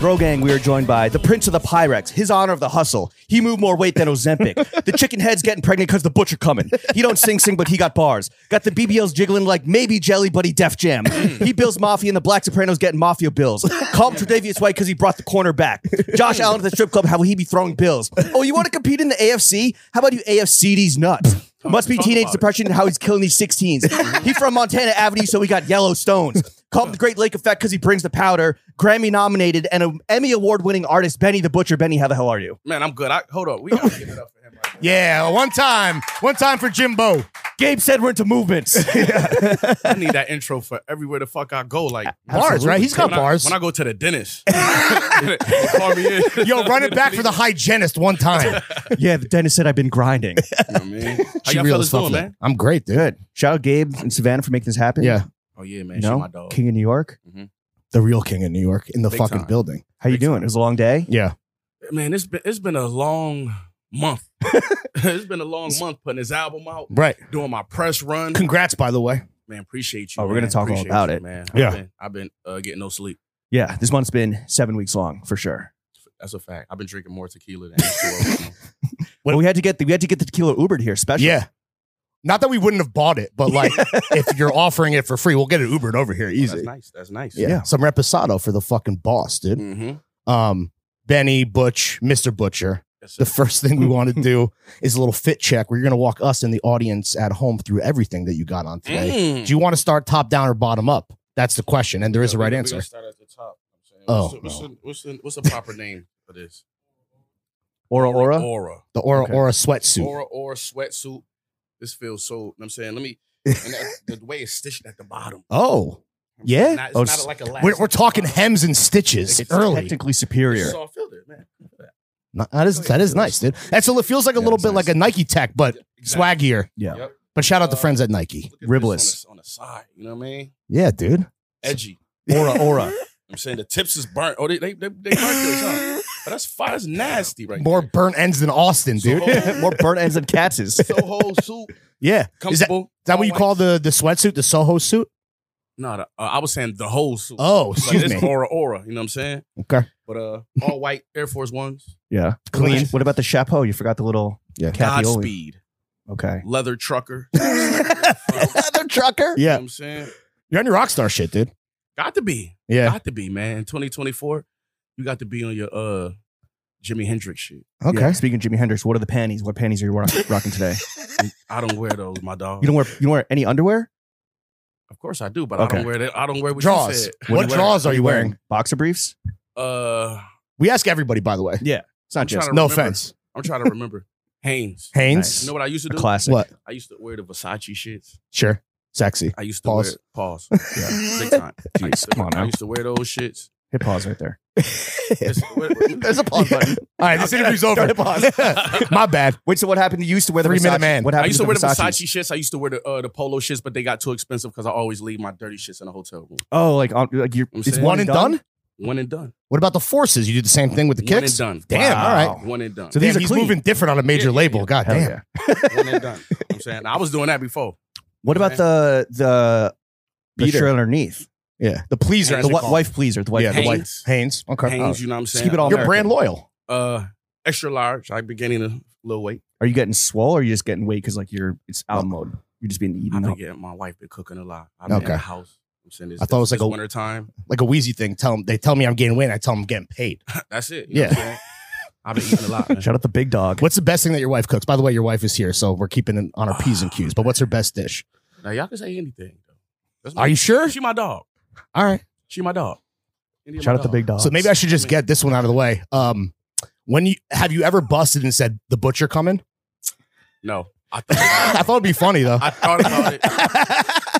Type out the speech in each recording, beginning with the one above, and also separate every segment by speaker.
Speaker 1: Bro Gang, we are joined by the Prince of the Pyrex, his honor of the hustle. He moved more weight than Ozempic. the chicken head's getting pregnant because the butcher coming. He don't sing sing, but he got bars. Got the BBLs jiggling like maybe Jelly Buddy Def Jam. he bills mafia and the Black Sopranos getting mafia bills. Calm Tredavious White because he brought the corner back. Josh Allen at the strip club, how will he be throwing bills? Oh, you want to compete in the AFC? How about you AFC these nuts? Must be
Speaker 2: talk
Speaker 1: teenage
Speaker 2: about it.
Speaker 1: depression and how he's killing these 16s. he from Montana Avenue, so he got yellow stones. Called him the Great Lake Effect because he brings the powder. Grammy nominated and an Emmy award winning artist, Benny the Butcher. Benny, how the hell are you?
Speaker 2: Man, I'm good. I, hold on. We gotta give it up for him. Right
Speaker 3: Yeah, one time. One time for Jimbo.
Speaker 1: Gabe said we're into movements.
Speaker 2: now. I need that intro for everywhere the fuck I go. Like
Speaker 3: Bars, right? He's got
Speaker 2: when I-
Speaker 3: bars.
Speaker 2: when I go to the dentist, they call me in. You
Speaker 3: Yo, run it back for the hygienist one time.
Speaker 1: yeah, the dentist said I've been grinding.
Speaker 2: know what I mean? How
Speaker 3: She
Speaker 2: y'all
Speaker 3: real
Speaker 2: fellas
Speaker 3: as
Speaker 2: doing,
Speaker 3: fuck,
Speaker 2: man?
Speaker 3: I'm great, dude.
Speaker 1: Good. Shout out Gabe and Savannah for making this happen.
Speaker 3: Yeah.
Speaker 2: Oh yeah, man.
Speaker 1: You
Speaker 2: She
Speaker 1: know,
Speaker 2: my dog. Mm-hmm.
Speaker 1: King of New York.
Speaker 3: The real king of New York in the
Speaker 2: Big
Speaker 3: fucking
Speaker 2: time.
Speaker 3: building.
Speaker 1: How you
Speaker 2: Big
Speaker 1: doing?
Speaker 2: time.
Speaker 1: It was a long day.
Speaker 3: Yeah.
Speaker 2: Man, it's been it's been a long month. it's been a long month putting this album out,
Speaker 3: Right.
Speaker 2: doing my press run.
Speaker 3: Congrats, by the way.
Speaker 2: Man, appreciate you.
Speaker 1: Oh, we're
Speaker 2: man.
Speaker 1: gonna talk all
Speaker 2: Appreciate
Speaker 1: about
Speaker 2: you,
Speaker 1: it.
Speaker 2: man.
Speaker 3: Yeah.
Speaker 2: I've been, I've been uh, getting no sleep.
Speaker 1: Yeah, this month's been seven weeks long for sure.
Speaker 2: That's a fact. I've been drinking more tequila than I
Speaker 1: Well, we had to get the, we had to get the tequila Ubered here special.
Speaker 3: Yeah. Not that we wouldn't have bought it, but like if you're offering it for free, we'll get it Ubered over here
Speaker 2: Oh, That's
Speaker 3: easy.
Speaker 2: nice. That's nice.
Speaker 3: yeah. Some reposado for the fucking boss, dude.
Speaker 2: Mm-hmm.
Speaker 3: Um, Benny, Butch, Mr. Butcher.
Speaker 2: Yes, sir.
Speaker 3: The first thing we want to do is a little fit check where you're going to walk us and the audience at home through everything that you got on today.
Speaker 2: Mm.
Speaker 3: Do you want to start top down or bottom up? That's the question. And there is a
Speaker 2: Yeah, we-
Speaker 3: right
Speaker 2: we
Speaker 3: answer.
Speaker 2: gonna start at the top. I'm saying,
Speaker 3: Oh,
Speaker 2: what's, the- what's,
Speaker 3: no.
Speaker 2: the, what's, the, what's the proper name for this?
Speaker 1: Aura Aura.
Speaker 2: Aura.
Speaker 3: The Aura
Speaker 1: Okay.
Speaker 3: Aura sweatsuit.
Speaker 2: Aura, aura sweatsuit. This feels so, you know what I'm saying? Let me, and that, the way it's stitched at the bottom.
Speaker 3: Oh,
Speaker 2: I'm saying,
Speaker 3: Yeah?
Speaker 2: Not, it's
Speaker 1: Oh,
Speaker 2: not
Speaker 1: it's-
Speaker 2: like a
Speaker 3: we're, we're talking
Speaker 2: heavy.
Speaker 3: hems and stitches
Speaker 1: It's
Speaker 3: early.
Speaker 1: technically superior.
Speaker 2: So I feel it, man.
Speaker 3: No, that is that is nice, dude. That's a, it feels like a
Speaker 1: Yeah,
Speaker 3: little
Speaker 1: it's
Speaker 3: bit
Speaker 1: nice.
Speaker 3: like a Nike Tech, but swaggier.
Speaker 1: Yeah.
Speaker 2: Yep.
Speaker 3: But shout out the
Speaker 2: Uh,
Speaker 3: friends at Nike.
Speaker 2: Look at this on
Speaker 1: Ribless.
Speaker 2: the- On, the, side, you know what I mean?
Speaker 3: Yeah, dude.
Speaker 2: Edgy.
Speaker 1: Aura Aura.
Speaker 2: I'm saying the tips is burnt. Oh, they they they, they burnt this, huh? But that's fire. That's nasty, right?
Speaker 3: More
Speaker 2: there.
Speaker 3: burnt ends than Austin,
Speaker 2: So
Speaker 3: dude.
Speaker 2: whole-
Speaker 1: More burnt ends and Katz's.
Speaker 2: so whole suit,
Speaker 3: yeah, is that, is
Speaker 2: comfortable. Is
Speaker 3: that
Speaker 1: Oh,
Speaker 3: what you call the the sweatsuit, the Soho suit?
Speaker 2: No, the, uh, I was saying the whole suit.
Speaker 3: Oh,
Speaker 2: Like,
Speaker 3: excuse
Speaker 2: it's
Speaker 3: me.
Speaker 2: aura aura. You know what I'm saying?
Speaker 3: Okay,
Speaker 2: But uh, all white Air Force Ones,
Speaker 1: Yeah.
Speaker 3: clean.
Speaker 1: What about the chapeau? You forgot the little
Speaker 3: Yeah.
Speaker 1: Kathy Olin.
Speaker 2: Godspeed,
Speaker 1: Okay.
Speaker 2: leather trucker.
Speaker 3: Leather trucker.
Speaker 2: You know what
Speaker 3: Yeah,
Speaker 2: I'm saying?
Speaker 3: you're on your rock star shit, dude.
Speaker 2: Got to be,
Speaker 3: Yeah.
Speaker 2: got to be, man. 2024, you got to be on your uh, Jimi Hendrix shit.
Speaker 3: Okay.
Speaker 1: Yeah, Speaking of Jimi Hendrix, what are the panties? What panties are you rock- rocking today?
Speaker 2: I don't wear those, my dog.
Speaker 1: You don't wear you don't wear any underwear?
Speaker 2: of course I do, but I
Speaker 1: Okay.
Speaker 2: don't wear that. I don't wear what you
Speaker 3: Draws.
Speaker 2: said.
Speaker 3: What,
Speaker 1: do you wear?
Speaker 3: draws are you wearing?
Speaker 1: Boxer briefs?
Speaker 2: Uh,
Speaker 3: We ask everybody, by the way.
Speaker 1: It's not
Speaker 2: I'm
Speaker 1: just
Speaker 2: trying
Speaker 3: No
Speaker 2: remember.
Speaker 3: offense,
Speaker 2: I'm trying to remember. Hanes.
Speaker 3: Haynes.
Speaker 2: You know what I used to
Speaker 1: a
Speaker 2: do?
Speaker 1: classic.
Speaker 3: What?
Speaker 2: I used to wear the Versace shits.
Speaker 3: Sure. Sexy.
Speaker 2: I used to wear
Speaker 3: Pause.
Speaker 2: pause. Yeah, big time. I used, to,
Speaker 1: come on now.
Speaker 2: I used to wear those shits.
Speaker 1: Hit pause right there.
Speaker 2: Listen, wait, wait,
Speaker 3: There's a pause button. All right, this interview's over. My bad.
Speaker 1: Wait, so what happened? You used to wear the
Speaker 3: Three Minute
Speaker 1: Versace-
Speaker 3: Man.
Speaker 1: What
Speaker 2: I
Speaker 1: happened
Speaker 2: used to wear the Versace
Speaker 1: Versace's?
Speaker 2: shits. I used to wear the uh, the polo shits, but they got too expensive because I always leave my dirty shits in a hotel room.
Speaker 1: Oh, like on like you're
Speaker 2: I'm
Speaker 1: it's
Speaker 2: saying.
Speaker 3: One and done?
Speaker 2: One and done.
Speaker 3: What about the forces? You did the same thing with the
Speaker 2: One
Speaker 3: kicks?
Speaker 2: and done.
Speaker 3: Damn,
Speaker 1: Wow.
Speaker 3: all right.
Speaker 2: One and done.
Speaker 1: So
Speaker 3: Damn,
Speaker 1: these are
Speaker 3: he's
Speaker 1: clean.
Speaker 3: moving different on a major
Speaker 2: Yeah, yeah,
Speaker 3: label.
Speaker 2: yeah.
Speaker 3: God
Speaker 1: Hell
Speaker 3: damn.
Speaker 1: yeah.
Speaker 2: One and done. You know what I'm saying I was doing that before.
Speaker 1: What about the the the
Speaker 3: Beater.
Speaker 1: shirt underneath?
Speaker 3: Yeah. The pleaser.
Speaker 2: Haynes.
Speaker 1: The
Speaker 2: it
Speaker 1: wi-
Speaker 2: called?
Speaker 1: wife pleaser, the wife
Speaker 3: yeah, the
Speaker 1: pleaser.
Speaker 3: white
Speaker 2: Haynes.
Speaker 3: Haynes. Okay. Oh.
Speaker 2: Hanes, you know what I'm
Speaker 1: Just
Speaker 2: saying?
Speaker 1: keep it all
Speaker 3: You're
Speaker 1: American.
Speaker 3: brand loyal.
Speaker 2: Uh, extra large. I've been gaining a little weight.
Speaker 1: Are you getting swole or are you just getting weight because like you're it's out mode? You're just being
Speaker 2: I've
Speaker 1: eaten
Speaker 2: been
Speaker 1: up.
Speaker 2: getting. My wife been cooking a lot. I've been in
Speaker 3: Okay.
Speaker 2: the house. I'm saying this,
Speaker 3: I thought it was
Speaker 2: this-
Speaker 3: like a-
Speaker 2: this winter time.
Speaker 3: Like a wheezy thing. Tell them they tell me I'm gaining weight. I tell them I'm getting paid.
Speaker 2: That's it. You know
Speaker 3: Yeah.
Speaker 2: what I'm saying? I've been eating a lot. Man.
Speaker 1: Shout out the big dog.
Speaker 3: What's the best thing that your wife cooks? By the way, your wife is here, so we're keeping it on our P's and Q's. But what's her best dish?
Speaker 2: Now y'all can say anything. though. That's
Speaker 3: Are
Speaker 2: my-
Speaker 3: you sure?
Speaker 2: She my dog.
Speaker 3: All right.
Speaker 2: She my dog. India
Speaker 1: Shout
Speaker 2: my
Speaker 1: out the
Speaker 2: dog.
Speaker 1: big dog.
Speaker 3: So maybe I should just get this one out of the way. Um when you have you ever busted and said the butcher coming?
Speaker 2: No. I
Speaker 3: I
Speaker 2: thought,
Speaker 3: thought it'd be funny though.
Speaker 2: I thought about it.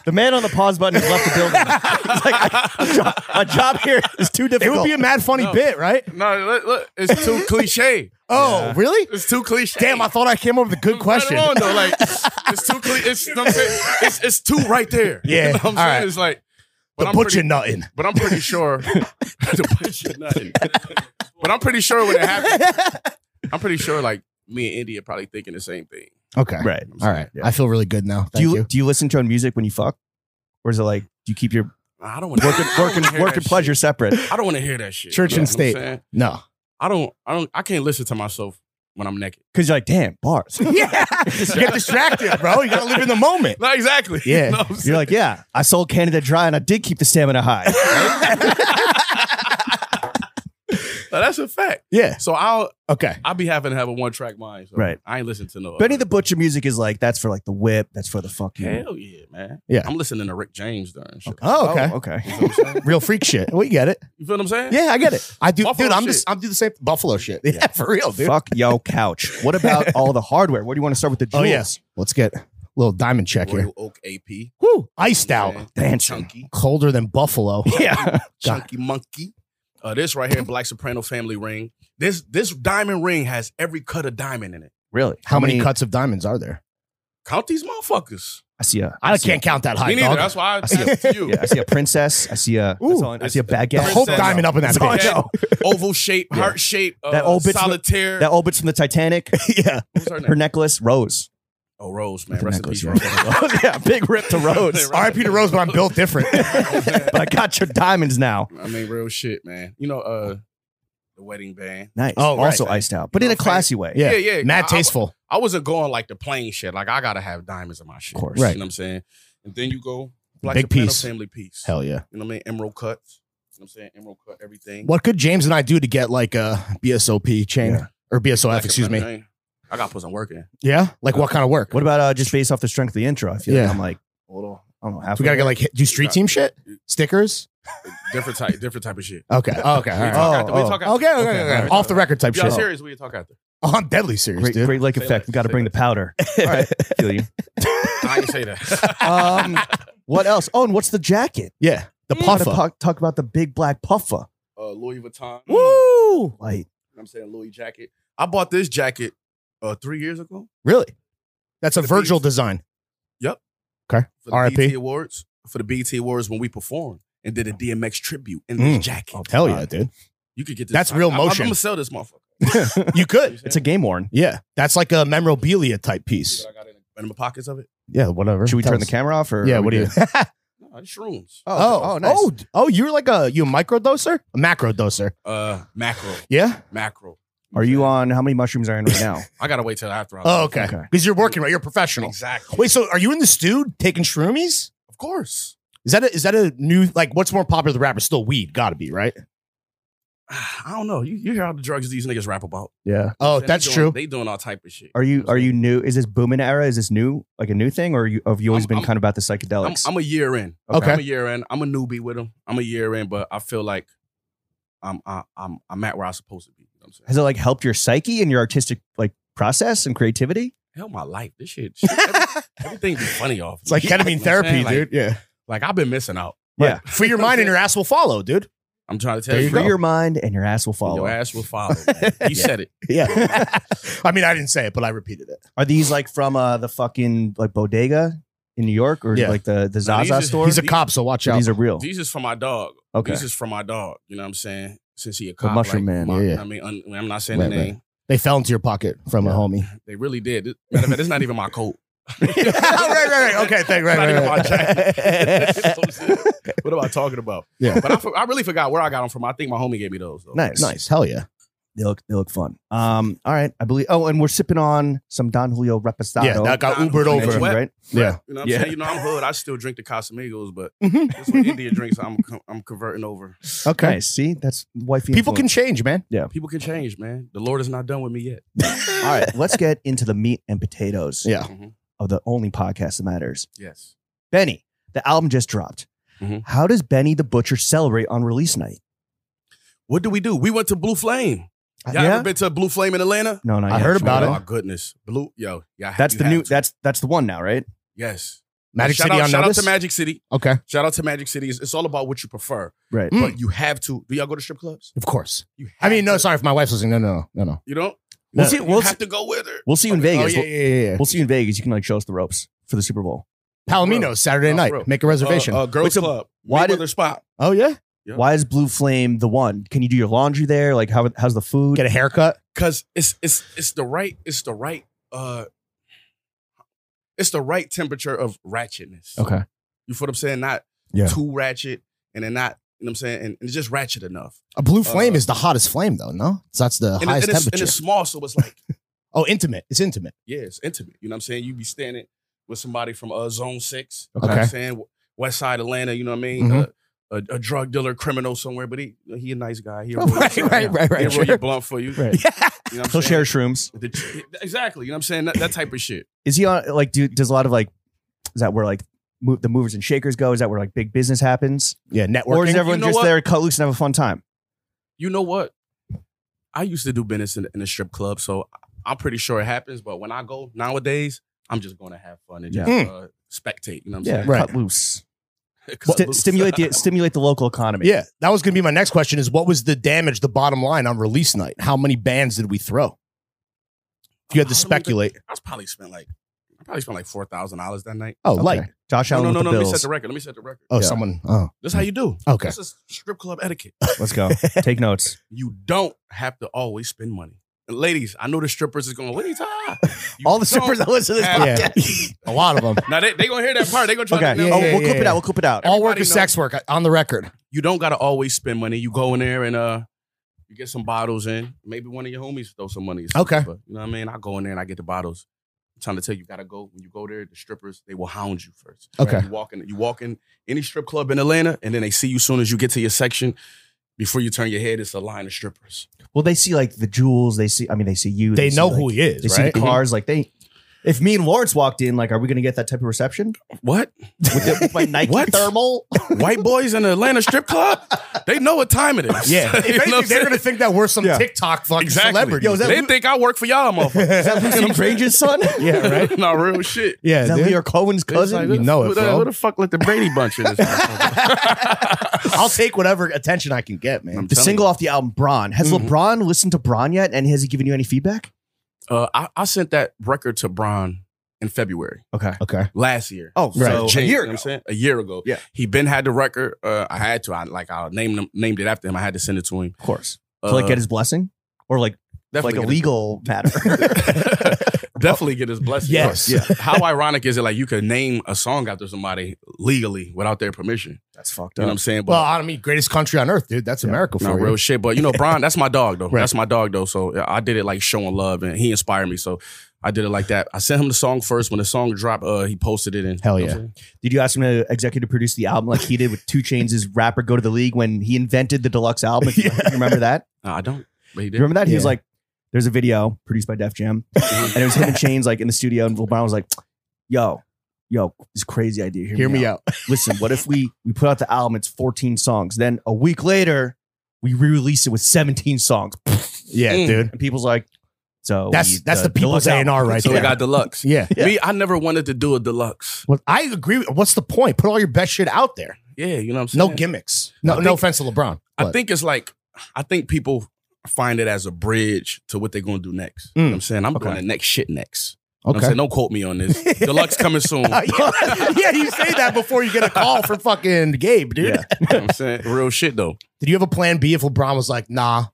Speaker 1: the man on the pause button has left the building. He's like, "My job- my job here is too
Speaker 3: It
Speaker 1: difficult.
Speaker 3: would be a mad funny
Speaker 2: No.
Speaker 3: bit, right?
Speaker 2: No, look, look, it's too cliche.
Speaker 3: Oh,
Speaker 1: Yeah.
Speaker 3: really?
Speaker 2: It's too cliche.
Speaker 3: Damn, I thought I came up with a good question.
Speaker 2: Right on, though. Like, it's too cliche. It's, you know what I'm saying? it's, it's too right there.
Speaker 3: Yeah,
Speaker 2: You know what I'm
Speaker 3: all
Speaker 2: saying?
Speaker 3: right.
Speaker 2: It's like, but
Speaker 3: The
Speaker 2: I'm
Speaker 3: butcher
Speaker 2: pretty,
Speaker 3: nutting.
Speaker 2: But I'm pretty sure. the butcher, nothing. But I'm pretty sure when it happened, I'm pretty sure, like, me and India probably thinking the same thing.
Speaker 3: Okay.
Speaker 1: right.
Speaker 2: I'm
Speaker 3: All
Speaker 2: saying.
Speaker 3: right.
Speaker 1: Yeah.
Speaker 3: I feel really good now. Thank
Speaker 1: do you,
Speaker 3: you.
Speaker 1: do you listen to your own music when you fuck, or is it like do you keep your
Speaker 2: I don't want
Speaker 1: Work and, work and, work and pleasure separate.
Speaker 2: I don't want to hear that shit.
Speaker 3: Church
Speaker 2: You know
Speaker 3: and
Speaker 2: what I'm
Speaker 3: state.
Speaker 2: saying?
Speaker 3: No.
Speaker 2: I don't. I don't. I can't listen to myself when I'm naked.
Speaker 1: Because you're like, damn, bars.
Speaker 3: Yeah. you get distracted, bro. You gotta live in the moment.
Speaker 2: Not exactly.
Speaker 3: Yeah.
Speaker 2: know what I'm
Speaker 1: You're like, yeah, I sold Canada dry and I did keep the stamina high.
Speaker 2: saying? No, that's a fact.
Speaker 3: Yeah.
Speaker 2: So I'll
Speaker 3: Okay.
Speaker 2: I'll be having to have a one track mind. So
Speaker 1: Right.
Speaker 2: I ain't listening to no.
Speaker 1: Benny the Butcher music is like, that's for like the whip, that's for the fucking.
Speaker 2: Hell yeah, man.
Speaker 3: Mm-hmm. Yeah.
Speaker 2: I'm listening to Rick James during shit.
Speaker 3: Oh, okay.
Speaker 1: Oh, okay.
Speaker 2: You, feel what I'm saying?
Speaker 3: Real freak shit. We get it.
Speaker 2: You feel what I'm saying?
Speaker 3: Yeah, I get it. I do,
Speaker 2: Buffalo
Speaker 3: dude. I'm
Speaker 2: shit.
Speaker 3: just, I'm do the same Buffalo shit. Yeah, for real, dude.
Speaker 1: Fuck yo couch. What about all the hardware? Where do you want to start with the jewels?
Speaker 3: Oh, yes. Let's get a little diamond check here.
Speaker 2: Royal Oak AP. You know
Speaker 3: Woo,
Speaker 2: what
Speaker 3: iced
Speaker 2: I'm
Speaker 3: out,
Speaker 2: saying?
Speaker 1: Dancing.
Speaker 2: Chunky,
Speaker 3: colder than Buffalo.
Speaker 1: Yeah.
Speaker 2: chunky monkey. Uh, this right here, Black Soprano family ring. This this diamond ring has every cut of diamond in it.
Speaker 1: Really?
Speaker 3: How many
Speaker 1: cuts?
Speaker 3: cuts of diamonds are there?
Speaker 2: Count these motherfuckers.
Speaker 1: I see a.
Speaker 3: I
Speaker 1: see a-
Speaker 3: can't count that high.
Speaker 2: Me neither.
Speaker 3: dog.
Speaker 2: That's why I,
Speaker 1: see
Speaker 2: asked you.
Speaker 1: Yeah, I see a princess. I see a. that's
Speaker 3: Ooh.
Speaker 1: all I- I see a
Speaker 3: the
Speaker 1: baguette.
Speaker 2: Princess.
Speaker 3: whole diamond up in that
Speaker 1: That's all I
Speaker 3: bitch.
Speaker 1: know.
Speaker 2: Oval shape,
Speaker 1: Yeah.
Speaker 2: heart shape, uh,
Speaker 1: That old bitch with-
Speaker 2: solitaire.
Speaker 1: That old bitch from the Titanic. yeah.
Speaker 2: What's her
Speaker 1: Her
Speaker 2: name?
Speaker 1: necklace, Rose.
Speaker 2: Oh, Rose, man.
Speaker 1: The
Speaker 2: Rest in
Speaker 1: necklace,
Speaker 2: peace,
Speaker 1: yeah.
Speaker 2: Rose.
Speaker 1: yeah, big rip to Rose.
Speaker 2: Right.
Speaker 3: R.I.P. to Rose, but I'm built different.
Speaker 1: but I got your diamonds now.
Speaker 2: I mean, real shit, man. You know, uh, the wedding band.
Speaker 1: Nice.
Speaker 3: Oh, right.
Speaker 1: also iced out, but in a classy way.
Speaker 3: Yeah.
Speaker 2: Yeah, yeah.
Speaker 3: Mad
Speaker 2: I-
Speaker 3: tasteful.
Speaker 2: I, I wasn't going like the plain shit. Like I gotta have diamonds in my shit.
Speaker 1: Of course.
Speaker 3: Right.
Speaker 2: You know what I'm saying? And then you go Black
Speaker 3: Big
Speaker 2: Soprano
Speaker 3: piece.
Speaker 2: family piece.
Speaker 3: Hell yeah.
Speaker 2: You know what I mean? Emerald cuts. You know what I'm saying? Emerald cut everything.
Speaker 3: What could James and I do to get like a BSOP chain
Speaker 1: Yeah.
Speaker 3: or BSOF?
Speaker 2: Black
Speaker 3: excuse me.
Speaker 2: Soprano chain. I gotta put some work in.
Speaker 3: Yeah. Like what kind of work?
Speaker 1: What about uh, just based off the strength of the intro? I feel like
Speaker 3: Yeah.
Speaker 1: I'm like, hold on. I don't know.
Speaker 3: we
Speaker 1: Halfway.
Speaker 3: gotta get like hit- do street team shit, stickers.
Speaker 2: Different type, different type of shit.
Speaker 3: Okay. Oh, okay. All
Speaker 2: We
Speaker 3: right.
Speaker 2: talk after- we
Speaker 1: Oh,
Speaker 2: talk
Speaker 3: Okay,
Speaker 2: after.
Speaker 3: okay, okay,
Speaker 1: Okay,
Speaker 3: okay.
Speaker 1: alright.
Speaker 3: Off the record type
Speaker 2: If y'all
Speaker 3: shit.
Speaker 2: serious, we can talk after.
Speaker 3: Oh, I'm deadly serious,
Speaker 1: great,
Speaker 3: dude.
Speaker 1: great lake
Speaker 2: Say
Speaker 1: effect.
Speaker 2: less,
Speaker 1: We got to
Speaker 2: say
Speaker 1: bring the powder. All right, feel you.
Speaker 2: I ain't say that.
Speaker 1: Um, what else? Oh, and what's the jacket? Mm,
Speaker 3: Yeah. The
Speaker 1: I wanna
Speaker 3: puffer.
Speaker 1: puck- talk about the big black puffer.
Speaker 2: Uh, Louis Vuitton.
Speaker 1: Woo! Like,
Speaker 2: You know what I'm saying Louis jacket. I bought this jacket uh three years ago
Speaker 3: Really? That's a
Speaker 2: The
Speaker 3: Virgil
Speaker 2: beef.
Speaker 3: design.
Speaker 2: for the
Speaker 3: R.I.P..
Speaker 2: BT Awards. For the BT Awards when we performed and did a DMX tribute in this
Speaker 3: Oh. Mm.
Speaker 2: jacket.
Speaker 3: Hell
Speaker 2: Uh,
Speaker 3: yeah, dude.
Speaker 2: You could get this.
Speaker 3: That's real motion.
Speaker 2: I, am gonna sell this motherfucker.
Speaker 3: You could.
Speaker 1: it's a game worn.
Speaker 3: Yeah. That's like a memorabilia type piece.
Speaker 2: I got in, in the pockets of it.
Speaker 3: Yeah, whatever.
Speaker 1: Should we
Speaker 3: Tell
Speaker 1: turn the
Speaker 3: us.
Speaker 1: camera off or
Speaker 3: Yeah, what do you?
Speaker 2: No, it's shrooms.
Speaker 3: Oh,
Speaker 1: oh,
Speaker 3: oh,
Speaker 1: nice.
Speaker 3: oh, you're like a you a microdoser? A macrodoser.
Speaker 2: Uh, macro,
Speaker 3: Yeah.
Speaker 2: macro.
Speaker 1: Are you on how many mushrooms are in right now?
Speaker 2: I gotta wait till after. I
Speaker 3: Oh, okay. Because
Speaker 1: Okay.
Speaker 3: you're working, right? You're a professional.
Speaker 2: Exactly.
Speaker 3: Wait, so are you in the stew taking shroomies?
Speaker 2: Of course.
Speaker 3: Is that a, is that a new like what's more popular than rappers? Still weed, gotta be right.
Speaker 2: I don't know. You, you hear all the drugs these niggas rap about.
Speaker 1: yeah.
Speaker 3: Oh,
Speaker 2: And they
Speaker 3: that's
Speaker 2: doing-
Speaker 3: true.
Speaker 2: They doing all type of shit.
Speaker 1: Are you are you new? Is this booming era? Is this new, like a new thing, or are you, have you always
Speaker 2: I'm-
Speaker 1: been
Speaker 2: I'm-
Speaker 1: kind of about the
Speaker 2: I'm,
Speaker 1: psychedelics?
Speaker 2: I'm a year in.
Speaker 3: Okay.
Speaker 2: I'm a year in. I'm a newbie with them. I'm a year in, but I feel like I'm I, I'm I'm at where I'm supposed to be. You know what I'm saying?
Speaker 1: Has it like helped your psyche and your artistic like process and creativity?
Speaker 2: Hell, my life. This shit. shit every- everything be funny off.
Speaker 3: It's like
Speaker 2: You know
Speaker 3: ketamine
Speaker 2: what I'm
Speaker 3: therapy,
Speaker 2: saying? Like-
Speaker 3: dude. Yeah.
Speaker 2: Like I've been missing out.
Speaker 1: Yeah.
Speaker 3: Free your mind and your ass will follow, dude.
Speaker 2: I'm trying to tell
Speaker 3: There
Speaker 2: you.
Speaker 3: you
Speaker 1: Free
Speaker 3: go.
Speaker 1: your mind and your ass will follow.
Speaker 2: Your ass will follow. man. He said it.
Speaker 3: Yeah. I mean, I didn't say it, but I repeated it.
Speaker 1: Are these like from uh, the fucking like bodega in New York or
Speaker 3: Yeah.
Speaker 1: like the the
Speaker 2: No, these
Speaker 1: Zaza
Speaker 2: is-
Speaker 1: store?
Speaker 3: He's a
Speaker 2: these-
Speaker 3: cop, so watch
Speaker 1: Or
Speaker 3: out.
Speaker 1: these are real.
Speaker 2: These is for my dog.
Speaker 1: Okay.
Speaker 2: This is for my dog. You know what I'm saying? Since he a cop,
Speaker 1: mushroom
Speaker 2: like,
Speaker 1: man,
Speaker 2: my-
Speaker 3: yeah, yeah.
Speaker 2: I mean, un, I'm not saying
Speaker 3: Right,
Speaker 2: the
Speaker 3: right.
Speaker 2: name.
Speaker 3: They fell into your pocket from
Speaker 1: Yeah.
Speaker 3: a homie.
Speaker 2: They really did. This- Matter of fact, it's not even my coat.
Speaker 3: right, right, right. Okay, thank right,
Speaker 2: Not
Speaker 3: right,
Speaker 2: even my
Speaker 3: right.
Speaker 2: jacket. what, I'm saying. What am I talking about?
Speaker 3: Yeah.
Speaker 2: But I, for- I really forgot where I got them from. I think my homie gave me those. Though.
Speaker 1: nice,
Speaker 3: Nice, hell yeah.
Speaker 1: They look they look fun. Um, all right, I believe. Oh, and we're sipping on some Don Julio Reposado.
Speaker 3: Yeah, that got
Speaker 2: Donald
Speaker 3: Ubered
Speaker 2: Trump.
Speaker 3: over.
Speaker 2: Wet.
Speaker 1: right.
Speaker 3: Yeah,
Speaker 2: You know what I'm
Speaker 1: Yeah.
Speaker 2: saying? You know, I'm hood. I still drink the Casamigos, but
Speaker 3: Mhm.
Speaker 2: this what India drinks. I'm co- I'm converting over.
Speaker 3: okay.
Speaker 1: Nice. See, that's wifey.
Speaker 3: People can
Speaker 1: influence.
Speaker 3: change, man.
Speaker 2: People can change, man. The Lord is not done with me yet.
Speaker 1: All right, let's get into the meat and potatoes
Speaker 3: Yeah.
Speaker 2: Mhm.
Speaker 1: of the only podcast that matters.
Speaker 2: Yes.
Speaker 1: Benny, the album just dropped.
Speaker 2: Mhm.
Speaker 1: How does Benny the Butcher celebrate on release night?
Speaker 2: What do we do? We went to Blue Flame. Y'all
Speaker 1: Yeah?
Speaker 2: ever been to Blue Flame in Atlanta?
Speaker 1: No, not
Speaker 3: Uh, I
Speaker 1: yet.
Speaker 3: heard about
Speaker 2: oh
Speaker 3: it.
Speaker 2: my goodness, Blue. Yo, yeah.
Speaker 1: That's
Speaker 2: you
Speaker 1: the
Speaker 2: have
Speaker 1: new.
Speaker 2: to.
Speaker 1: That's that's the one now, right?
Speaker 2: yes.
Speaker 3: Magic
Speaker 2: shout
Speaker 3: City
Speaker 2: out,
Speaker 3: on
Speaker 2: shout
Speaker 3: notice.
Speaker 2: out to Magic City.
Speaker 3: okay,
Speaker 2: Shout out to Magic City. It's, it's all about what you prefer,
Speaker 1: Right.
Speaker 3: Mm.
Speaker 2: but you have to. Do y'all go to strip clubs?
Speaker 3: of course.
Speaker 2: You
Speaker 3: I
Speaker 2: have
Speaker 3: mean, no,
Speaker 2: to.
Speaker 3: sorry if my wife's listening. No, no, no, no. no.
Speaker 2: You don't.
Speaker 1: We'll
Speaker 2: No.
Speaker 1: see-
Speaker 2: You
Speaker 1: we'll
Speaker 2: have
Speaker 1: see-
Speaker 2: to go with her.
Speaker 1: We'll see you in
Speaker 2: Okay.
Speaker 1: Vegas.
Speaker 3: oh yeah, yeah, yeah. yeah.
Speaker 1: We'll see you in Vegas. You can like show us the ropes for the Super Bowl.
Speaker 3: Palomino Saturday
Speaker 2: Oh,
Speaker 3: night.
Speaker 2: bro.
Speaker 3: Make a reservation.
Speaker 2: Uh, uh, girls
Speaker 1: Wait, so
Speaker 2: club.
Speaker 1: why
Speaker 2: Why
Speaker 1: did-
Speaker 2: did spot?
Speaker 3: oh yeah,
Speaker 2: Yeah.
Speaker 1: Why is Blue Flame the one? Can you do your laundry there? Like, how, how's the food?
Speaker 3: get a haircut.
Speaker 2: Cause it's it's it's the right it's the right uh it's the right temperature of ratchetness.
Speaker 1: okay.
Speaker 2: You feel what I'm saying? Not
Speaker 1: Yeah.
Speaker 2: too ratchet. and they're not. You know what I'm saying? And, and it's just ratchet enough.
Speaker 3: A blue flame
Speaker 2: Uh,
Speaker 3: is the hottest flame, though. No, so that's the
Speaker 2: And, it-
Speaker 3: highest
Speaker 2: and it's, and
Speaker 3: temperature.
Speaker 2: it's small, so it's like,
Speaker 3: oh, intimate. It's intimate.
Speaker 2: yeah, it's intimate. You know what I'm saying? You be standing with somebody from uh, Zone 6, you know what
Speaker 3: Okay.
Speaker 2: I'm saying? West Side Atlanta, you know what I mean?
Speaker 3: Mhm.
Speaker 2: Uh, a, a drug dealer, criminal somewhere, but he he a nice guy. He'll
Speaker 3: Oh,
Speaker 2: roll,
Speaker 3: right,
Speaker 2: your-
Speaker 3: right, right, right,
Speaker 2: he'll roll
Speaker 3: sure.
Speaker 2: your blunt for you.
Speaker 3: Right.
Speaker 2: You know what I'm
Speaker 1: He'll
Speaker 2: saying?
Speaker 1: share shrooms.
Speaker 2: The- exactly. You know what I'm saying? That, that type of shit.
Speaker 1: Is he on like? Do does a lot of like? Is that where like mo- the movers and shakers go? Is that where like big business happens?
Speaker 3: Yeah,
Speaker 1: Or
Speaker 3: networking.
Speaker 1: is everyone
Speaker 2: know
Speaker 1: just
Speaker 2: what?
Speaker 1: there to cut loose and have a fun time?
Speaker 2: You know what? I used to do business in, in a strip club, so I'm pretty sure it happens. But when I go nowadays, I'm just going to have fun and just
Speaker 3: Yeah.
Speaker 2: uh, spectate. You know what I'm
Speaker 1: Yeah,
Speaker 2: saying?
Speaker 3: Right.
Speaker 1: cut loose.
Speaker 2: Cut
Speaker 1: Sti-
Speaker 2: loose.
Speaker 1: stimulate the stimulate the local economy.
Speaker 3: yeah, that was going to be my next question: is what was the damage, the bottom line on release night? How many bands did we throw? If
Speaker 2: I don't
Speaker 3: you had to
Speaker 2: even think-
Speaker 3: speculate,
Speaker 2: I was probably spent like I probably spent like four thousand dollars that night.
Speaker 3: oh,
Speaker 1: Okay.
Speaker 3: like
Speaker 1: Josh
Speaker 2: No,
Speaker 1: Allen
Speaker 2: no, no,
Speaker 1: with the
Speaker 2: no. Let me set
Speaker 1: Bills.
Speaker 2: the record. Let me set the record.
Speaker 3: oh,
Speaker 1: Yeah.
Speaker 3: someone, oh,
Speaker 2: This is how you do.
Speaker 3: okay,
Speaker 2: This is strip club etiquette.
Speaker 1: Let's go. Take notes.
Speaker 2: You don't have to always spend money. And ladies, I know the strippers is going. What are you talking? about? You
Speaker 1: All the strippers
Speaker 2: don't
Speaker 1: that listen to this
Speaker 2: have-
Speaker 1: podcast.
Speaker 3: a lot of them.
Speaker 2: Now they they gonna hear that part. They gonna try.
Speaker 1: Okay.
Speaker 2: To,
Speaker 3: Yeah,
Speaker 1: oh,
Speaker 3: yeah,
Speaker 1: we'll
Speaker 3: yeah,
Speaker 1: clip it
Speaker 3: yeah.
Speaker 1: out. We'll clip it out.
Speaker 3: All work
Speaker 2: Everybody
Speaker 3: is sex work uh, on the record.
Speaker 2: you don't gotta always spend money. You go in there and uh you get some bottles in. Maybe one of your homies throw some money. or something,
Speaker 3: Okay.
Speaker 2: But you know what I mean? I go in there and I get the bottles. I'm trying to tell you, you gotta go. When you go there, the strippers, they will hound you first.
Speaker 3: Okay.
Speaker 2: You walk in, you walk in any strip club in Atlanta, and then they see you soon as you get to your section. Before you turn your head, it's a line of strippers.
Speaker 1: Well, they see like the jewels. They see. I mean, they see you.
Speaker 3: They
Speaker 1: see,
Speaker 3: know
Speaker 1: like,
Speaker 3: who he
Speaker 1: They
Speaker 3: is,
Speaker 1: see the
Speaker 3: right?
Speaker 1: cars. Like they. If me and Lawrence walked in, like, are we going to get that type of reception
Speaker 2: What?
Speaker 1: with, the, with my Nike
Speaker 2: What?
Speaker 1: thermal?
Speaker 2: White boys in the Atlanta strip club? They know what time it is.
Speaker 3: Yeah, if
Speaker 2: You know what
Speaker 3: anything,
Speaker 2: I'm
Speaker 3: they're
Speaker 2: saying?
Speaker 3: going to think that we're some
Speaker 1: Yeah.
Speaker 3: TikTok fucking
Speaker 2: exactly.
Speaker 3: celebrity.
Speaker 1: Yo, is that
Speaker 2: they
Speaker 1: Lu-
Speaker 2: think I work for y'all, motherfucker.
Speaker 1: Is that Lucy Grange's son?
Speaker 3: yeah, right.
Speaker 2: Not real shit.
Speaker 3: Yeah,
Speaker 1: Oh, Is that
Speaker 3: dude.
Speaker 1: Lear Cohen's cousin?
Speaker 3: You know it,
Speaker 2: who the,
Speaker 3: bro.
Speaker 2: Who the fuck let the Brady Bunch in this? motherfucker?
Speaker 3: I'll take whatever attention I can get, man.
Speaker 2: I'm
Speaker 1: the
Speaker 2: telling
Speaker 1: single off the album Braun. Has
Speaker 2: Mhm.
Speaker 1: LeBron listened to Braun yet? And has he given you any feedback?
Speaker 2: you. Uh, I, I sent that record to Bron in February
Speaker 1: Okay.
Speaker 3: Okay,
Speaker 2: last year.
Speaker 1: Oh,
Speaker 3: Right.
Speaker 1: so a
Speaker 2: Jake, you know
Speaker 1: year
Speaker 2: what I'm
Speaker 1: ago.
Speaker 2: saying? A year ago.
Speaker 1: Yeah.
Speaker 2: He been had the record. Uh, I had to. I like I named him, named it after him. I had to send it to him.
Speaker 1: Of course.
Speaker 2: Uh,
Speaker 1: to like get his blessing or like
Speaker 2: definitely
Speaker 1: like a
Speaker 2: get his-
Speaker 1: legal matter.
Speaker 2: definitely get his blessing.
Speaker 3: Yes.
Speaker 2: Yeah. How ironic is it like you could name a song after somebody legally without their permission?
Speaker 1: That's fucked
Speaker 2: You know what I'm saying?
Speaker 3: well, I mean, greatest country on earth, dude. That's
Speaker 1: Yeah.
Speaker 3: America for
Speaker 2: No
Speaker 3: you.
Speaker 2: real shit, but you know, Brian, that's my dog though.
Speaker 3: Right.
Speaker 2: That's my dog though. So I did it like showing love, and he inspired me. So I did it like that. I sent him the song first. When the song dropped, uh, he posted it. And
Speaker 3: Hell
Speaker 2: you know
Speaker 3: yeah.
Speaker 2: what I'm
Speaker 1: Did you ask him to executive produce the album like he did with Two Chains' rapper Go to the League when he invented the deluxe album? If you, you remember that?
Speaker 2: saying? Nah, I don't. But he
Speaker 1: Do
Speaker 2: did.
Speaker 1: you remember that? He was
Speaker 3: Yeah.
Speaker 1: like, there's a video produced by Def Jam.
Speaker 2: Uh-huh.
Speaker 1: and it was him and Chains like in the studio. And LeBron was like, yo, yo, this crazy idea. Hear,
Speaker 3: Hear me out.
Speaker 1: Listen, what if we we put out the album? It's 14 songs. Then a week later, we re-release it with 17 songs.
Speaker 3: Yeah,
Speaker 2: Mm. uh,
Speaker 3: dude.
Speaker 1: And people's like, so
Speaker 3: That's
Speaker 1: we-
Speaker 3: that's the, people's
Speaker 1: deluxe
Speaker 3: A and
Speaker 1: album.
Speaker 3: R right
Speaker 2: so
Speaker 3: there.
Speaker 2: we got deluxe.
Speaker 3: yeah.
Speaker 1: Yeah.
Speaker 2: Me, I never wanted to do a deluxe.
Speaker 3: Well, I agree. with- What's the point? Put all your best shit out there.
Speaker 2: Yeah, you know what I'm
Speaker 3: No
Speaker 2: saying.
Speaker 3: gimmicks. No,
Speaker 2: I think-
Speaker 3: no offense to LeBron.
Speaker 2: I
Speaker 3: but-
Speaker 2: think it's like I think people find it as a bridge to what they're gonna do next. You
Speaker 3: Mm.
Speaker 2: know what I'm saying I'm
Speaker 1: Okay.
Speaker 2: doing the next shit next. You know what I'm
Speaker 3: okay.
Speaker 2: saying? Don't quote me on this. Deluxe coming soon.
Speaker 3: yeah, you say that before you get a call from fucking Gabe, dude.
Speaker 1: Yeah.
Speaker 2: You know what I'm saying real shit though.
Speaker 3: Did you have a plan B if LeBron was like, "Nah,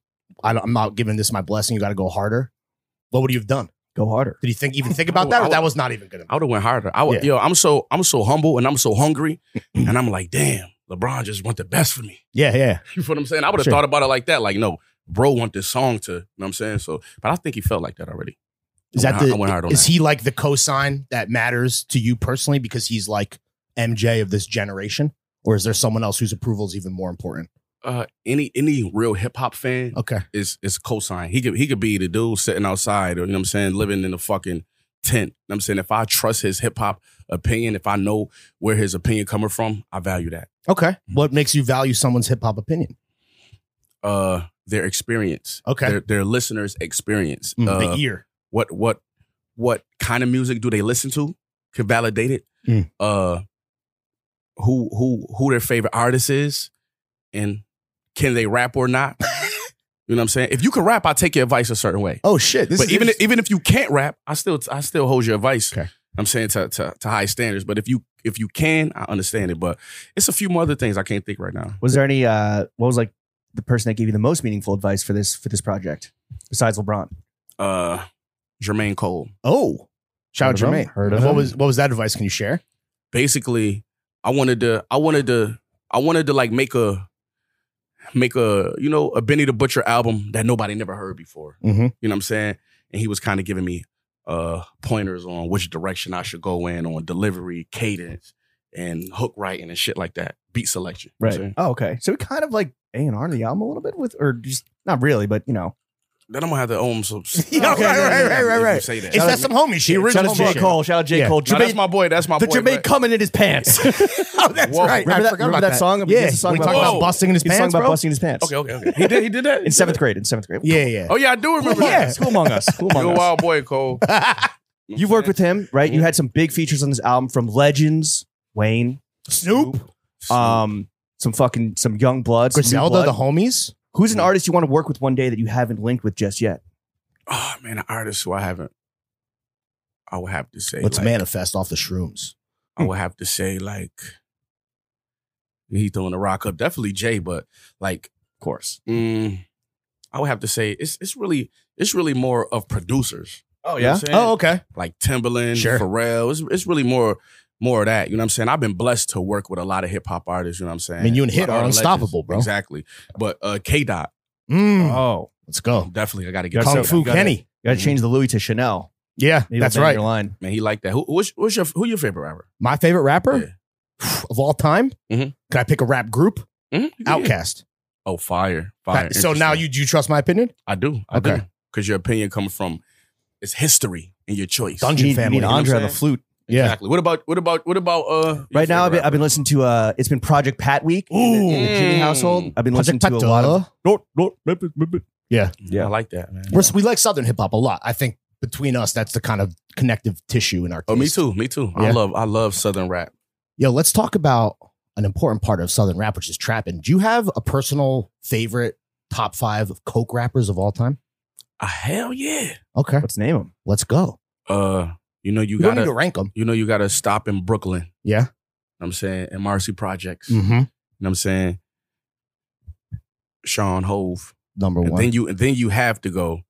Speaker 3: I don't, I'm not giving this my blessing. You got to go harder." What would you have done?
Speaker 1: Go harder.
Speaker 3: Did you think even think about that? Or that was not even good
Speaker 2: I
Speaker 3: enough.
Speaker 2: would have went harder. I would,
Speaker 3: Yeah.
Speaker 2: yo, I'm so I'm so humble and I'm so hungry, and I'm like, damn, LeBron just want the best for me.
Speaker 3: Yeah, yeah.
Speaker 2: You feel what I'm saying? I would have
Speaker 3: Sure.
Speaker 2: thought about it like that. Like, no, bro, want this song to. You know what I'm saying? So, but I think he felt like that already.
Speaker 3: Is
Speaker 2: I
Speaker 3: that
Speaker 2: went hard- I went
Speaker 3: the
Speaker 2: hard on
Speaker 3: is
Speaker 2: that.
Speaker 3: he like the cosign that matters to you personally because he's like MJ of this generation, or is there someone else whose approval is even more important?
Speaker 2: Uh, any any real hip hop fan
Speaker 3: Okay,
Speaker 2: is is cosign. He could he could be the dude sitting outside, or you know what I'm saying, living in a fucking tent. You know what I'm saying, if I trust his hip hop opinion, if I know where his opinion coming from, I value that.
Speaker 3: okay.
Speaker 2: Hmm.
Speaker 3: What makes you value someone's hip hop opinion?
Speaker 2: Uh, their experience,
Speaker 3: Okay,
Speaker 2: their their listeners' experience,
Speaker 3: Mm,
Speaker 2: uh,
Speaker 3: the ear.
Speaker 2: what what what kind of music do they listen to could validate it
Speaker 3: Mm.
Speaker 2: uh who who who their favorite artist is and can they rap or not you know what i'm saying if you can rap i take your advice a certain way
Speaker 3: Oh shit! This
Speaker 2: but
Speaker 3: is
Speaker 2: even if, even if you can't rap i still i still hold your advice
Speaker 3: Okay.
Speaker 2: i'm saying to, to to high standards but if you if you can i understand it but it's a few more other things i can't think right now
Speaker 1: Was there any uh what was like the person that gave you the most meaningful advice for this for this project besides LeBron?
Speaker 2: uh jermaine cole
Speaker 3: oh, shout
Speaker 1: Heard of
Speaker 3: out Jermaine.
Speaker 1: him? Heard of
Speaker 3: what
Speaker 1: him?
Speaker 3: was what was that advice? Can you share?
Speaker 2: basically I wanted to I wanted to I wanted to like make a make a you know a Benny the Butcher album that nobody never heard before.
Speaker 3: Mhm.
Speaker 2: You know what I'm saying? And he was kind of giving me uh pointers on which direction I should go in on delivery, cadence, and hook writing and shit like that. Beat selection. You know what I'm saying?
Speaker 4: Oh, okay. So we kind of like A and R the album a little bit with, or just not really, but you know,
Speaker 2: Then I'm gonna have to own some.
Speaker 4: Yeah, okay, right, right, right,
Speaker 2: If you
Speaker 4: right.
Speaker 2: Say that.
Speaker 3: Is that some homie shit?
Speaker 1: Shout out to J. Cole. Shout out J.
Speaker 3: Yeah.
Speaker 1: Cole.
Speaker 2: No, that's
Speaker 1: Jermaine,
Speaker 2: my boy. That's my
Speaker 1: the
Speaker 2: boy.
Speaker 1: Jermaine coming in his pants.
Speaker 3: Oh, that's
Speaker 2: Whoa.
Speaker 3: right.
Speaker 1: Remember
Speaker 3: I
Speaker 1: that,
Speaker 3: forgot
Speaker 1: remember
Speaker 3: about
Speaker 1: that, song?
Speaker 4: Yeah.
Speaker 1: He has a song
Speaker 3: We
Speaker 1: about,
Speaker 3: talking
Speaker 2: Whoa.
Speaker 3: about busting in his
Speaker 1: he has a song
Speaker 3: pants,
Speaker 1: about
Speaker 3: bro.
Speaker 1: busting his pants.
Speaker 2: Okay, okay, okay. He did. He did that
Speaker 1: In seventh grade. In seventh grade.
Speaker 3: Yeah, yeah.
Speaker 2: Oh yeah, I do remember.
Speaker 1: Yeah.
Speaker 2: that.
Speaker 1: Who among us? Who among
Speaker 2: You a
Speaker 1: us?
Speaker 2: wild boy, Cole.
Speaker 1: You worked with him, right? You had some big features on this album from Legends, Wayne,
Speaker 3: Snoop,
Speaker 1: um, some fucking some young blood, some new
Speaker 3: Griselda,
Speaker 1: blood.
Speaker 3: the homies.
Speaker 1: Who's an artist you want to work with one day that you haven't linked with just yet?
Speaker 2: oh man, an artist who I haven't. I would have to say.
Speaker 3: Let's
Speaker 2: like,
Speaker 3: manifest off the shrooms.
Speaker 2: I would have to say like he throwing a rock up. Definitely Jay, but like
Speaker 1: Of course.
Speaker 2: mm, I would have to say it's it's really it's really more of producers.
Speaker 1: Oh
Speaker 2: You know what I'm saying?
Speaker 3: Oh, okay.
Speaker 2: like Timberland,
Speaker 3: Sure.
Speaker 2: Pharrell. It's, it's really more more of that. You know what I'm saying? I've been blessed to work with a lot of hip hop artists. You know what I'm saying?
Speaker 3: I mean, you and Hit
Speaker 2: A lot
Speaker 3: are
Speaker 2: of legends.
Speaker 3: unstoppable, bro.
Speaker 2: Exactly. But uh, K Dot
Speaker 3: Mm,
Speaker 1: Oh,
Speaker 3: let's go.
Speaker 2: definitely. I got to get
Speaker 3: Kung
Speaker 2: that.
Speaker 3: Fu
Speaker 2: I gotta-
Speaker 3: Kenny.
Speaker 1: you got to change the Louis to Chanel.
Speaker 3: Yeah,
Speaker 1: Maybe
Speaker 3: that's
Speaker 1: that'll be
Speaker 3: right.
Speaker 1: Your line.
Speaker 2: Man, he like that. Who what's, what's your who your favorite rapper?
Speaker 3: My favorite
Speaker 2: Yeah.
Speaker 3: rapper of all time.
Speaker 2: Mhm.
Speaker 3: Can I pick a rap group?
Speaker 2: Mhm.
Speaker 3: Outcast.
Speaker 2: Oh, fire, fire.
Speaker 3: So now
Speaker 2: Interesting.
Speaker 3: you do you trust my opinion?
Speaker 2: I do. I
Speaker 3: Okay.
Speaker 2: do. Because your opinion comes from it's history and your choice.
Speaker 3: Dungeon
Speaker 1: You need, you
Speaker 3: family,
Speaker 1: need
Speaker 3: you know
Speaker 2: what
Speaker 1: Andre
Speaker 2: I'm
Speaker 1: on the
Speaker 2: saying?
Speaker 1: flute.
Speaker 3: Yeah.
Speaker 2: Exactly. What about what about what about uh? your
Speaker 1: Right now, I've
Speaker 2: favorite
Speaker 1: been, I've been listening to uh, it's been Mm. Project Pat Week. in the- in the
Speaker 2: Ooh.
Speaker 1: Jimmy household. I've been listening to a lot of.
Speaker 2: rapper? I like that, man.
Speaker 3: We're, we like Southern hip hop a lot. I think between us, that's the kind of connective tissue in our.
Speaker 2: Oh, me
Speaker 3: taste.
Speaker 2: too. Me too. I
Speaker 3: Yeah.
Speaker 2: love I love southern rap.
Speaker 3: Yo, let's talk about an important part of Southern rap, which is trapping. Do you have a personal favorite top five of Coke rappers of all time?
Speaker 2: Ah, hell yeah.
Speaker 3: Okay,
Speaker 1: Let's name him.
Speaker 3: let's go.
Speaker 2: Uh, you know you
Speaker 3: We don't need
Speaker 2: gotta
Speaker 3: to rank them.
Speaker 2: you know you gotta stop in Brooklyn.
Speaker 3: Yeah.
Speaker 2: You know what I'm saying and Marcy Projects. You know
Speaker 3: Mm-hmm.
Speaker 2: what I'm saying Sean Hove.
Speaker 3: Number
Speaker 2: And
Speaker 3: one.
Speaker 2: then you and then you have to go.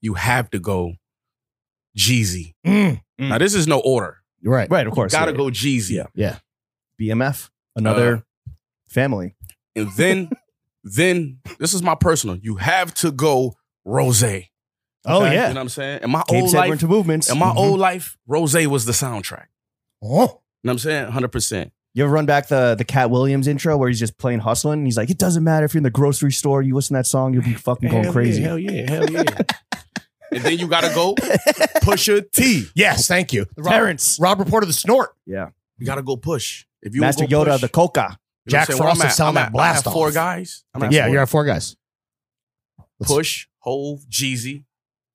Speaker 2: You have to go. Jeezy.
Speaker 3: Mm,
Speaker 2: Now this is no order.
Speaker 3: you're right.
Speaker 1: Right, of course.
Speaker 2: Gotta
Speaker 1: Yeah.
Speaker 2: go Jeezy.
Speaker 1: Yeah.
Speaker 3: Yeah.
Speaker 1: BMF, another
Speaker 2: Uh,
Speaker 1: family.
Speaker 2: And then, then this is my personal. You have to go Rose. You
Speaker 3: Oh
Speaker 1: Okay.
Speaker 2: know
Speaker 3: yeah.
Speaker 2: what I'm saying? In my
Speaker 1: Gabe
Speaker 2: old
Speaker 1: said we're
Speaker 2: life,
Speaker 1: into movements.
Speaker 2: in my
Speaker 3: Mhm.
Speaker 2: old life, Rose was the soundtrack.
Speaker 3: Oh.
Speaker 2: You know what I'm saying? 100. percent
Speaker 1: You ever run back the the Cat Williams intro where he's just playing hustling? And he's like, it doesn't matter if you're in the grocery store, you listen to that song, you'll be fucking going crazy.
Speaker 2: hell yeah. Hell yeah. and then you gotta go Pusha T.
Speaker 3: Yes, thank you. The Rob,
Speaker 1: Terrence,
Speaker 3: Rob reported the snort.
Speaker 2: You gotta go push. If you don't
Speaker 1: Master
Speaker 2: go
Speaker 1: Yoda,
Speaker 2: push,
Speaker 1: the Coca.
Speaker 2: you know what I'm
Speaker 3: Jack
Speaker 2: saying? Where
Speaker 3: Frost
Speaker 2: I'm
Speaker 3: of
Speaker 2: at,
Speaker 3: Sound
Speaker 2: I'm
Speaker 3: That
Speaker 2: at-
Speaker 3: Blast
Speaker 2: I'm at four
Speaker 3: Off.
Speaker 2: guys. I'm at
Speaker 3: Yeah,
Speaker 2: four.
Speaker 3: you're at four guys. Let's-
Speaker 2: push Hove Jeezy.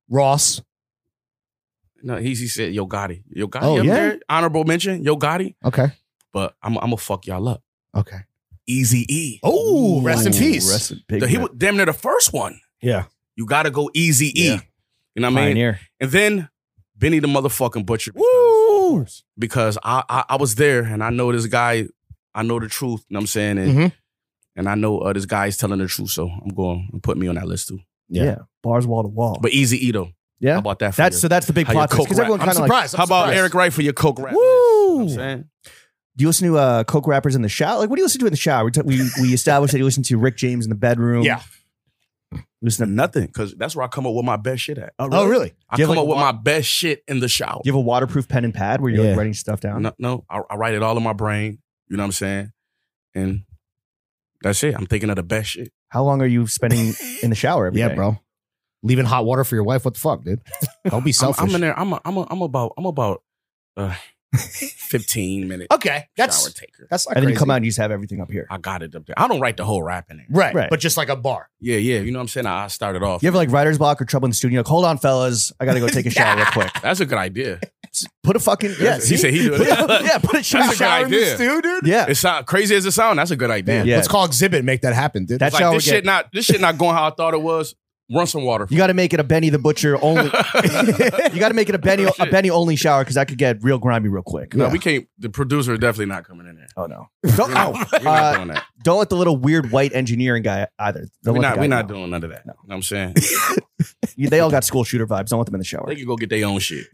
Speaker 3: Ross.
Speaker 2: No, he, he said Yo Gotti. Yo Gotti.
Speaker 3: Oh,
Speaker 2: up
Speaker 3: yeah?
Speaker 2: there. Honorable mention. Yo Gotti.
Speaker 3: Okay.
Speaker 2: But I'm I'm gonna fuck y'all up.
Speaker 3: Okay.
Speaker 2: Easy E.
Speaker 3: Oh, rest in
Speaker 1: Ooh,
Speaker 3: peace.
Speaker 1: Rest in peace.
Speaker 2: The- he was damn near the first one.
Speaker 3: Yeah.
Speaker 2: You gotta go easy E.
Speaker 1: Yeah.
Speaker 2: You know what I mean?
Speaker 1: Pioneer.
Speaker 2: And then Benny the motherfucking butcher.
Speaker 3: Woo!
Speaker 2: Because I, I I was there and I know this guy, I know the truth, you know what I'm saying? And
Speaker 3: Mhm.
Speaker 2: and I know uh, this guy is telling the truth, so I'm going and put me on that list too.
Speaker 1: Yeah.
Speaker 3: Yeah.
Speaker 1: Bars wall to wall.
Speaker 2: But easy E though.
Speaker 1: Yeah.
Speaker 2: How about that for
Speaker 1: that's
Speaker 2: you?
Speaker 1: so that's the big
Speaker 2: How
Speaker 1: plot
Speaker 2: you
Speaker 1: twist. Because
Speaker 2: coke
Speaker 1: everyone
Speaker 2: rap.
Speaker 1: kind
Speaker 3: I'm
Speaker 1: of like,
Speaker 3: surprised.
Speaker 2: How
Speaker 3: I'm
Speaker 2: about
Speaker 3: surprised.
Speaker 2: Eric Wright for your Coke rap? list? You know what
Speaker 3: Woo!
Speaker 2: I'm saying?
Speaker 1: do you listen to uh, Coke rappers in the shower? Like, what do you listen to in the shower? We, t- we, we established that you listen to Rick James in the bedroom.
Speaker 3: Yeah.
Speaker 1: Listen to,
Speaker 2: Nothing, because that's where I come up with my best shit at.
Speaker 3: Oh, really?
Speaker 2: I
Speaker 1: Do you
Speaker 2: come
Speaker 1: have,
Speaker 2: up
Speaker 1: like,
Speaker 2: with my best shit in the shower.
Speaker 1: Do you have a waterproof pen and pad where you're like,
Speaker 3: Yeah.
Speaker 1: writing stuff down?
Speaker 2: No, no I, I write it all in my brain. You know what I'm saying? And that's it. I'm thinking of the best shit.
Speaker 1: How long are you spending in the shower every day?
Speaker 3: Yeah, bro. Leaving hot water for your wife? What the fuck, dude? Don't be
Speaker 2: I'm,
Speaker 3: selfish.
Speaker 2: I'm in there. I'm a, I'm a, I'm about I'm about uh, 15 minute
Speaker 1: Oh,
Speaker 3: okay, that's
Speaker 2: shower taker.
Speaker 3: that's not
Speaker 1: And then
Speaker 3: crazy.
Speaker 1: you come out and you just have everything up here.
Speaker 2: I got it up there. I don't write the whole rap in there.
Speaker 3: right,
Speaker 1: Right.
Speaker 3: But just like a bar.
Speaker 2: Yeah, yeah. You know what I'm saying? I, I started off.
Speaker 1: You ever like writer's block or trouble in the studio? Like, hold on, fellas, I gotta go take a shower real quick.
Speaker 2: That's a good idea.
Speaker 1: Put a fucking yeah.
Speaker 2: he said he
Speaker 1: put
Speaker 2: doing
Speaker 1: a,
Speaker 2: it.
Speaker 1: yeah, put a shower,
Speaker 2: That's a good
Speaker 1: in the
Speaker 2: idea.
Speaker 1: stew, dude. Yeah,
Speaker 2: It's not crazy as it sounds. That's a good idea.
Speaker 1: yeah. yeah.
Speaker 3: Let's call exhibit and make that happen, dude.
Speaker 1: That
Speaker 2: It's like
Speaker 1: shower
Speaker 2: this
Speaker 1: get-
Speaker 2: shit not this shit not going how I thought it was. Run some water.
Speaker 1: you got to make it a Benny the Butcher only.
Speaker 2: no,
Speaker 1: you got to make it a Benny
Speaker 2: Oh,
Speaker 1: a
Speaker 2: shit.
Speaker 1: Benny only shower because that could get real grimy real quick.
Speaker 3: No. Yeah.
Speaker 2: we can't. The producer is definitely not coming in there.
Speaker 1: Oh no!
Speaker 2: We're
Speaker 1: Don't,
Speaker 2: not,
Speaker 1: oh,
Speaker 2: we're not
Speaker 1: Uh,
Speaker 2: doing that.
Speaker 1: don't let the little weird white engineering guy either. Don't
Speaker 2: We're
Speaker 1: let the
Speaker 2: not,
Speaker 1: guy
Speaker 2: we're not
Speaker 1: know.
Speaker 2: doing none of that.
Speaker 1: No.
Speaker 2: You know what I'm saying?
Speaker 1: You- They all got school shooter vibes. Don't let them in the shower.
Speaker 2: they can go get their own shit.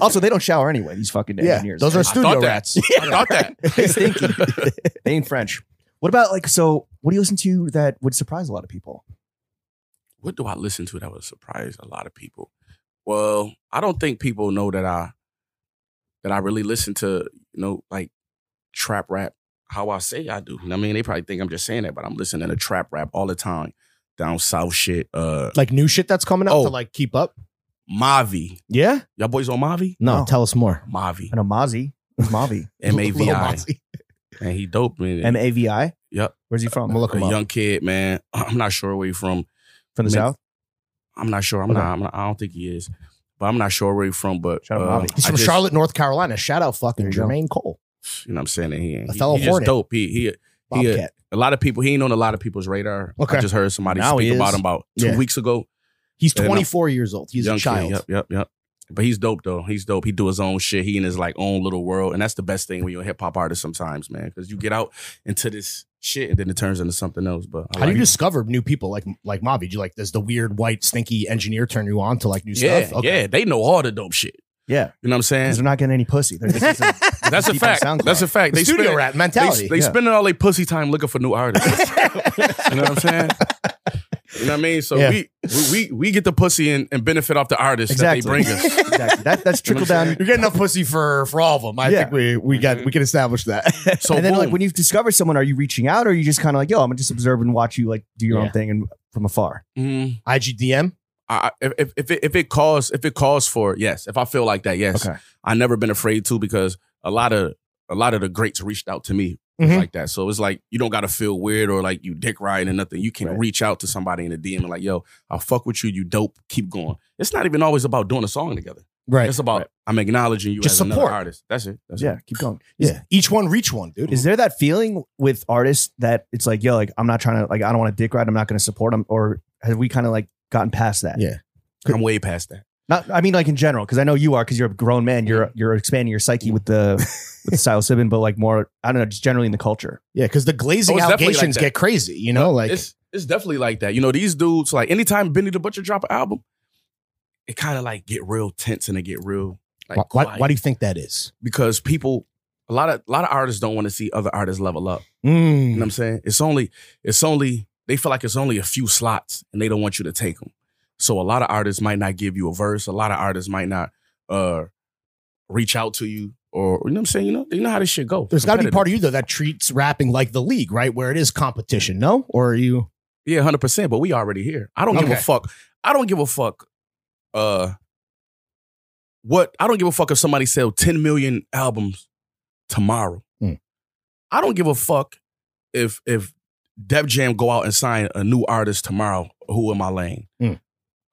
Speaker 1: also, they don't shower anyway. These fucking
Speaker 3: yeah,
Speaker 1: engineers.
Speaker 3: those are
Speaker 2: I
Speaker 3: studio
Speaker 2: thought that.
Speaker 3: rats.
Speaker 2: I thought that.
Speaker 1: They stinky. they ain't French. What about like so? What do you listen to that would surprise a lot of people?
Speaker 2: what do I listen to that would surprise a lot of people? Well, I don't think people know that I that I really listen to, you know, like trap rap how I say I do. You know what I mean, they probably think I'm just saying that, but I'm listening to trap rap all the time. Down south shit. Uh
Speaker 3: Like new shit that's coming out
Speaker 2: Oh.
Speaker 3: to like keep up.
Speaker 2: Mavi.
Speaker 1: Yeah,
Speaker 2: Y'all boys on Mavi?
Speaker 3: No,
Speaker 1: No.
Speaker 3: tell us
Speaker 1: Mm.
Speaker 3: more.
Speaker 2: Mavi.
Speaker 1: I know Mozzie, Mavi,
Speaker 2: M A V
Speaker 3: Lil
Speaker 2: I.
Speaker 3: Mosey.
Speaker 2: And he dope, man.
Speaker 1: M A V I.
Speaker 2: Yep.
Speaker 1: Where's he
Speaker 3: I'm
Speaker 1: from?
Speaker 3: gonna look
Speaker 2: a
Speaker 3: him up.
Speaker 2: young kid, man. I'm not sure where he from.
Speaker 1: From the
Speaker 2: Mid-
Speaker 1: south.
Speaker 2: I'm not sure. I'm,
Speaker 1: Okay.
Speaker 2: not, I'm not. I don't think he is, but I'm not sure where he's from. But
Speaker 1: Shout out
Speaker 2: uh,
Speaker 1: Mavi.
Speaker 3: He's
Speaker 2: I
Speaker 3: from
Speaker 2: just-
Speaker 3: Charlotte, North Carolina. Shout out fucking
Speaker 1: There you go.
Speaker 3: Jermaine Cole,
Speaker 2: You know what I'm saying? And he,
Speaker 3: A
Speaker 2: he,
Speaker 3: fellow
Speaker 2: he just
Speaker 3: Hornet.
Speaker 2: dope. He, he he a,
Speaker 3: Bobcat.
Speaker 2: a lot of people. He ain't on a lot of people's radar.
Speaker 3: Okay.
Speaker 2: I just heard somebody
Speaker 1: Now he
Speaker 2: speak
Speaker 1: is.
Speaker 2: about him about two
Speaker 3: Yeah.
Speaker 2: weeks ago.
Speaker 3: He's
Speaker 2: Yeah, no.
Speaker 3: 24 years old. He's
Speaker 2: Young
Speaker 3: a
Speaker 2: kid.
Speaker 3: child.
Speaker 2: Yep, yep, yep. But he's dope though. He's dope. He do his own shit. He in his like own little world, and that's the best thing when you're a hip hop artist sometimes, man. Because you get out into this shit, and then it turns into something else. But I
Speaker 3: How do
Speaker 2: like
Speaker 3: you
Speaker 2: it.
Speaker 3: discover new people like like Mavi? Do you like does the weird white stinky engineer turn you on to like new
Speaker 2: Yeah,
Speaker 3: stuff?
Speaker 2: yeah. They know all the dope shit.
Speaker 1: Yeah,
Speaker 2: You know what I'm
Speaker 1: because
Speaker 2: saying?
Speaker 1: they're not getting any pussy. They're just listening-
Speaker 2: That's a
Speaker 1: deep on
Speaker 2: fact.
Speaker 1: SoundCloud.
Speaker 2: That's a fact.
Speaker 3: The
Speaker 2: They
Speaker 3: studio
Speaker 2: spend-
Speaker 3: rat
Speaker 2: They,
Speaker 3: mentality.
Speaker 2: they
Speaker 1: yeah.
Speaker 2: spending all their pussy time looking for new artists. you know what I'm saying? You know what I mean? So
Speaker 3: Yeah.
Speaker 2: we, we we we get the pussy and, and benefit off the artists that
Speaker 1: Exactly.
Speaker 2: they bring us.
Speaker 1: exactly. That, that's
Speaker 2: You know
Speaker 1: trickle
Speaker 2: what I'm
Speaker 1: down.
Speaker 3: You're getting enough pussy for for all of them. I
Speaker 1: Yeah.
Speaker 3: think we we got we can establish that.
Speaker 2: Mm-hmm. So
Speaker 1: and then like
Speaker 2: boom.
Speaker 1: when you discover someone, are you reaching out or are you just kind of like, yo, I'm gonna just observe and watch you like do your
Speaker 3: Yeah.
Speaker 1: own thing and from afar?
Speaker 2: Mm,
Speaker 3: IGDM.
Speaker 2: I, I- if if it, if it calls if it calls for it, yes, if I feel like that, yes,
Speaker 1: Okay.
Speaker 2: I never been afraid to because a lot of a lot of the greats reached out to me
Speaker 3: Mhm.
Speaker 2: like that. So it's like you don't got to feel weird or like you dick riding or nothing. You can
Speaker 1: Right.
Speaker 2: reach out to somebody in the DM and like, yo, I fuck with you, you dope, keep going. It's not even always about doing a song together.
Speaker 3: Right.
Speaker 2: It's about I'm acknowledging you
Speaker 3: Just
Speaker 2: as
Speaker 3: support.
Speaker 2: another artist. That's it. That's
Speaker 1: Yeah,
Speaker 2: it.
Speaker 1: keep going.
Speaker 3: Yeah. Each one reach one, dude.
Speaker 1: Is there that feeling with artists that it's like, yo, like I'm not trying to like I don't want to dick ride, I'm not going to support them, or have we kind of like gotten past that?
Speaker 3: Yeah.
Speaker 2: I'm way past that.
Speaker 1: Not, I mean, like in general, because I know you are, because you're a grown man, you're you're expanding your psyche with the with psilocybin, but like more, I don't know, just generally in the culture.
Speaker 3: yeah, because the glazing
Speaker 2: Oh, it's definitely
Speaker 3: allegations
Speaker 2: like that.
Speaker 3: get crazy. You know, like
Speaker 2: it's it's definitely like that. You know, these dudes like anytime Benny the Butcher drop an album, it kind of like get real tense and it get real like
Speaker 3: why, why,
Speaker 2: quiet.
Speaker 3: why do you think that is?
Speaker 2: because people a lot of a lot of artists don't want to see other artists level up.
Speaker 3: Mm.
Speaker 2: You know what I'm saying? It's only it's only they feel like it's only a few slots and they don't want you to take them. So a lot of artists might not give you a verse. A lot of artists might not uh reach out to you or you know what I'm saying. You know you know how this shit go.
Speaker 3: There's got to be
Speaker 2: Competitive.
Speaker 3: part of you though that treats rapping like the league, right? Where it is competition. No, or are you?
Speaker 2: Yeah, hundred percent. But we already here. I don't give
Speaker 3: Okay.
Speaker 2: a fuck. I don't give a fuck. Uh, what? I don't give a fuck if somebody sell ten million albums tomorrow.
Speaker 3: Hmm.
Speaker 2: I don't give a fuck if if Def Jam go out and sign a new artist tomorrow. Who in my lane?
Speaker 3: Hmm.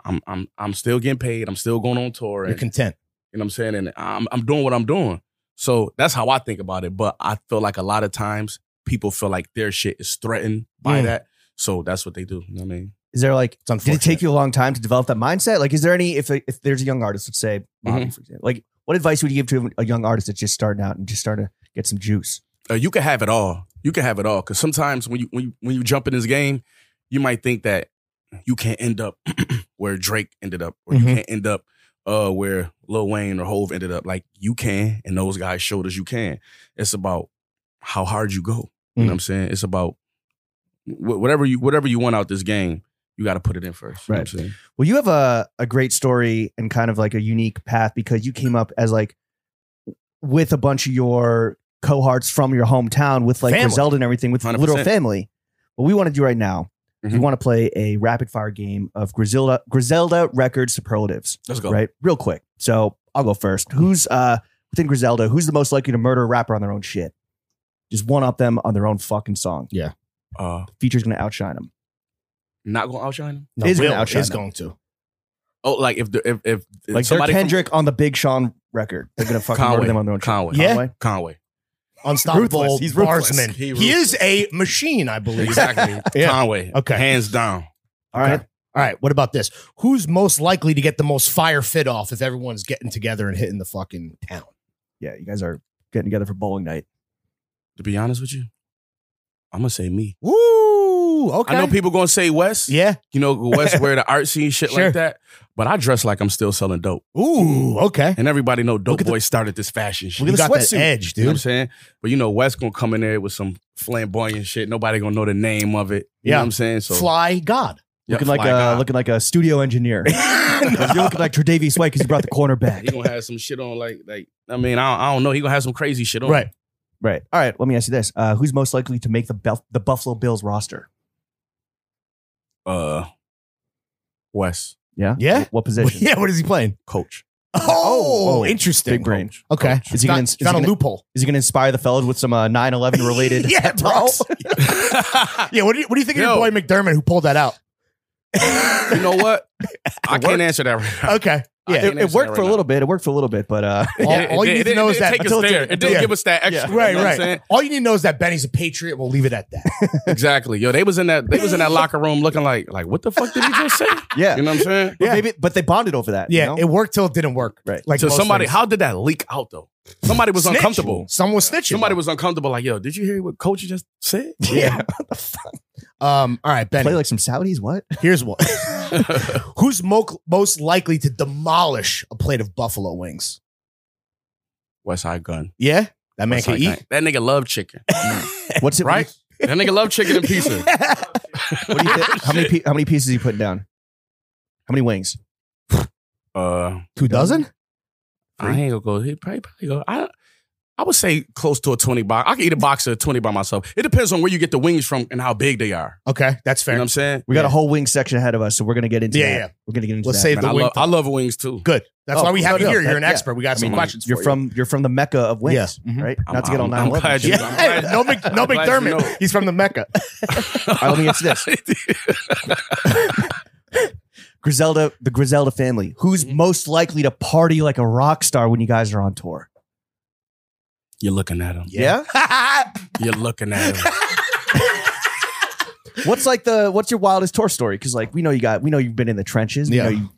Speaker 2: I'm I'm I'm still getting paid. I'm still going on tour.
Speaker 3: You're
Speaker 2: And,
Speaker 3: content.
Speaker 2: you know what I'm saying? And I'm I'm doing what I'm doing. So that's how I think about it. But I feel like a lot of times people feel like their shit is threatened by
Speaker 3: Mm.
Speaker 2: that. So that's what they do. You know what I mean?
Speaker 1: Is there like
Speaker 3: It's
Speaker 1: did
Speaker 3: unfortunate.
Speaker 1: it take you a long time to develop that mindset? Like, is there any if if there's a young artist, let's say Bobby, for example, like what advice would you give to a young artist that's just starting out and just starting to get some juice?
Speaker 2: Uh, you can have it all. You can have it all. Cause sometimes when you when you when you jump in this game, you might think that you can't end up where Drake ended up, or
Speaker 1: Mm-hmm.
Speaker 3: Mhm.
Speaker 2: you can't end up uh where Lil Wayne or Hove ended up. Like you can, and those guys showed us you can. It's about how hard you go. You know
Speaker 1: Mm.
Speaker 2: what I'm saying? It's about wh- whatever you whatever you want out this game, you got to put it in first. You know what I'm saying?
Speaker 1: Well, you have a a great story and kind of like a unique path because you came up as like with a bunch of your cohorts from your hometown with like
Speaker 3: Family.
Speaker 1: Griselda and everything with
Speaker 2: 100%.
Speaker 1: literal family. What we want to do right now, we
Speaker 2: Mhm.
Speaker 1: want to play a rapid fire game of Griselda Griselda record superlatives.
Speaker 2: Let's go. Mm-hmm.
Speaker 1: Right, real quick. So I'll go first. Who's uh within Griselda? Who's the most likely to murder a rapper on their own shit? Just one up them on their own fucking song.
Speaker 2: Uh,
Speaker 1: Feature's gonna outshine them.
Speaker 2: not gonna outshine him.
Speaker 3: No,
Speaker 1: It is
Speaker 3: Will
Speaker 1: gonna outshine
Speaker 3: is
Speaker 1: them.
Speaker 3: going to.
Speaker 2: Oh, like if the, if, if if
Speaker 1: Like they're
Speaker 2: somebody from
Speaker 1: Kendrick on the Big Sean record. They're gonna fucking
Speaker 2: Conway.
Speaker 1: murder them on their own. shit.
Speaker 2: Conway.
Speaker 3: Yeah.
Speaker 1: Conway?
Speaker 2: Conway.
Speaker 3: Unstoppable
Speaker 1: Ruthless. He's ruthless.
Speaker 3: barsman.
Speaker 2: He
Speaker 3: He,
Speaker 2: ruthless.
Speaker 3: is a machine, I believe.
Speaker 2: Exactly.
Speaker 3: Yeah.
Speaker 2: Conway.
Speaker 3: Okay.
Speaker 2: Hands down.
Speaker 1: All right.
Speaker 3: All right, what about this? Who's most likely to get the most fire fit off if everyone's getting together and hitting the fucking town?
Speaker 1: Yeah, you guys are getting together for bowling night.
Speaker 2: To be honest with you, I'm gonna say me.
Speaker 3: Woo! Ooh, okay.
Speaker 2: I know people gonna say West.
Speaker 3: yeah.
Speaker 2: You know, West where the art scene shit
Speaker 3: Sure.
Speaker 2: like that. But I dress like I'm still selling dope.
Speaker 3: Ooh, okay.
Speaker 2: And everybody know
Speaker 3: Look
Speaker 2: Dope
Speaker 3: at the-
Speaker 2: Boy started this fashion shit.
Speaker 3: You
Speaker 2: You
Speaker 3: got that
Speaker 2: sweatsuit.
Speaker 3: edge,
Speaker 2: You know what I'm
Speaker 3: dude.
Speaker 2: saying? But you know, West gonna come in there with some flamboyant shit. Nobody gonna know the name of it. You
Speaker 3: Yeah.
Speaker 2: know what I'm saying? So
Speaker 3: Fly uh, God.
Speaker 2: yeah,
Speaker 1: looking like
Speaker 2: fly
Speaker 1: a
Speaker 2: guy.
Speaker 1: looking like a studio engineer. 'Cause You're looking like Tre'Davious White because you brought the corner back.
Speaker 2: he gonna have some shit on like like I mean, I don't, I don't know. He gonna have some crazy shit on.
Speaker 3: Right.
Speaker 1: Right. All right. Let me ask you this: uh, Who's most likely to make the Bel- the Buffalo Bills roster?
Speaker 2: Uh West
Speaker 1: Yeah.
Speaker 3: Yeah.
Speaker 1: What position?
Speaker 3: Yeah, what is he playing?
Speaker 2: coach.
Speaker 3: Oh,
Speaker 1: oh,
Speaker 3: interesting.
Speaker 1: Big brain.
Speaker 3: Okay.
Speaker 1: Is he gonna-
Speaker 3: it's
Speaker 1: is he
Speaker 3: not
Speaker 1: gonna-
Speaker 3: a loophole.
Speaker 1: Is he going to inspire the fellas with some uh, 9/11 related?
Speaker 3: yeah, bro. yeah, what do you, what do you think
Speaker 2: Yo.
Speaker 3: of your boy McDermott who pulled that out?
Speaker 2: you know what? I can't answer that right now.
Speaker 3: Okay.
Speaker 2: I
Speaker 3: Yeah.
Speaker 2: can't
Speaker 1: It, it
Speaker 2: answer
Speaker 1: worked
Speaker 2: that
Speaker 1: for
Speaker 2: right
Speaker 1: a little bit. It worked for a little bit, but uh,
Speaker 2: now.
Speaker 3: All,
Speaker 2: Yeah,
Speaker 3: all
Speaker 2: it did-
Speaker 3: you need
Speaker 2: it
Speaker 3: to know
Speaker 2: did
Speaker 3: is that
Speaker 2: take us
Speaker 3: until it
Speaker 2: there.
Speaker 3: did-
Speaker 2: It did
Speaker 3: yeah.
Speaker 2: give us that extra.
Speaker 1: Yeah.
Speaker 2: you
Speaker 3: Right,
Speaker 2: know what I'm saying?
Speaker 3: right. All you need to know is that Benny's a patriot. We'll leave it at that.
Speaker 2: Exactly. Yo, they was in that they was in that locker room looking like like what the fuck did he just say?
Speaker 1: yeah.
Speaker 2: You know what I'm saying?
Speaker 1: But
Speaker 3: Yeah.
Speaker 1: maybe, but they bonded over that.
Speaker 3: Yeah,
Speaker 1: you know?
Speaker 3: it worked till it didn't work.
Speaker 1: Right.
Speaker 3: Like
Speaker 2: so
Speaker 3: most
Speaker 2: somebody,
Speaker 3: things.
Speaker 2: how did that leak out though? Somebody was
Speaker 3: Snitch.
Speaker 2: uncomfortable.
Speaker 3: Someone was snitching.
Speaker 2: Somebody was uncomfortable. Like, yo, did you hear what coach just said?
Speaker 3: Yeah. um. All right, Benny.
Speaker 1: play like some Saudis. What?
Speaker 3: here's one. Who's mo- most likely to demolish a plate of buffalo wings?
Speaker 2: West Side Gun.
Speaker 3: Yeah, that man
Speaker 2: West
Speaker 3: can
Speaker 2: Side
Speaker 3: eat.
Speaker 2: Gun. That nigga love chicken.
Speaker 1: What's it?
Speaker 2: right? that nigga love chicken and pizza.
Speaker 1: What do you think? how many pe- how many pieces are you putting down? How many wings?
Speaker 2: Uh,
Speaker 3: Two dozen?
Speaker 2: I ain't gonna go. He probably, probably go. I, I would say close to a twenty box. I can eat a box of twenty by myself. It depends on where you get the wings from and how big they are.
Speaker 3: Okay, that's
Speaker 2: You know
Speaker 3: fair.
Speaker 2: what I'm saying?
Speaker 1: We got
Speaker 3: Yeah.
Speaker 1: a whole wing section ahead of us, so we're gonna get into
Speaker 3: Yeah,
Speaker 1: that.
Speaker 3: yeah.
Speaker 1: We're gonna get into
Speaker 3: Let's
Speaker 1: that.
Speaker 3: save
Speaker 2: And
Speaker 3: the
Speaker 2: I
Speaker 3: wing
Speaker 2: love, I love wings too.
Speaker 3: Good. That's
Speaker 1: Oh,
Speaker 3: why we have you
Speaker 1: no,
Speaker 3: here.
Speaker 1: that-
Speaker 3: You're an
Speaker 1: yeah.
Speaker 3: expert. We got
Speaker 1: I
Speaker 3: some
Speaker 1: mean,
Speaker 3: questions
Speaker 1: you're
Speaker 3: for
Speaker 1: from you. are from the mecca of wings,
Speaker 3: Yeah. Mhm.
Speaker 1: right?
Speaker 2: Mm-hmm. I'm-
Speaker 1: Not to get on
Speaker 2: I'm- I'm
Speaker 1: 9/11.
Speaker 2: glad
Speaker 1: shit.
Speaker 2: you-
Speaker 3: you.
Speaker 2: I'm
Speaker 3: Yeah,
Speaker 2: glad-
Speaker 3: no, Mc, no
Speaker 2: I'm glad you
Speaker 3: McDermott.
Speaker 2: know.
Speaker 3: He's from the Mecca.
Speaker 1: I don't think it's this. Griselda, the Griselda family. Who's
Speaker 2: Mm-hmm.
Speaker 1: most likely to party like a rock star when you guys are on tour?
Speaker 2: You're looking at him.
Speaker 1: Yeah.
Speaker 2: You're looking at him.
Speaker 1: What's like the what's your wildest tour story? Because like we know you got we know you've been in the trenches. We
Speaker 3: Yeah.
Speaker 1: know you,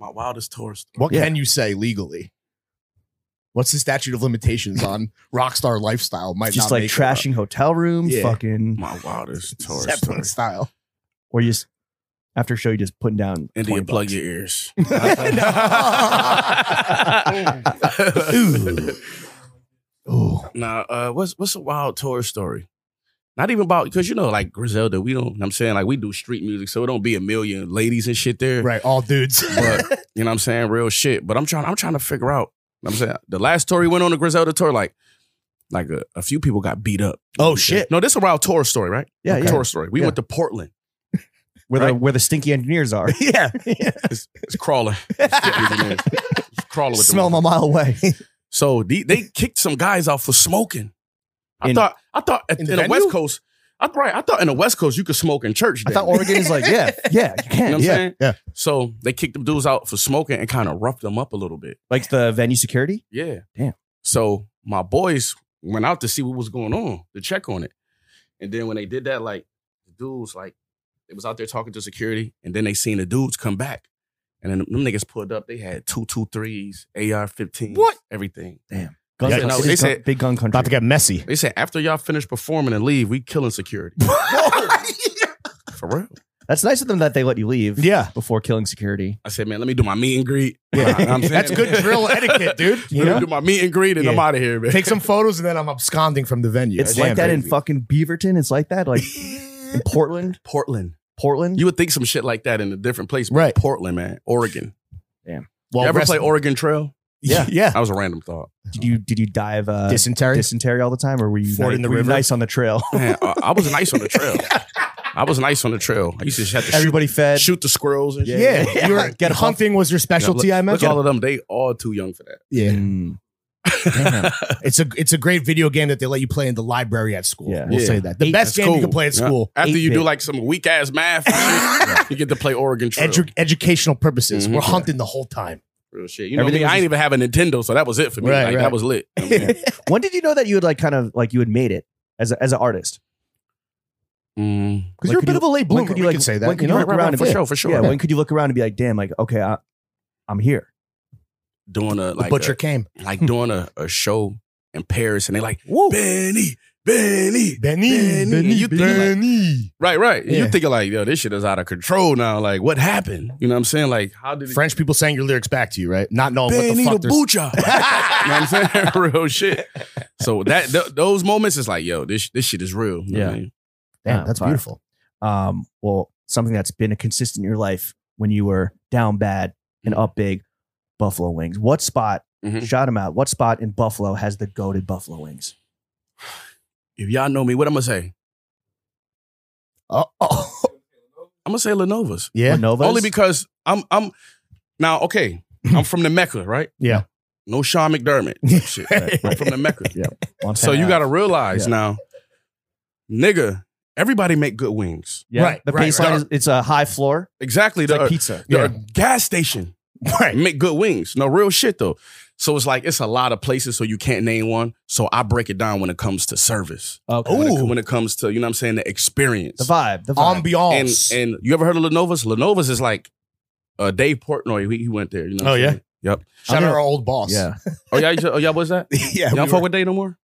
Speaker 2: My wildest tourist.
Speaker 3: What
Speaker 1: Yeah.
Speaker 3: can you say legally? What's the statute of limitations on rock star lifestyle? Might
Speaker 1: just
Speaker 3: not
Speaker 1: like
Speaker 3: make it
Speaker 1: trashing hotel rooms,
Speaker 3: Yeah.
Speaker 1: fucking
Speaker 2: My wildest
Speaker 3: up.
Speaker 2: tourist.
Speaker 3: Zeppelin style.
Speaker 1: or you just after a show you just putting down
Speaker 2: India,
Speaker 1: 20
Speaker 2: plug
Speaker 1: bucks.
Speaker 2: your ears.
Speaker 3: Ooh.
Speaker 2: nah, uh, what's what's a wild tour story? Not even about because you know, like Griselda, we don't. I'm saying like we do street music, so it don't be a million ladies and shit there.
Speaker 3: Right, all dudes.
Speaker 2: But you know, what I'm saying real shit. But I'm trying. I'm trying to figure out. you know what I'm saying the last tour we went on the Griselda tour, like like uh, a, a few people got beat up.
Speaker 3: Oh, shit.
Speaker 2: No, this is a wild tour story, right?
Speaker 1: Yeah, yeah.
Speaker 2: tour story. We
Speaker 1: Yeah.
Speaker 2: went to Portland.
Speaker 1: where the
Speaker 2: right?
Speaker 1: where the stinky engineers are.
Speaker 3: yeah.
Speaker 2: It's, it's crawling. it's crawling with the
Speaker 1: Smell them a mile away.
Speaker 2: So they, they kicked some guys out for smoking. I
Speaker 1: In-
Speaker 2: thought I thought at-
Speaker 3: in
Speaker 2: in
Speaker 3: the
Speaker 2: the, West
Speaker 3: venue?
Speaker 2: Coast, I, right? I thought in the West Coast you could smoke in church.
Speaker 1: I
Speaker 2: then.
Speaker 1: thought Oregon is like yeah, yeah, you
Speaker 2: you
Speaker 1: can.
Speaker 2: know what I'm
Speaker 1: yeah,
Speaker 2: saying?
Speaker 3: yeah.
Speaker 2: So they kicked them dudes out for smoking and kind of roughed them up a little bit.
Speaker 1: like the venue security.
Speaker 2: Yeah.
Speaker 1: Damn.
Speaker 2: So my boys went out to see what was going on to check on it, and then when they did that, like the dudes like they was out there talking to security, and then they seen the dudes come back, and then them niggas pulled up. They had two two threes, AR 15s
Speaker 3: What?
Speaker 2: everything.
Speaker 1: Gun
Speaker 3: Yeah,
Speaker 1: country. It
Speaker 2: no,
Speaker 1: is
Speaker 2: they
Speaker 1: gun-
Speaker 2: said-
Speaker 1: big gun country.
Speaker 3: get messy.
Speaker 2: They said after y'all finish performing and leave, we killing security. For real.
Speaker 1: That's nice of them that they let you leave
Speaker 3: yeah.
Speaker 1: before killing security.
Speaker 2: I said, man, let me do my meet and greet.
Speaker 3: Yeah.
Speaker 2: You know what I'm saying?
Speaker 3: That's good drill etiquette, dude.
Speaker 2: Let me do my meet and greet and I'm
Speaker 3: Yeah.
Speaker 2: out of here, man.
Speaker 3: Take some photos and then I'm absconding from the venue.
Speaker 1: it's
Speaker 2: damn,
Speaker 1: like that in
Speaker 2: baby.
Speaker 1: fucking Beaverton. It's like that like in Portland.
Speaker 2: Portland.
Speaker 1: Portland.
Speaker 2: You would think some shit like that in a different place. but
Speaker 3: Right.
Speaker 2: Portland, man. Oregon.
Speaker 3: Well,
Speaker 2: you ever
Speaker 3: rest-
Speaker 2: play Oregon Trail?
Speaker 3: Yeah. Yeah.
Speaker 2: That was a random thought.
Speaker 1: did you did you dive uh,
Speaker 3: Dysentery.
Speaker 1: dysentery all the time, or were you,
Speaker 3: Ford
Speaker 1: nice,
Speaker 3: in the
Speaker 1: were you
Speaker 3: river.
Speaker 1: nice on the trail?
Speaker 2: Man, I, I was nice on the trail. I was nice on the trail. I used to have to shoot,
Speaker 1: Everybody fed.
Speaker 2: shoot the squirrels and shit.
Speaker 3: yeah. You were,
Speaker 1: Get a
Speaker 3: hunting was your
Speaker 2: Now, look-
Speaker 3: specialty, I
Speaker 2: look,
Speaker 3: imagine.
Speaker 2: all of them, they all too young for that.
Speaker 3: yeah.
Speaker 1: Mm.
Speaker 3: It's a it's a great video game that they let you play in the library at school.
Speaker 1: Yeah.
Speaker 3: We'll
Speaker 2: Yeah.
Speaker 3: say that. The
Speaker 1: Eight-
Speaker 3: best
Speaker 2: That's
Speaker 3: game you
Speaker 2: cool.
Speaker 3: can play at
Speaker 2: Yeah.
Speaker 3: school.
Speaker 2: After you do
Speaker 1: 8-bit.
Speaker 2: like some weak ass math, and shit, you get to play Oregon Trail.
Speaker 3: Edu- educational purposes.
Speaker 2: Mhm.
Speaker 3: We're hunting the whole time.
Speaker 2: Real shit. You know
Speaker 1: Everything
Speaker 2: me, I
Speaker 1: was
Speaker 2: ain't even have a Nintendo, so that was it for me.
Speaker 3: Right,
Speaker 2: like,
Speaker 3: right.
Speaker 2: That was lit. I mean,
Speaker 1: When did you know that you had like kind of like you had made it as a, as an artist?
Speaker 2: mm,
Speaker 3: Because
Speaker 1: When
Speaker 3: you're a
Speaker 1: could
Speaker 3: bit
Speaker 1: you-
Speaker 3: of a late bloomer.
Speaker 1: When could you
Speaker 3: we
Speaker 1: like
Speaker 3: can say that.
Speaker 1: When could
Speaker 3: you
Speaker 1: you,
Speaker 3: know?
Speaker 1: look
Speaker 2: Right, right,
Speaker 1: around and
Speaker 2: for
Speaker 1: be,
Speaker 2: sure, for sure.
Speaker 1: Yeah, when could you look around and be like, damn, like okay, I, I'm here.
Speaker 2: doing a
Speaker 3: The
Speaker 2: like
Speaker 3: butcher
Speaker 2: a,
Speaker 3: came.
Speaker 2: like doing a, a show in Paris, and they like
Speaker 1: Woo.
Speaker 2: Benny, Benny.
Speaker 3: Benny,
Speaker 2: Benny, you think like-
Speaker 3: Benny.
Speaker 2: Right, right. And
Speaker 3: Yeah.
Speaker 2: You thinking like, yo, this shit is out of control now. Like, what happened? You know what I'm saying? Like, how did it
Speaker 3: French people saying your lyrics back to you, right? Not knowing what the
Speaker 2: Benny
Speaker 3: fuck
Speaker 2: the
Speaker 3: they're
Speaker 2: Butcher. you know what I'm saying? real shit. So that th- those moments is like, yo, this this shit is real. You know what I mean?
Speaker 3: Damn, that's
Speaker 1: Ah, Fire.
Speaker 3: beautiful.
Speaker 1: um, well, something that's been a consistent in your life when you were down bad and up big, Buffalo Wings. What spot,
Speaker 2: Mhm.
Speaker 1: shout him out, what spot in Buffalo has the goaded Buffalo Wings?
Speaker 2: If y'all know me, what I'm gonna say?
Speaker 3: Oh, oh.
Speaker 2: I'm gonna say Lenova's.
Speaker 3: yeah.
Speaker 1: Lenova's?
Speaker 2: Only because I'm I'm now okay. I'm from the Mecca, right?
Speaker 3: Yeah.
Speaker 2: No Sean McDermott. Shit, right, I'm from the Mecca.
Speaker 1: On
Speaker 2: So you
Speaker 1: Penn
Speaker 2: got to
Speaker 1: Ave.
Speaker 2: realize now, nigga. Everybody make good wings.
Speaker 1: Yeah,
Speaker 3: Right,
Speaker 1: the
Speaker 3: right,
Speaker 1: baseline
Speaker 2: right.
Speaker 1: is it's a high floor.
Speaker 2: Exactly.
Speaker 1: It's
Speaker 2: The,
Speaker 1: like pizza.
Speaker 2: the
Speaker 3: Yeah.
Speaker 2: gas station
Speaker 3: Right.
Speaker 2: make good wings. No real shit though. So it's like it's a lot of places. So you can't name one. So I break it down when it comes to service.
Speaker 1: Okay.
Speaker 2: When it,
Speaker 3: Ooh.
Speaker 2: when it comes to you know what I'm saying the experience.
Speaker 1: The vibe. The vibe.
Speaker 2: and
Speaker 3: Ambiance.
Speaker 2: and you ever heard of Lenova's? Lenova's is like uh, Dave Portnoy. He, he went there. You know. what
Speaker 3: Oh,
Speaker 2: I'm
Speaker 3: yeah?
Speaker 2: saying? Yep.
Speaker 3: Shout out our old boss.
Speaker 1: yeah.
Speaker 2: Oh yeah. Oh yeah. What's that?
Speaker 3: yeah.
Speaker 2: Y'all
Speaker 3: we
Speaker 2: fuck
Speaker 3: were-
Speaker 2: with Dave no more.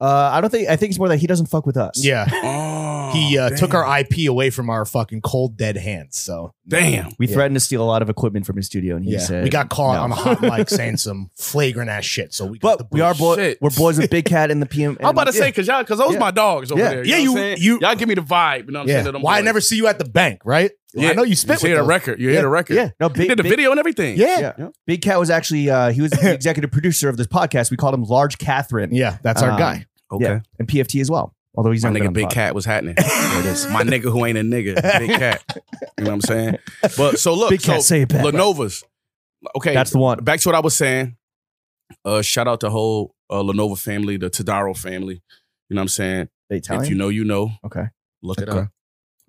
Speaker 1: Uh, I don't think. I think it's more that he doesn't fuck with us.
Speaker 3: yeah.
Speaker 2: Oh,
Speaker 3: he uh,
Speaker 2: damn.
Speaker 3: took our IP away from our fucking cold dead hands. So
Speaker 2: damn.
Speaker 1: We
Speaker 3: Yeah.
Speaker 1: threatened to steal a lot of equipment from his studio, and he
Speaker 3: yeah,
Speaker 1: said
Speaker 3: we got caught
Speaker 1: no.
Speaker 3: on a hot mic saying some flagrant ass shit. So we, got
Speaker 1: But we are boy.
Speaker 2: Shit.
Speaker 1: We're boys with Big Cat and the PM.
Speaker 2: I'm about to
Speaker 1: Yeah.
Speaker 2: say because y'all because those
Speaker 1: Yeah.
Speaker 2: my dogs over
Speaker 1: Yeah.
Speaker 2: there.
Speaker 3: Yeah,
Speaker 2: know
Speaker 3: you-
Speaker 2: what I'm saying?
Speaker 3: you-
Speaker 2: y'all give me the vibe. You know what I'm
Speaker 3: Yeah.
Speaker 2: saying? That I'm
Speaker 3: Why I
Speaker 2: like-
Speaker 3: never see you at the bank, right?
Speaker 2: Yeah.
Speaker 3: I know you spit
Speaker 2: you hit
Speaker 3: with
Speaker 2: a
Speaker 3: those.
Speaker 2: record. You
Speaker 3: Yeah.
Speaker 2: hit a record.
Speaker 1: Yeah, no,
Speaker 2: You
Speaker 1: Big
Speaker 2: did the
Speaker 1: Big-
Speaker 2: video and everything.
Speaker 3: Yeah.
Speaker 1: Yeah. Big Cat was actually uh, he was the executive producer of this podcast. We called him Large Catherine.
Speaker 3: Yeah, that's our
Speaker 1: Um,
Speaker 3: guy.
Speaker 2: Okay.
Speaker 1: Yeah. and PFT as well. Although he's
Speaker 2: My
Speaker 1: not
Speaker 2: nigga, big cat was happening. There it is. My nigga who ain't a nigga, big cat. You know what I'm saying? But so look,
Speaker 1: Big Cat,
Speaker 2: so
Speaker 1: say it back.
Speaker 2: Lenovo's. Okay,
Speaker 1: That's the one.
Speaker 2: back to what I was saying. Uh, shout out the whole uh, Lenovo family, the Tadaro family. You know what I'm saying?
Speaker 1: The Italian.
Speaker 2: If you know, you know.
Speaker 1: okay.
Speaker 2: Look it
Speaker 3: Okay.
Speaker 2: up.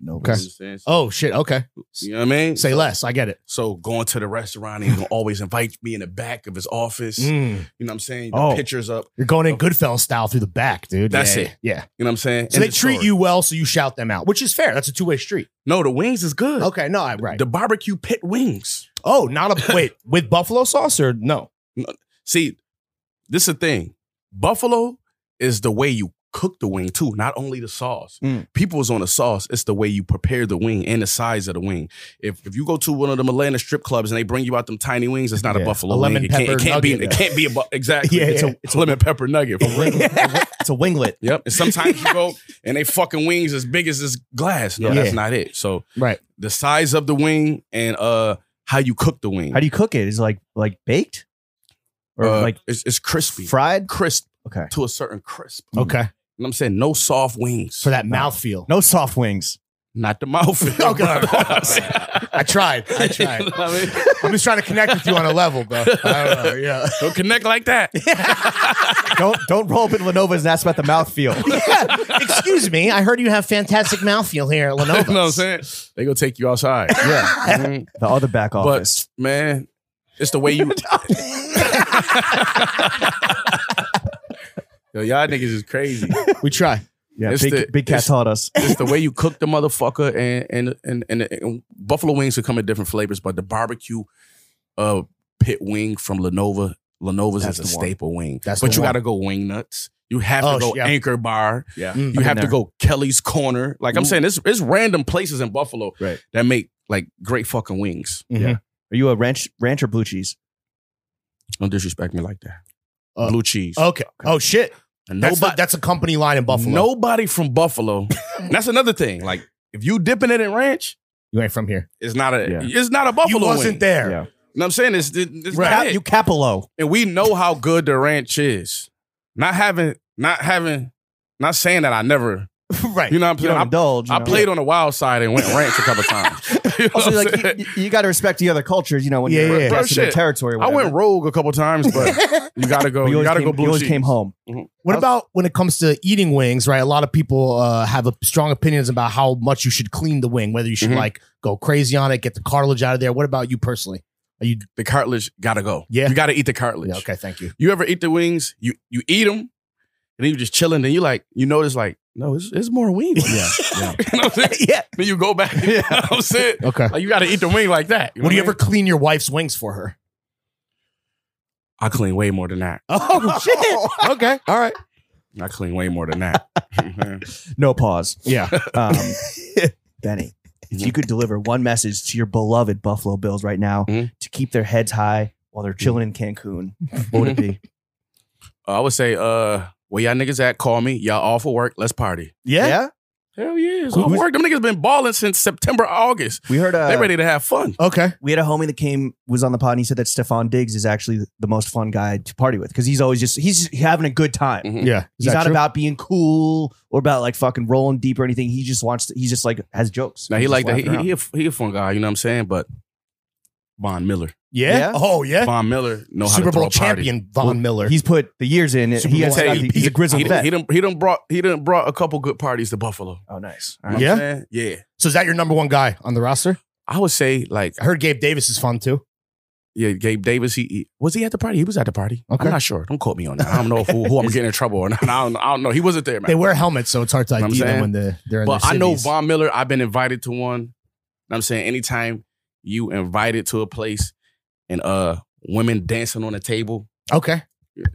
Speaker 1: No.
Speaker 2: You know what
Speaker 3: Okay.
Speaker 2: I'm saying?
Speaker 3: Oh shit. Okay.
Speaker 2: You know what I mean?
Speaker 3: Say less. I get it.
Speaker 2: So going to the restaurant, he's gonna always invite me in the back of his office.
Speaker 3: Mm.
Speaker 2: You know what I'm saying? The
Speaker 1: Oh.
Speaker 2: pictures up.
Speaker 3: You're going in Goodfellas style through the back, dude.
Speaker 2: That's
Speaker 3: yeah,
Speaker 2: it.
Speaker 3: Yeah.
Speaker 2: You know what I'm saying?
Speaker 3: So
Speaker 2: End
Speaker 3: they
Speaker 2: of
Speaker 3: treat
Speaker 2: story.
Speaker 3: you well, so you shout them out, which is fair. That's a two way street.
Speaker 2: No, the wings is good.
Speaker 3: Okay. No, I, right.
Speaker 2: The barbecue pit wings.
Speaker 3: oh, not a wait with buffalo sauce or no?
Speaker 2: See, this is the thing. Buffalo is the way you cook the wing too, not only the sauce.
Speaker 1: Mm.
Speaker 2: People is on the sauce. It's the way you prepare the wing and the size of the wing. If if you go to one of them Atlanta strip clubs and they bring you out them tiny wings, it's not
Speaker 3: Yeah.
Speaker 2: a buffalo
Speaker 3: A lemon
Speaker 2: wing. It can't,
Speaker 3: pepper
Speaker 2: it can't be.
Speaker 3: nugget.
Speaker 2: It can't be a bu- exactly.
Speaker 3: Yeah,
Speaker 2: it's
Speaker 3: yeah.
Speaker 2: a it's a lemon pepper nugget.
Speaker 1: It's a winglet.
Speaker 2: yep. And sometimes you go and they fucking wings as big as this glass. No,
Speaker 3: Yeah.
Speaker 2: that's
Speaker 3: Yeah.
Speaker 2: not it. So
Speaker 3: Right.
Speaker 2: the size of the wing and uh how you cook the wing.
Speaker 1: How do you cook it? Is it like like baked or
Speaker 2: Uh,
Speaker 1: like
Speaker 2: it's, it's crispy,
Speaker 1: fried?
Speaker 2: crisp
Speaker 1: Okay.
Speaker 2: to a certain crisp.
Speaker 3: Okay.
Speaker 2: You know what I'm saying? No soft wings.
Speaker 3: For that mouthfeel.
Speaker 1: No soft wings.
Speaker 2: Not the mouth.
Speaker 3: Oh, God. I tried. I
Speaker 2: You know
Speaker 3: tried.
Speaker 2: what I mean?
Speaker 3: I'm just trying to connect with you on a level, bro. I don't know. Yeah.
Speaker 2: Don't connect like that.
Speaker 1: Don't don't roll up in Lenova's and ask about the mouth feel.
Speaker 3: Excuse me. I heard you have fantastic mouthfeel here at
Speaker 2: you know
Speaker 3: Lenovo.
Speaker 2: what I'm saying? They gonna take you outside.
Speaker 1: yeah.
Speaker 2: Mhm.
Speaker 1: The other back office.
Speaker 2: but man, it's the way you. Yo, y'all niggas is crazy.
Speaker 3: We try.
Speaker 1: yeah.
Speaker 2: it's
Speaker 1: Big,
Speaker 2: the-
Speaker 1: big cat
Speaker 2: it's-
Speaker 1: taught us.
Speaker 2: It's the way you cook the motherfucker, and and and and, and buffalo wings will come in different flavors, but the barbecue, uh, pit wing from Lenova, Lenova's
Speaker 1: That's
Speaker 2: is
Speaker 1: the
Speaker 2: a
Speaker 1: one.
Speaker 2: staple wing.
Speaker 3: That's
Speaker 2: but
Speaker 3: the
Speaker 2: you
Speaker 3: one.
Speaker 2: gotta go wing nuts. You have
Speaker 3: Oh,
Speaker 2: to go
Speaker 3: yeah.
Speaker 2: Anchor Bar.
Speaker 1: Yeah.
Speaker 3: Mm.
Speaker 2: You
Speaker 1: I've
Speaker 2: have
Speaker 1: been
Speaker 2: to go Kelly's Corner. Like I'm
Speaker 1: Ooh.
Speaker 2: saying, it's it's random places in Buffalo
Speaker 1: Right.
Speaker 2: that make like great fucking wings.
Speaker 3: Mm-hmm.
Speaker 1: Are you a ranch ranch or blue cheese?
Speaker 2: Don't disrespect me like that.
Speaker 3: Uh,
Speaker 2: Blue cheese.
Speaker 3: Okay. Oh shit.
Speaker 2: And
Speaker 3: That's,
Speaker 2: nobody,
Speaker 3: the- that's a company line in Buffalo.
Speaker 2: nobody from Buffalo. and that's another thing. Like if you dipping it in ranch,
Speaker 3: you ain't from here.
Speaker 2: it's not a
Speaker 1: Yeah.
Speaker 2: it's not a Buffalo.
Speaker 3: you wasn't
Speaker 2: wing.
Speaker 3: there.
Speaker 1: Yeah.
Speaker 2: You know what I'm saying? It's, it- it's
Speaker 3: Right.
Speaker 2: not
Speaker 1: Cap-
Speaker 2: it.
Speaker 1: you capillo.
Speaker 2: and we know how good the ranch is. Not having, not having, not saying that I never.
Speaker 3: right.
Speaker 2: You know what
Speaker 1: You don't
Speaker 2: I'm saying? I,
Speaker 1: indulge. you
Speaker 2: I
Speaker 1: know?
Speaker 2: played on the wild side and went ranch a couple times. You know
Speaker 1: Also,
Speaker 2: what I'm
Speaker 1: like
Speaker 2: saying?
Speaker 1: you, got to respect the other cultures, you know, when
Speaker 3: Yeah,
Speaker 1: you're
Speaker 3: yeah, yeah.
Speaker 1: yeah,
Speaker 2: Bro,
Speaker 1: their
Speaker 2: shit.
Speaker 1: territory. or
Speaker 2: I went
Speaker 1: whatever.
Speaker 2: rogue a couple times, but you gotta go.
Speaker 1: But
Speaker 2: You,
Speaker 1: always
Speaker 2: gotta
Speaker 1: came,
Speaker 2: go
Speaker 1: You
Speaker 2: blue
Speaker 1: always
Speaker 2: cheese.
Speaker 1: came home.
Speaker 3: what about when it comes to eating wings, right? A lot of people uh, have a strong opinions about how much you should clean the wing, whether you should
Speaker 2: Mhm.
Speaker 3: like go crazy on it, get the cartilage out of there. What about you personally?
Speaker 2: The cartilage gotta go.
Speaker 3: Yeah.
Speaker 2: you gotta eat the cartilage.
Speaker 3: Yeah, okay, thank you.
Speaker 2: You ever eat the wings? You you eat them, and then you just chilling. Then you like you notice like no, it's, it's more wing. Yeah, you know what I'm saying?
Speaker 1: Yeah.
Speaker 2: Then you go back. You know what I'm saying
Speaker 3: Okay.
Speaker 2: like you gotta eat the wing like that. know
Speaker 3: Would you
Speaker 2: what I
Speaker 3: ever clean your wife's wings for her?
Speaker 2: mean? I clean way more than that.
Speaker 3: Oh shit. okay. All right.
Speaker 2: I clean way more than that. Uh,
Speaker 1: No pause.
Speaker 3: Yeah.
Speaker 1: Um, Benny, if you could deliver one message to your beloved Buffalo Bills right now
Speaker 2: Mhm.
Speaker 1: to keep their heads high while they're chilling in Cancun, what would it be?
Speaker 2: I would say, uh, where y'all niggas at? Call me. Y'all all for work. Let's party.
Speaker 1: yeah?
Speaker 2: Hell yeah, it's all
Speaker 1: Who's-
Speaker 2: work. Them niggas been balling since September, August.
Speaker 1: We heard
Speaker 2: they
Speaker 1: uh,
Speaker 2: ready to have fun.
Speaker 3: Okay.
Speaker 1: we had a homie that came was on the pod and he said that Stefan Diggs is actually the most fun guy to party with because he's always just he's having a good time.
Speaker 2: Mhm.
Speaker 3: Yeah. Is
Speaker 1: he's
Speaker 3: that
Speaker 1: not
Speaker 3: true?
Speaker 1: about being cool or about like fucking rolling deep or anything. He just wants to, he just like has jokes.
Speaker 2: Now he
Speaker 1: He's
Speaker 2: like
Speaker 1: just
Speaker 2: that. He,
Speaker 1: laughing
Speaker 2: he, he, a, he a fun guy. You know what I'm saying? But Von Miller,
Speaker 3: Yeah.
Speaker 1: Yeah.
Speaker 3: Oh yeah.
Speaker 2: Von Miller, know how
Speaker 3: Super
Speaker 2: to throw
Speaker 3: Bowl
Speaker 2: a party.
Speaker 3: champion Von
Speaker 1: Well,
Speaker 3: Miller.
Speaker 1: around. He's put the years in.
Speaker 3: Super
Speaker 1: He has,
Speaker 3: Bowl
Speaker 1: got the-
Speaker 2: MVP.
Speaker 1: he's a grizzled
Speaker 2: He
Speaker 1: vet.
Speaker 2: done, he done brought he done brought a couple good parties to Buffalo.
Speaker 1: oh, nice.
Speaker 2: You know what I'm
Speaker 3: Yeah?
Speaker 2: saying? yeah.
Speaker 3: so is that your number one guy on the roster?
Speaker 2: I would say like
Speaker 3: I heard Gabe Davis is fun too.
Speaker 2: yeah, Gabe Davis. He, he- was he at the party. He was at the party.
Speaker 3: Okay.
Speaker 2: I'm not sure. Don't quote me on that. I don't know who, who I'm getting in trouble or not. I don't, I don't know. He wasn't there, man.
Speaker 3: They wear helmets, so it's hard to
Speaker 2: Know what I'm
Speaker 3: ID them
Speaker 2: saying?
Speaker 3: when they're, they're in
Speaker 2: But
Speaker 3: their
Speaker 2: I know
Speaker 3: cities.
Speaker 2: Von Miller. I've been invited to one. And I'm saying anytime you invited to a place and uh women dancing on a table,
Speaker 3: Okay,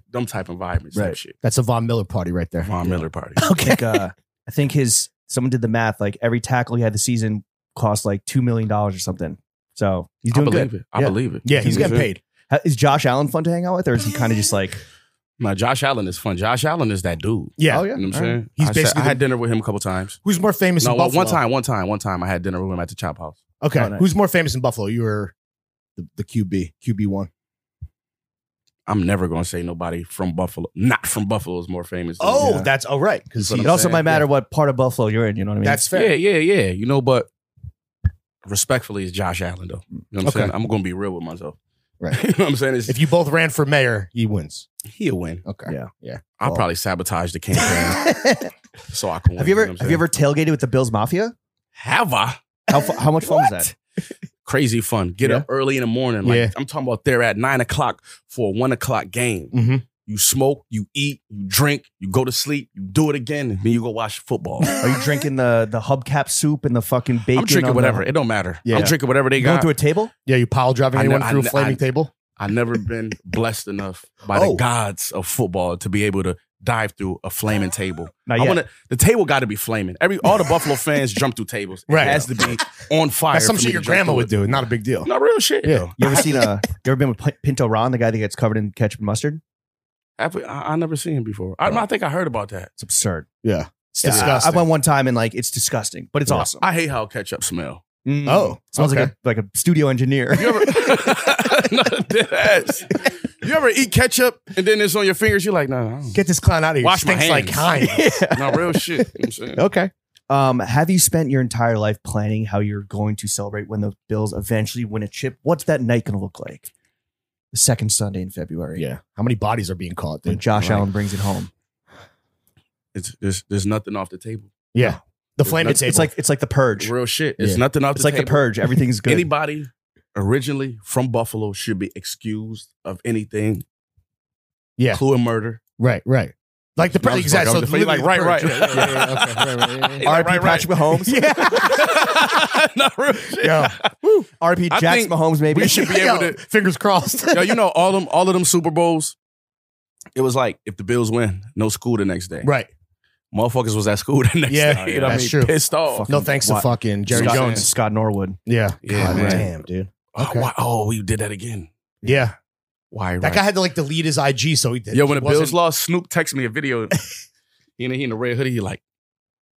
Speaker 2: them type environments, type
Speaker 1: Right.
Speaker 2: shit.
Speaker 3: that's a Von Miller party right there.
Speaker 2: Von Miller party.
Speaker 1: I think, uh, I think his, someone did the math, like every tackle he had the season cost like $2 million or something. So he's
Speaker 2: I
Speaker 1: doing
Speaker 2: believe
Speaker 1: good.
Speaker 2: it. I
Speaker 1: Yeah.
Speaker 2: believe it.
Speaker 3: Yeah, he's getting paid.
Speaker 1: Ha- Is Josh Allen fun to hang out with or is he kind of just like,
Speaker 2: Now Josh Allen is fun. Josh Allen is that dude.
Speaker 3: Yeah.
Speaker 1: oh, yeah.
Speaker 2: You know what
Speaker 1: all
Speaker 2: I'm
Speaker 1: right.
Speaker 2: saying?
Speaker 3: He's
Speaker 2: I, said-
Speaker 3: basically
Speaker 2: I had dinner with him a couple times.
Speaker 3: Who's more famous
Speaker 2: No,
Speaker 3: in
Speaker 2: one
Speaker 3: Buffalo?
Speaker 2: one time, one time, one time I had dinner with him at the chop house.
Speaker 3: Okay.
Speaker 1: Oh, nice.
Speaker 3: Who's more famous in Buffalo? You were the, the QB, QB one.
Speaker 2: I'm never gonna say nobody from Buffalo, not from Buffalo, is more famous. Than
Speaker 3: Oh,
Speaker 2: me.
Speaker 3: that's all right. Because
Speaker 2: That's what
Speaker 1: It
Speaker 2: I'm
Speaker 1: also
Speaker 2: saying,
Speaker 1: might matter what part of Buffalo you're in. You know what I mean?
Speaker 3: that's fair.
Speaker 2: yeah, yeah, yeah. You know, but respectfully, it's Josh Allen though. You know what I'm
Speaker 3: Okay.
Speaker 2: saying? I'm gonna be real with myself.
Speaker 3: Right.
Speaker 2: you know what I'm saying? It's,
Speaker 3: If you both ran for mayor, he wins.
Speaker 2: he'll win.
Speaker 3: Okay.
Speaker 1: Yeah.
Speaker 2: I'll
Speaker 1: Well.
Speaker 2: probably sabotage the campaign so I can win.
Speaker 1: have you ever,
Speaker 2: know what I'm
Speaker 1: have you
Speaker 2: saying?
Speaker 1: ever tailgated with the Bills Mafia?
Speaker 2: have I?
Speaker 1: How, fu- how much fun was that?
Speaker 2: Crazy fun. Get
Speaker 1: Yeah.
Speaker 2: up early in the morning. Like
Speaker 3: Yeah.
Speaker 2: I'm talking about there at nine o'clock for a one o'clock game.
Speaker 3: Mm-hmm.
Speaker 2: You smoke, you eat, you drink, you go to sleep, you do it again, and then you go watch football.
Speaker 1: Are you drinking the the hubcap soup and the fucking bacon?
Speaker 2: I'm drinking
Speaker 1: on
Speaker 2: whatever.
Speaker 1: The,
Speaker 2: it don't matter.
Speaker 3: Yeah.
Speaker 2: I'm drinking whatever they
Speaker 1: going
Speaker 2: got.
Speaker 1: through a table?
Speaker 3: Yeah. You pile driving
Speaker 2: I know-
Speaker 3: anyone
Speaker 2: I
Speaker 3: through a
Speaker 2: know-
Speaker 3: flaming
Speaker 2: I-
Speaker 3: table?
Speaker 2: I've never been blessed enough by
Speaker 3: Oh.
Speaker 2: the gods of football to be able to dive through a flaming table.
Speaker 1: Not
Speaker 2: I
Speaker 1: yet.
Speaker 2: want to. The table got to be flaming. Every all the Buffalo fans jump through tables.
Speaker 3: Right.
Speaker 2: It has to be on fire.
Speaker 3: That's some
Speaker 2: for
Speaker 3: shit
Speaker 2: me
Speaker 3: your
Speaker 2: to jump
Speaker 3: grandma
Speaker 2: through
Speaker 3: would
Speaker 2: it.
Speaker 3: do. Not a big deal.
Speaker 2: No real shit.
Speaker 3: Yeah.
Speaker 2: though.
Speaker 1: you ever seen a? You ever been with P- Pinto Ron, the guy that gets covered in ketchup and mustard?
Speaker 2: I've- I, I never seen him before. I, I think I heard about that.
Speaker 1: It's absurd.
Speaker 3: Yeah. It's
Speaker 1: Yeah. I
Speaker 3: disgusting.
Speaker 1: went one time and like it's disgusting, but it's
Speaker 3: Yeah.
Speaker 1: awesome.
Speaker 2: I hate how ketchup smell.
Speaker 1: Mm.
Speaker 3: oh,
Speaker 1: smells
Speaker 3: okay.
Speaker 1: like a like a studio engineer.
Speaker 2: You ever, no, dead ass. you ever eat ketchup and then it's on your fingers? You're like, no, nah, I don't.
Speaker 3: Get this clown out of here.
Speaker 2: Wash my
Speaker 3: Stinks like
Speaker 2: hands.
Speaker 3: kind.
Speaker 2: no real shit. You know what I'm saying?
Speaker 3: okay.
Speaker 1: Um, have you spent your entire life planning how you're going to celebrate when the Bills eventually win a chip? What's that night going to look like? The second Sunday in February.
Speaker 3: Yeah. How many bodies are being caught,
Speaker 1: When
Speaker 3: dude?
Speaker 1: Josh
Speaker 2: Right.
Speaker 1: Allen brings it home,
Speaker 2: It's, there's there's nothing off the table.
Speaker 3: Yeah. The flaming
Speaker 1: it's,
Speaker 3: table.
Speaker 1: it's like it's like the purge.
Speaker 2: Real shit. It's
Speaker 3: Yeah.
Speaker 2: nothing off
Speaker 1: It's
Speaker 2: the
Speaker 1: like
Speaker 2: table.
Speaker 1: the purge. Everything's good.
Speaker 2: Anybody originally from Buffalo should be excused of anything.
Speaker 3: Yeah.
Speaker 2: Clue and murder.
Speaker 3: right, right. Like the
Speaker 2: No,
Speaker 3: purge.
Speaker 2: I'm just
Speaker 3: Exactly.
Speaker 2: fucking-
Speaker 3: So
Speaker 2: I'm just
Speaker 3: literally
Speaker 2: fucking-
Speaker 3: the
Speaker 2: right,
Speaker 3: purge.
Speaker 2: right.
Speaker 3: Yeah, yeah, yeah,
Speaker 1: R.I.P.
Speaker 3: okay, right, right, right.
Speaker 2: Right, right.
Speaker 1: Patrick Mahomes.
Speaker 2: Not real shit.
Speaker 3: Yo.
Speaker 1: R.P.
Speaker 2: I
Speaker 1: Jax
Speaker 2: think
Speaker 1: Mahomes. Maybe
Speaker 2: we should be able
Speaker 3: Yo,
Speaker 2: to-
Speaker 3: Fingers crossed.
Speaker 2: Yo, you know all them all of them Super Bowls. It was like if the Bills win, no school the next day.
Speaker 3: right.
Speaker 2: Motherfuckers was at school the next
Speaker 3: Yeah,
Speaker 2: day. You know what I
Speaker 3: that's
Speaker 2: mean?
Speaker 3: true.
Speaker 2: Pissed off.
Speaker 1: Fucking
Speaker 3: No thanks to
Speaker 1: Wa-
Speaker 3: fucking Jerry
Speaker 1: Scott,
Speaker 3: Jones.
Speaker 1: Scott Norwood.
Speaker 3: Yeah.
Speaker 2: Yeah,
Speaker 3: God
Speaker 2: man.
Speaker 3: damn, dude.
Speaker 2: Oh,
Speaker 3: Okay.
Speaker 2: why- oh, we did that again.
Speaker 3: Yeah.
Speaker 2: Why?
Speaker 3: That
Speaker 2: right?
Speaker 3: guy had to like delete his IG, so he did.
Speaker 2: Yo, when the
Speaker 3: he wasn't-
Speaker 2: Bills lost, Snoop texted me a video. You know, he in the red hoodie. He like,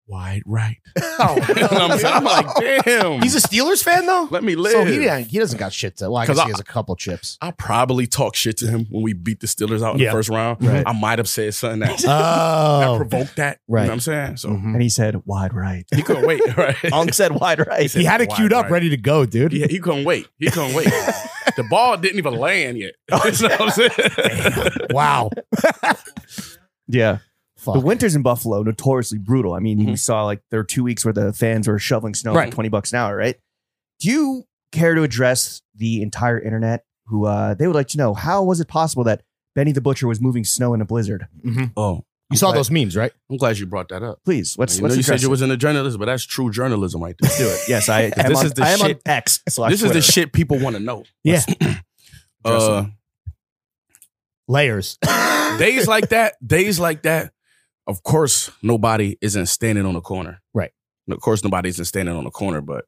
Speaker 2: wide right.
Speaker 3: Oh,
Speaker 2: You know what I'm, saying? I'm like, damn.
Speaker 3: he's a Steelers fan though.
Speaker 2: let me live.
Speaker 3: So he didn't- he doesn't got shit to. Well, I guess
Speaker 2: 'Cause
Speaker 3: he
Speaker 2: I-
Speaker 3: has a couple chips.
Speaker 2: I probably talked shit to him when we beat the Steelers out in
Speaker 3: Yeah.
Speaker 2: the first round.
Speaker 3: Right.
Speaker 2: I might have said something that, that
Speaker 3: Oh,
Speaker 2: provoked that.
Speaker 3: Right. Mm-hmm.
Speaker 2: You know what I'm saying? So
Speaker 3: Oh.
Speaker 1: And he said, wide right.
Speaker 2: he couldn't wait, right?
Speaker 1: Ong said, wide right.
Speaker 3: he had it queued up,
Speaker 2: Right.
Speaker 3: ready to go, dude.
Speaker 2: Yeah, he couldn't wait. He couldn't wait. the ball didn't even land yet.
Speaker 3: Oh.
Speaker 2: you know what I'm saying?
Speaker 3: Wow.
Speaker 1: Yeah. The
Speaker 3: Fuck.
Speaker 1: winters in Buffalo, notoriously brutal. I mean, you
Speaker 2: Mhm.
Speaker 1: saw like there were two weeks where the fans were shoveling snow
Speaker 2: Right.
Speaker 1: for 20 bucks an hour, right? Do you care to address the entire internet who uh, they would like to know how was it possible that Benny the Butcher was moving snow in a blizzard?
Speaker 2: Oh,
Speaker 3: You saw those memes, right?
Speaker 2: I'm glad you brought that up.
Speaker 1: Please, let's
Speaker 2: you know,
Speaker 1: let's
Speaker 2: you
Speaker 1: address
Speaker 2: said you
Speaker 1: it.
Speaker 2: was in a journalism, but that's true journalism right there. Do it.
Speaker 1: Yes, I am,
Speaker 2: This
Speaker 1: on,
Speaker 2: is the
Speaker 1: I am on
Speaker 2: shit-
Speaker 1: X. Slash
Speaker 2: this is
Speaker 1: Twitter.
Speaker 2: the shit people want to know.
Speaker 3: Yeah.
Speaker 2: uh,
Speaker 3: Layers.
Speaker 2: days like that, days like that, of course nobody isn't standing on the corner.
Speaker 3: Right.
Speaker 2: And of course nobody isn't standing on the corner, but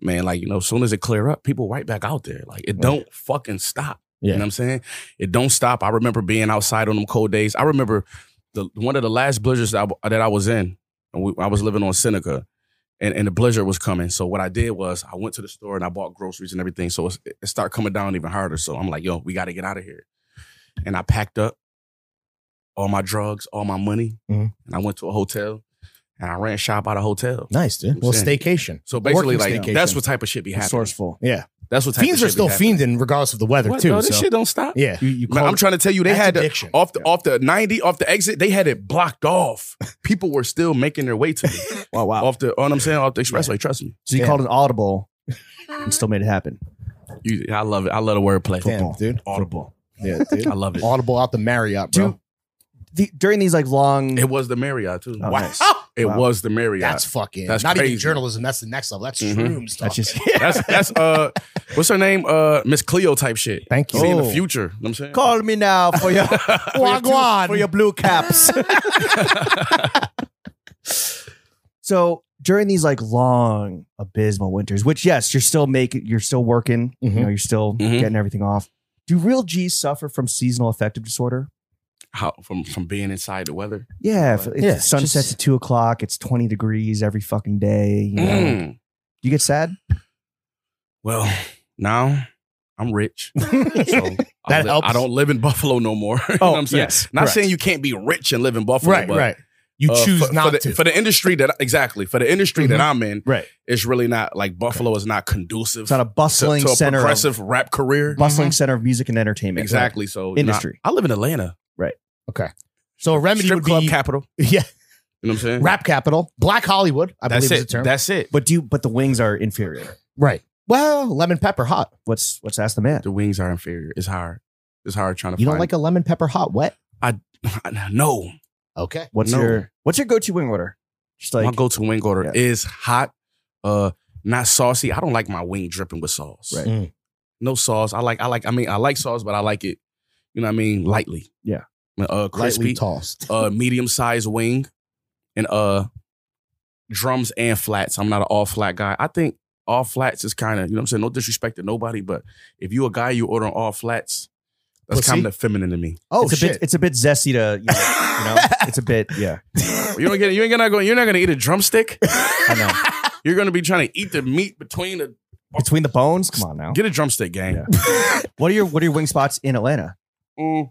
Speaker 2: man, like, you know, as soon as it clear up, people right back out there. Like it don't fucking stop.
Speaker 3: Yeah.
Speaker 2: You know what I'm saying? It don't stop. I remember being outside on them cold days. I remember the one of the last blizzards that I, that I was in, and we, I was living on Seneca, and, and the blizzard was coming. So what I did was I went to the store and I bought groceries and everything. So it's, it started coming down even harder. So I'm like, yo, we got to get out of here. And I packed up all my drugs, all my money,
Speaker 3: Mhm.
Speaker 2: and I went to a hotel and I ran shop out of hotel.
Speaker 3: Nice, dude. Well,
Speaker 2: I'm
Speaker 3: staycation.
Speaker 2: So basically,
Speaker 3: Working
Speaker 2: like
Speaker 3: staycation.
Speaker 2: that's what type of shit be happening.
Speaker 1: Resourceful.
Speaker 3: Yeah.
Speaker 2: That's what type
Speaker 3: Fiends
Speaker 2: of
Speaker 3: are
Speaker 2: shit
Speaker 3: still
Speaker 2: be happening.
Speaker 3: fiending regardless of the weather,
Speaker 2: What?
Speaker 3: too.
Speaker 2: No, this
Speaker 3: so.
Speaker 2: shit don't stop.
Speaker 3: Yeah.
Speaker 1: You, you
Speaker 2: Man,
Speaker 1: call
Speaker 2: I'm trying to tell you, they
Speaker 3: That's
Speaker 2: had to,
Speaker 3: addiction.
Speaker 2: off the off the 90 off the exit. They had it blocked off. People were still making their way to me
Speaker 1: oh,
Speaker 3: Uh,
Speaker 1: wow.
Speaker 2: off the. On I'm saying off the expressway. Trust me,
Speaker 1: So you
Speaker 3: Damn.
Speaker 1: called an audible and still made it happen.
Speaker 2: you, I love it. I love the wordplay.
Speaker 3: Damn, dude.
Speaker 2: Audible.
Speaker 3: Yeah, dude.
Speaker 2: I love it.
Speaker 3: Audible out the Marriott, bro.
Speaker 1: Dude, The, during these like long,
Speaker 2: It was the Marriott too.
Speaker 1: Oh,
Speaker 2: wow,
Speaker 1: nice.
Speaker 2: it
Speaker 1: Wow.
Speaker 2: was the Marriott.
Speaker 3: that's
Speaker 2: That's
Speaker 3: fucking.
Speaker 2: That's
Speaker 3: not even
Speaker 2: crazy.
Speaker 3: journalism. That's the next level. That's
Speaker 2: Mhm.
Speaker 3: shrooms.
Speaker 1: that's just
Speaker 2: that's uh, what's her name? Uh, Miss Cleo type shit.
Speaker 3: Thank you.
Speaker 2: Seeing
Speaker 1: Oh.
Speaker 2: the future. You know what I'm saying.
Speaker 1: call me now
Speaker 3: oh,
Speaker 1: for your
Speaker 3: Wagwan.
Speaker 1: for your blue caps. so during these like long abysmal winters, which yes, you're still making, you're still working,
Speaker 3: Mhm.
Speaker 1: you know, you're still
Speaker 2: Mhm.
Speaker 1: getting everything off. Do real G's suffer from seasonal affective disorder?
Speaker 2: How from from being inside the weather.
Speaker 1: Yeah, if it's
Speaker 3: Yeah,
Speaker 1: sunset
Speaker 3: just-
Speaker 1: at two o'clock. It's twenty degrees every fucking day. You know,
Speaker 2: Mm.
Speaker 1: you get sad.
Speaker 2: Well, now I'm rich. So
Speaker 3: that
Speaker 2: I li-
Speaker 3: helps. Oh,
Speaker 2: I don't live in Buffalo no more. you know what I'm saying?
Speaker 1: yes,
Speaker 2: Not saying you can't be rich and live in Buffalo,
Speaker 3: right,
Speaker 2: but,
Speaker 3: right. You
Speaker 2: uh,
Speaker 3: choose
Speaker 2: for,
Speaker 3: not
Speaker 2: for the,
Speaker 3: to.
Speaker 2: for the industry that exactly for the industry that I'm in.
Speaker 3: Right.
Speaker 2: it's really not like Buffalo is not conducive
Speaker 1: it's not a
Speaker 2: to,
Speaker 1: bustling
Speaker 2: to a
Speaker 1: center, of,
Speaker 2: progressive rap career.
Speaker 1: bustling center of music and entertainment.
Speaker 2: Exactly. So nah,
Speaker 1: Industry.
Speaker 2: I live in Atlanta,
Speaker 3: so a remedy
Speaker 2: strip
Speaker 3: would be
Speaker 2: club capital.
Speaker 3: yeah,
Speaker 2: You know what I'm saying?
Speaker 3: rap capital, Black Hollywood. I
Speaker 2: That's
Speaker 3: believe is
Speaker 2: it.
Speaker 3: the term.
Speaker 2: That's it.
Speaker 1: But do you, but the wings are inferior.
Speaker 3: right. Well, lemon pepper hot.
Speaker 1: What's what's ask the man?
Speaker 2: The wings are inferior. It's hard. It's hard trying to.
Speaker 3: You don't
Speaker 2: find
Speaker 3: like a lemon pepper hot wet?
Speaker 2: no.
Speaker 3: Okay.
Speaker 1: What's
Speaker 2: No.
Speaker 1: your what's your go to wing order? Just like
Speaker 2: my go-to wing order
Speaker 1: Yeah.
Speaker 2: is hot, uh, not saucy. I don't like my wing dripping with sauce.
Speaker 1: Right.
Speaker 3: Mm.
Speaker 2: No sauce. I like. I like. I mean, I like sauce, but I like it. You know what I mean? Lightly.
Speaker 1: Yeah.
Speaker 2: Uh,
Speaker 3: Lightly
Speaker 2: crispy.
Speaker 3: tossed.
Speaker 2: uh medium sized wing and uh drums and flats. I'm not an all flat guy. I think all flats is kind of, you know what I'm saying? No disrespect to nobody, but if you a guy, you order all flats, that's
Speaker 3: Pussy?
Speaker 2: kind of feminine to me.
Speaker 3: Oh
Speaker 1: it's a
Speaker 3: shit.
Speaker 1: bit it's a bit zesty to you know, you know, it's a bit yeah
Speaker 2: You don't get you ain't gonna go, you're not gonna eat a drumstick.
Speaker 1: I know
Speaker 2: You're gonna be trying to eat the meat between the
Speaker 1: between the bones. Come on now.
Speaker 2: get a drumstick gang.
Speaker 1: Yeah. What are your what are your wing spots in Atlanta?
Speaker 2: Mm.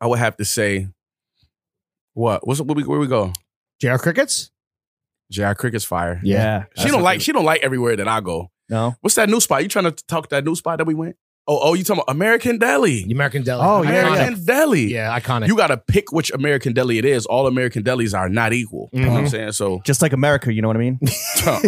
Speaker 2: I would have to say what? What's where we where we go?
Speaker 3: JR Crickets?
Speaker 2: J.R. Cricket's fire.
Speaker 1: That's
Speaker 2: she don't
Speaker 1: my
Speaker 2: like
Speaker 1: favorite.
Speaker 2: she don't like everywhere that I go.
Speaker 1: no.
Speaker 2: What's that new spot? You trying to talk that new spot that we went? Oh, oh, you talking about American Deli?
Speaker 3: The American Deli.
Speaker 1: Oh, yeah,
Speaker 2: American
Speaker 3: Iconic.
Speaker 2: Deli.
Speaker 3: Yeah, iconic.
Speaker 2: You got to pick which American Deli it is. All American delis are not equal. You know what I'm
Speaker 3: Mhm.
Speaker 2: saying? So,
Speaker 1: Just like America, you know what I mean?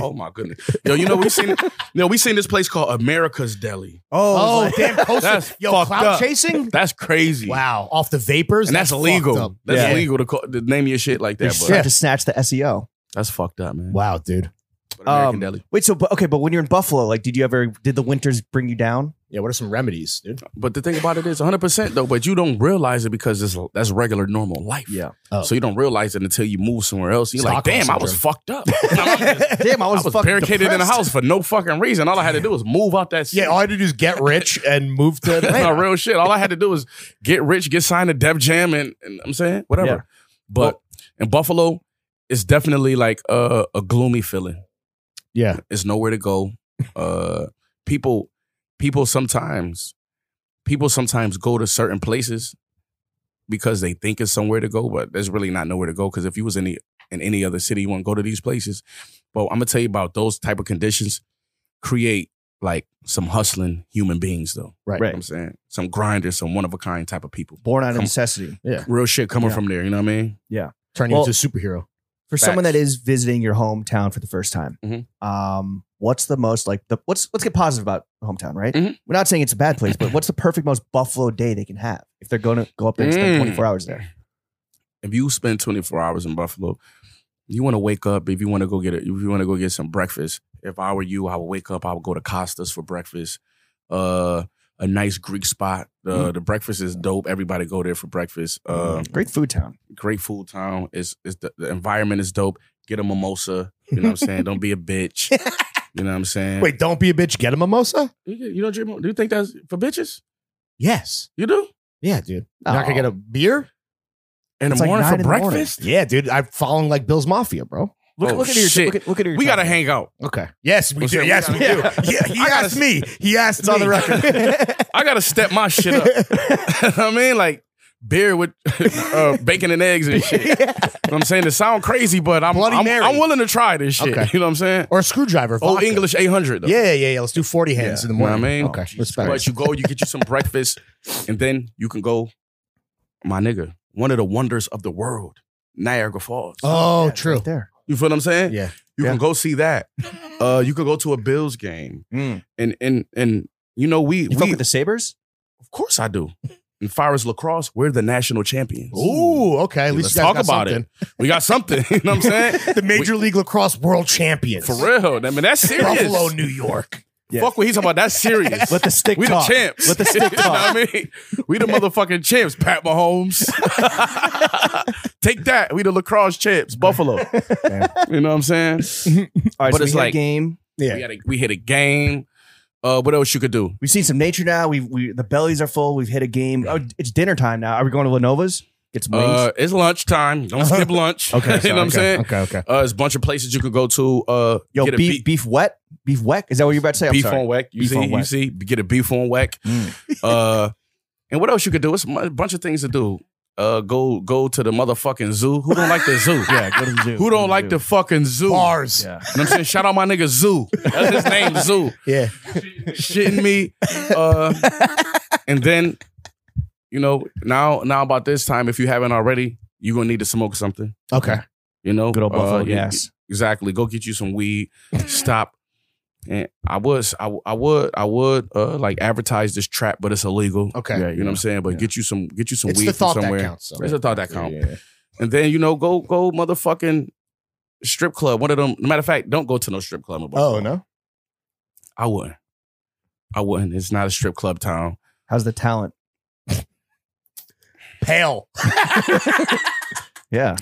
Speaker 2: oh my goodness. Yo, you know we seen, you know we seen this place called America's Deli.
Speaker 3: oh,
Speaker 1: it's like-
Speaker 3: damn coastal.
Speaker 2: That's
Speaker 3: Yo,
Speaker 2: fucked
Speaker 3: cloud
Speaker 2: up.
Speaker 3: chasing?
Speaker 2: That's crazy.
Speaker 3: Wow. Off the vapors?
Speaker 2: And that's,
Speaker 3: fucked up.
Speaker 2: legal. That's
Speaker 1: Yeah.
Speaker 2: legal to, call, to name your shit like
Speaker 1: you're
Speaker 2: that.
Speaker 1: just
Speaker 2: But
Speaker 1: trying to snatch the SEO.
Speaker 2: that's fucked up, man.
Speaker 3: Wow, dude.
Speaker 2: But American
Speaker 1: Um,
Speaker 2: Deli.
Speaker 1: Wait, so but okay, but when you're in Buffalo, like, did you ever did the winters bring you down?
Speaker 3: Yeah, what are some remedies, dude?
Speaker 2: But the thing about it is 100% though, but you don't realize it because it's, that's regular normal life.
Speaker 3: Oh.
Speaker 2: So you don't realize it until you move somewhere else. You're like,
Speaker 3: Stockholm
Speaker 2: damn, I was fucked up. I'm just-
Speaker 1: Damn, I was,
Speaker 2: I was
Speaker 1: fucking
Speaker 2: barricaded in a
Speaker 1: depressed.
Speaker 2: house for no fucking reason. All I had to do was move out that
Speaker 3: Yeah,
Speaker 2: city.
Speaker 3: all I had to do is get rich and move to
Speaker 2: That's
Speaker 3: Atlanta.
Speaker 2: not real shit. All I had to do was get rich, get signed to Def Jam, and, and I'm saying whatever.
Speaker 1: Yeah.
Speaker 2: But in Buffalo, it's definitely like a, a gloomy feeling.
Speaker 3: Yeah.
Speaker 2: It's nowhere to go. Uh, people, people sometimes, people sometimes go to certain places because they think it's somewhere to go, but there's really not nowhere to go. Because if you was in the in any other city, you wouldn't go to these places. But I'm gonna tell you about those type of conditions create like some hustling human beings though.
Speaker 3: Right.
Speaker 2: You know what I'm saying some grinders, some one of a kind type of people.
Speaker 1: Born out of
Speaker 2: Come-
Speaker 1: necessity.
Speaker 2: Real shit coming
Speaker 1: Yeah.
Speaker 2: from there. You know what I mean?
Speaker 3: Turn
Speaker 1: Well-
Speaker 3: you into a superhero.
Speaker 1: for someone
Speaker 2: Facts.
Speaker 1: that is visiting your hometown for the first time,
Speaker 2: Mhm.
Speaker 1: um, what's the most like the what's let's get positive about hometown, right?
Speaker 2: Mhm.
Speaker 1: We're not saying it's a bad place, but what's the perfect most Buffalo day they can have if they're going to go up there and spend
Speaker 2: Mm.
Speaker 1: 24 hours there?
Speaker 2: If you spend 24 hours in Buffalo, you want to wake up. If you want to go get it, if you want to go get some breakfast. If I were you, I would wake up. I would go to Costa's for breakfast. Uh, a nice Greek spot. The
Speaker 1: Mm-hmm.
Speaker 2: the breakfast is dope. Everybody go there for breakfast. Uh,
Speaker 1: Great food town.
Speaker 2: great food town. It's, it's the, the environment is dope. Get a mimosa. You know what I'm saying? Don't be a bitch. You know what I'm saying?
Speaker 3: Wait, don't be a bitch. Get a mimosa.
Speaker 2: you, you don't drink? mo- Do you think that's for bitches?
Speaker 3: Yes.
Speaker 2: You do
Speaker 3: Yeah, dude. You're not gonna get a beer.
Speaker 2: in the
Speaker 1: It's like
Speaker 2: morning
Speaker 1: nine
Speaker 2: for
Speaker 1: in the morning.
Speaker 2: breakfast?
Speaker 3: Yeah, dude. I'm following like Bill's Mafia, bro.
Speaker 1: Look,
Speaker 2: Oh,
Speaker 1: look at your
Speaker 2: shit.
Speaker 1: look at, look at your
Speaker 2: We gotta
Speaker 1: time.
Speaker 2: hang out.
Speaker 3: Okay. Yes, we
Speaker 2: Well,
Speaker 3: do.
Speaker 2: so we
Speaker 3: Yes, we do.
Speaker 2: gotta-
Speaker 3: Yeah, he
Speaker 2: I gotta-
Speaker 3: asked me. He asked
Speaker 1: It's on the
Speaker 3: me.
Speaker 1: record.
Speaker 2: I gotta step my shit up. I mean, like beer with uh, bacon and eggs and shit. You know what I'm saying it sound crazy, but I'm
Speaker 3: Bloody
Speaker 2: I'm,
Speaker 3: Mary.
Speaker 2: I'm willing to try this shit.
Speaker 3: Okay.
Speaker 2: You know what I'm saying?
Speaker 3: or a screwdriver.
Speaker 2: Old
Speaker 3: vodka.
Speaker 2: Oh, English 800. Though.
Speaker 3: Yeah, yeah, yeah, yeah. Let's do 40 hands
Speaker 2: Yeah.
Speaker 3: in the morning.
Speaker 2: Know what I mean?
Speaker 3: Okay.
Speaker 2: Jesus
Speaker 3: Respect.
Speaker 2: Christ. you go, you get you some breakfast, and then you can go, my nigga, one of the wonders of the world, Niagara Falls.
Speaker 3: Oh, true.
Speaker 1: Right there.
Speaker 2: You feel what I'm saying?
Speaker 3: Yeah.
Speaker 2: You
Speaker 1: Yeah.
Speaker 2: can go see that. Uh, you can go to a Bills game,
Speaker 1: Mm.
Speaker 2: and and and you know we,
Speaker 5: You
Speaker 2: we
Speaker 5: fuck with the Sabers?
Speaker 2: of course I do. And far as lacrosse, we're the national champions.
Speaker 3: Ooh, okay. At
Speaker 2: Let's
Speaker 3: least you guys
Speaker 2: talk
Speaker 3: got
Speaker 2: about it.
Speaker 3: something.
Speaker 2: We got something. You know what I'm saying?
Speaker 3: the Major League Lacrosse World Champions.
Speaker 2: For real. I mean, that's serious.
Speaker 3: Buffalo, New York.
Speaker 5: Yeah.
Speaker 2: Fuck what he's talking about. That's serious.
Speaker 5: Let the stick
Speaker 2: we
Speaker 5: talk.
Speaker 2: the champs.
Speaker 5: Let the stick
Speaker 2: You know
Speaker 5: talk.
Speaker 2: what I mean? We the motherfucking champs, Pat Mahomes. Take that. We the lacrosse champs, Buffalo. You know what I'm saying?
Speaker 1: All right,
Speaker 2: But
Speaker 1: so we
Speaker 2: it's
Speaker 1: had a
Speaker 2: like-
Speaker 1: game.
Speaker 2: We, had a, we hit a game. Uh, what else you could do?
Speaker 1: We've seen some nature now. We we the bellies are full. We've hit a game. Oh, it's dinner time now. Are we going to Lenova's? Get some wings.
Speaker 2: Uh, it's lunchtime. Don't skip lunch.
Speaker 3: Okay.
Speaker 2: you know what I'm saying?
Speaker 3: Okay, okay.
Speaker 2: Uh, there's a bunch of places you could go to. Uh,
Speaker 1: Yo,
Speaker 2: get a
Speaker 1: beef, beef wet, beef wet. Is that what you're about to say? I'm
Speaker 2: beef
Speaker 1: sorry.
Speaker 2: on whack. You
Speaker 1: Beef
Speaker 2: see,
Speaker 1: on
Speaker 2: you
Speaker 1: whack. Mm.
Speaker 2: see, get a beef on whack. Uh, and what else you could do? It's a bunch of things to do. Uh, go go to the motherfucking zoo. Who don't like the zoo?
Speaker 1: Yeah, go to the zoo.
Speaker 2: Who don't like the fucking zoo?
Speaker 3: Bars.
Speaker 1: Yeah.
Speaker 2: You know what I'm saying? Shout out my nigga Zoo. That's his name, Zoo.
Speaker 3: Yeah.
Speaker 2: Shitting me. Uh, and then, you know, now now about this time, if you haven't already, you're gonna need to smoke something.
Speaker 3: Okay.
Speaker 2: You know,
Speaker 1: good old
Speaker 2: Uh,
Speaker 1: Buffalo
Speaker 2: you-
Speaker 1: gas?
Speaker 2: Exactly. Go get you some weed. Stop. And I was I, I would I would uh like advertise this trap, but it's illegal.
Speaker 3: Okay.
Speaker 2: you know what I'm saying. But
Speaker 1: yeah.
Speaker 2: get you some get you some
Speaker 3: It's
Speaker 2: weed
Speaker 3: the
Speaker 2: from
Speaker 3: thought that
Speaker 2: somewhere.
Speaker 3: counts. so.
Speaker 2: It's a thought that counts.
Speaker 1: Yeah.
Speaker 2: And then you know go go motherfucking strip club. One of them. Matter of fact, don't go to no strip club. in Buffalo.
Speaker 3: Oh, no?
Speaker 2: I wouldn't. I wouldn't. It's not a strip club town.
Speaker 1: How's the talent?
Speaker 3: Pale.
Speaker 1: Yeah.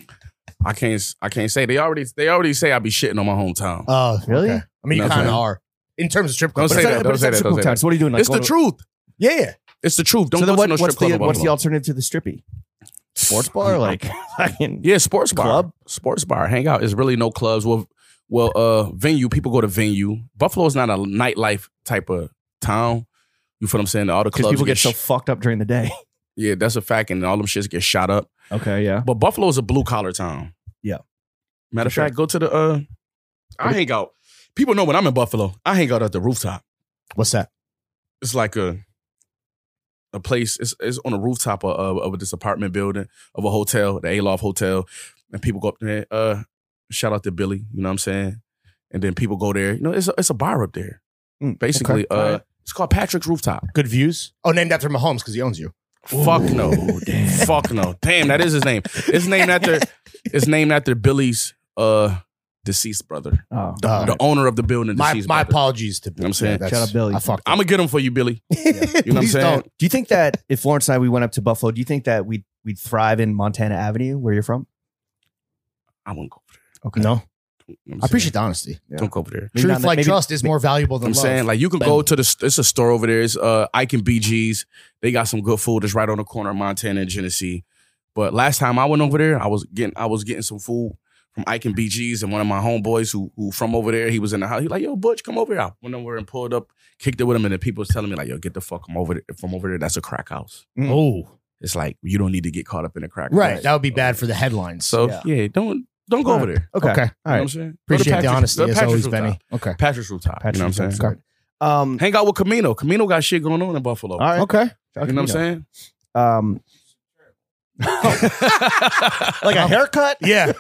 Speaker 2: I can't. I can't say they already. They already say I be shitting on my hometown.
Speaker 1: Uh,
Speaker 3: Oh,
Speaker 1: Really?
Speaker 3: okay. I mean, you
Speaker 2: No,
Speaker 3: kind of
Speaker 2: man.
Speaker 3: are in terms of strip
Speaker 2: Don't
Speaker 3: clubs.
Speaker 2: say
Speaker 3: But it's
Speaker 2: that.
Speaker 3: not-
Speaker 2: Don't
Speaker 1: it's
Speaker 2: say
Speaker 1: not
Speaker 2: that.
Speaker 1: super
Speaker 2: Don't
Speaker 1: cool
Speaker 2: say that.
Speaker 1: times. What are you doing? Like,
Speaker 2: it's the
Speaker 1: going to-
Speaker 2: truth.
Speaker 3: Yeah, yeah.
Speaker 2: It's the truth. Don't
Speaker 1: so then
Speaker 2: go
Speaker 1: what,
Speaker 2: to no strip
Speaker 1: what's
Speaker 2: club.
Speaker 1: the
Speaker 2: in
Speaker 1: what's the
Speaker 2: Buffalo.
Speaker 1: alternative to the strippy? Sports bar, like fucking
Speaker 2: Yeah, sports bar.
Speaker 1: Club?
Speaker 2: Sports bar. Hang out. There's really no clubs. Well, well, uh, venue. People go to venue. Buffalo's not a nightlife type of town. You feel what I'm saying? All the
Speaker 1: because
Speaker 2: clubs
Speaker 1: people get so
Speaker 2: sh-
Speaker 1: fucked up during the day.
Speaker 2: yeah, that's a fact, and all them shits get shot up.
Speaker 1: Okay, yeah.
Speaker 2: But Buffalo's a blue collar town.
Speaker 1: Yeah.
Speaker 2: Matter of
Speaker 1: For sure.
Speaker 2: fact, go to the. uh I hang out. People know when I'm in Buffalo. I hang out at the rooftop.
Speaker 3: What's that?
Speaker 2: It's like a. A place it's, it's on the rooftop of, of, of this apartment building of a hotel, the Aloft Hotel, and people go up there. Uh, shout out to Billy, you know what I'm saying? And then people go there. You know, it's a, it's a bar up there.
Speaker 1: Mm,
Speaker 2: Basically,
Speaker 1: okay. All
Speaker 2: uh,
Speaker 1: right.
Speaker 2: it's called Patrick's Rooftop.
Speaker 3: Good views. Oh, named after Mahomes because he owns you.
Speaker 2: Fuck no. Fuck no. Damn, that is his name. It's named after it's named after Billy's uh deceased brother.
Speaker 1: Oh,
Speaker 3: Uh,
Speaker 2: The owner of the building
Speaker 3: My,
Speaker 2: deceased
Speaker 3: my
Speaker 2: brother.
Speaker 3: apologies to
Speaker 2: know what I'm saying?
Speaker 3: that's-
Speaker 1: Shout out Billy.
Speaker 3: I fucked.
Speaker 2: I'm gonna get him for you, Billy. You know what I'm
Speaker 3: Please
Speaker 2: saying?
Speaker 3: don't.
Speaker 1: Do you think that if Lawrence and I we went up to Buffalo, do you think that we'd we'd thrive in Montana Avenue, where you're from?
Speaker 2: I won't go over there.
Speaker 1: Okay.
Speaker 3: No,
Speaker 2: You know what
Speaker 3: I
Speaker 2: I'm
Speaker 3: appreciate the honesty.
Speaker 2: saying? Don't go over there.
Speaker 1: Maybe
Speaker 3: Truth
Speaker 1: not-
Speaker 3: like
Speaker 1: maybe-
Speaker 3: trust is more valuable than
Speaker 2: I'm
Speaker 3: love.
Speaker 2: saying, like, you can
Speaker 3: Ben.
Speaker 2: go to the it's a store over there. It's uh Ike and BG's. They got some good food. It's right on the corner of Montana and Genesee. But last time I went over there, I was getting I was getting some food from Ike and BG's and one of my homeboys who who from over there. He was in the house. He like, yo, Butch, come over here. I went over and pulled up, kicked it with him, and the people was telling me like, yo, get the fuck from over there, from over there. That's a crack house.
Speaker 3: oh,
Speaker 2: It's like you don't need to get caught up in a crack.
Speaker 3: right.
Speaker 2: house.
Speaker 3: That would be bad for the headlines.
Speaker 2: So
Speaker 1: Yeah.
Speaker 2: yeah, don't don't go over there.
Speaker 1: Okay. All
Speaker 3: okay.
Speaker 2: You know what I'm
Speaker 1: right.
Speaker 2: saying? Go to
Speaker 3: Appreciate the
Speaker 2: Patrick's-
Speaker 3: honesty
Speaker 2: go to
Speaker 3: as
Speaker 2: Patrick's
Speaker 3: always,
Speaker 2: Rooftop.
Speaker 3: Benny. Okay.
Speaker 2: Patrick's rooftop. you know what I'm
Speaker 1: Patrick's
Speaker 2: saying?
Speaker 1: Rooftop. Um.
Speaker 2: Hang out with Camino. Camino got shit going on in Buffalo.
Speaker 1: All right.
Speaker 3: Okay.
Speaker 2: You know what I'm saying?
Speaker 1: Um.
Speaker 2: like
Speaker 1: Like a haircut?
Speaker 3: Yeah.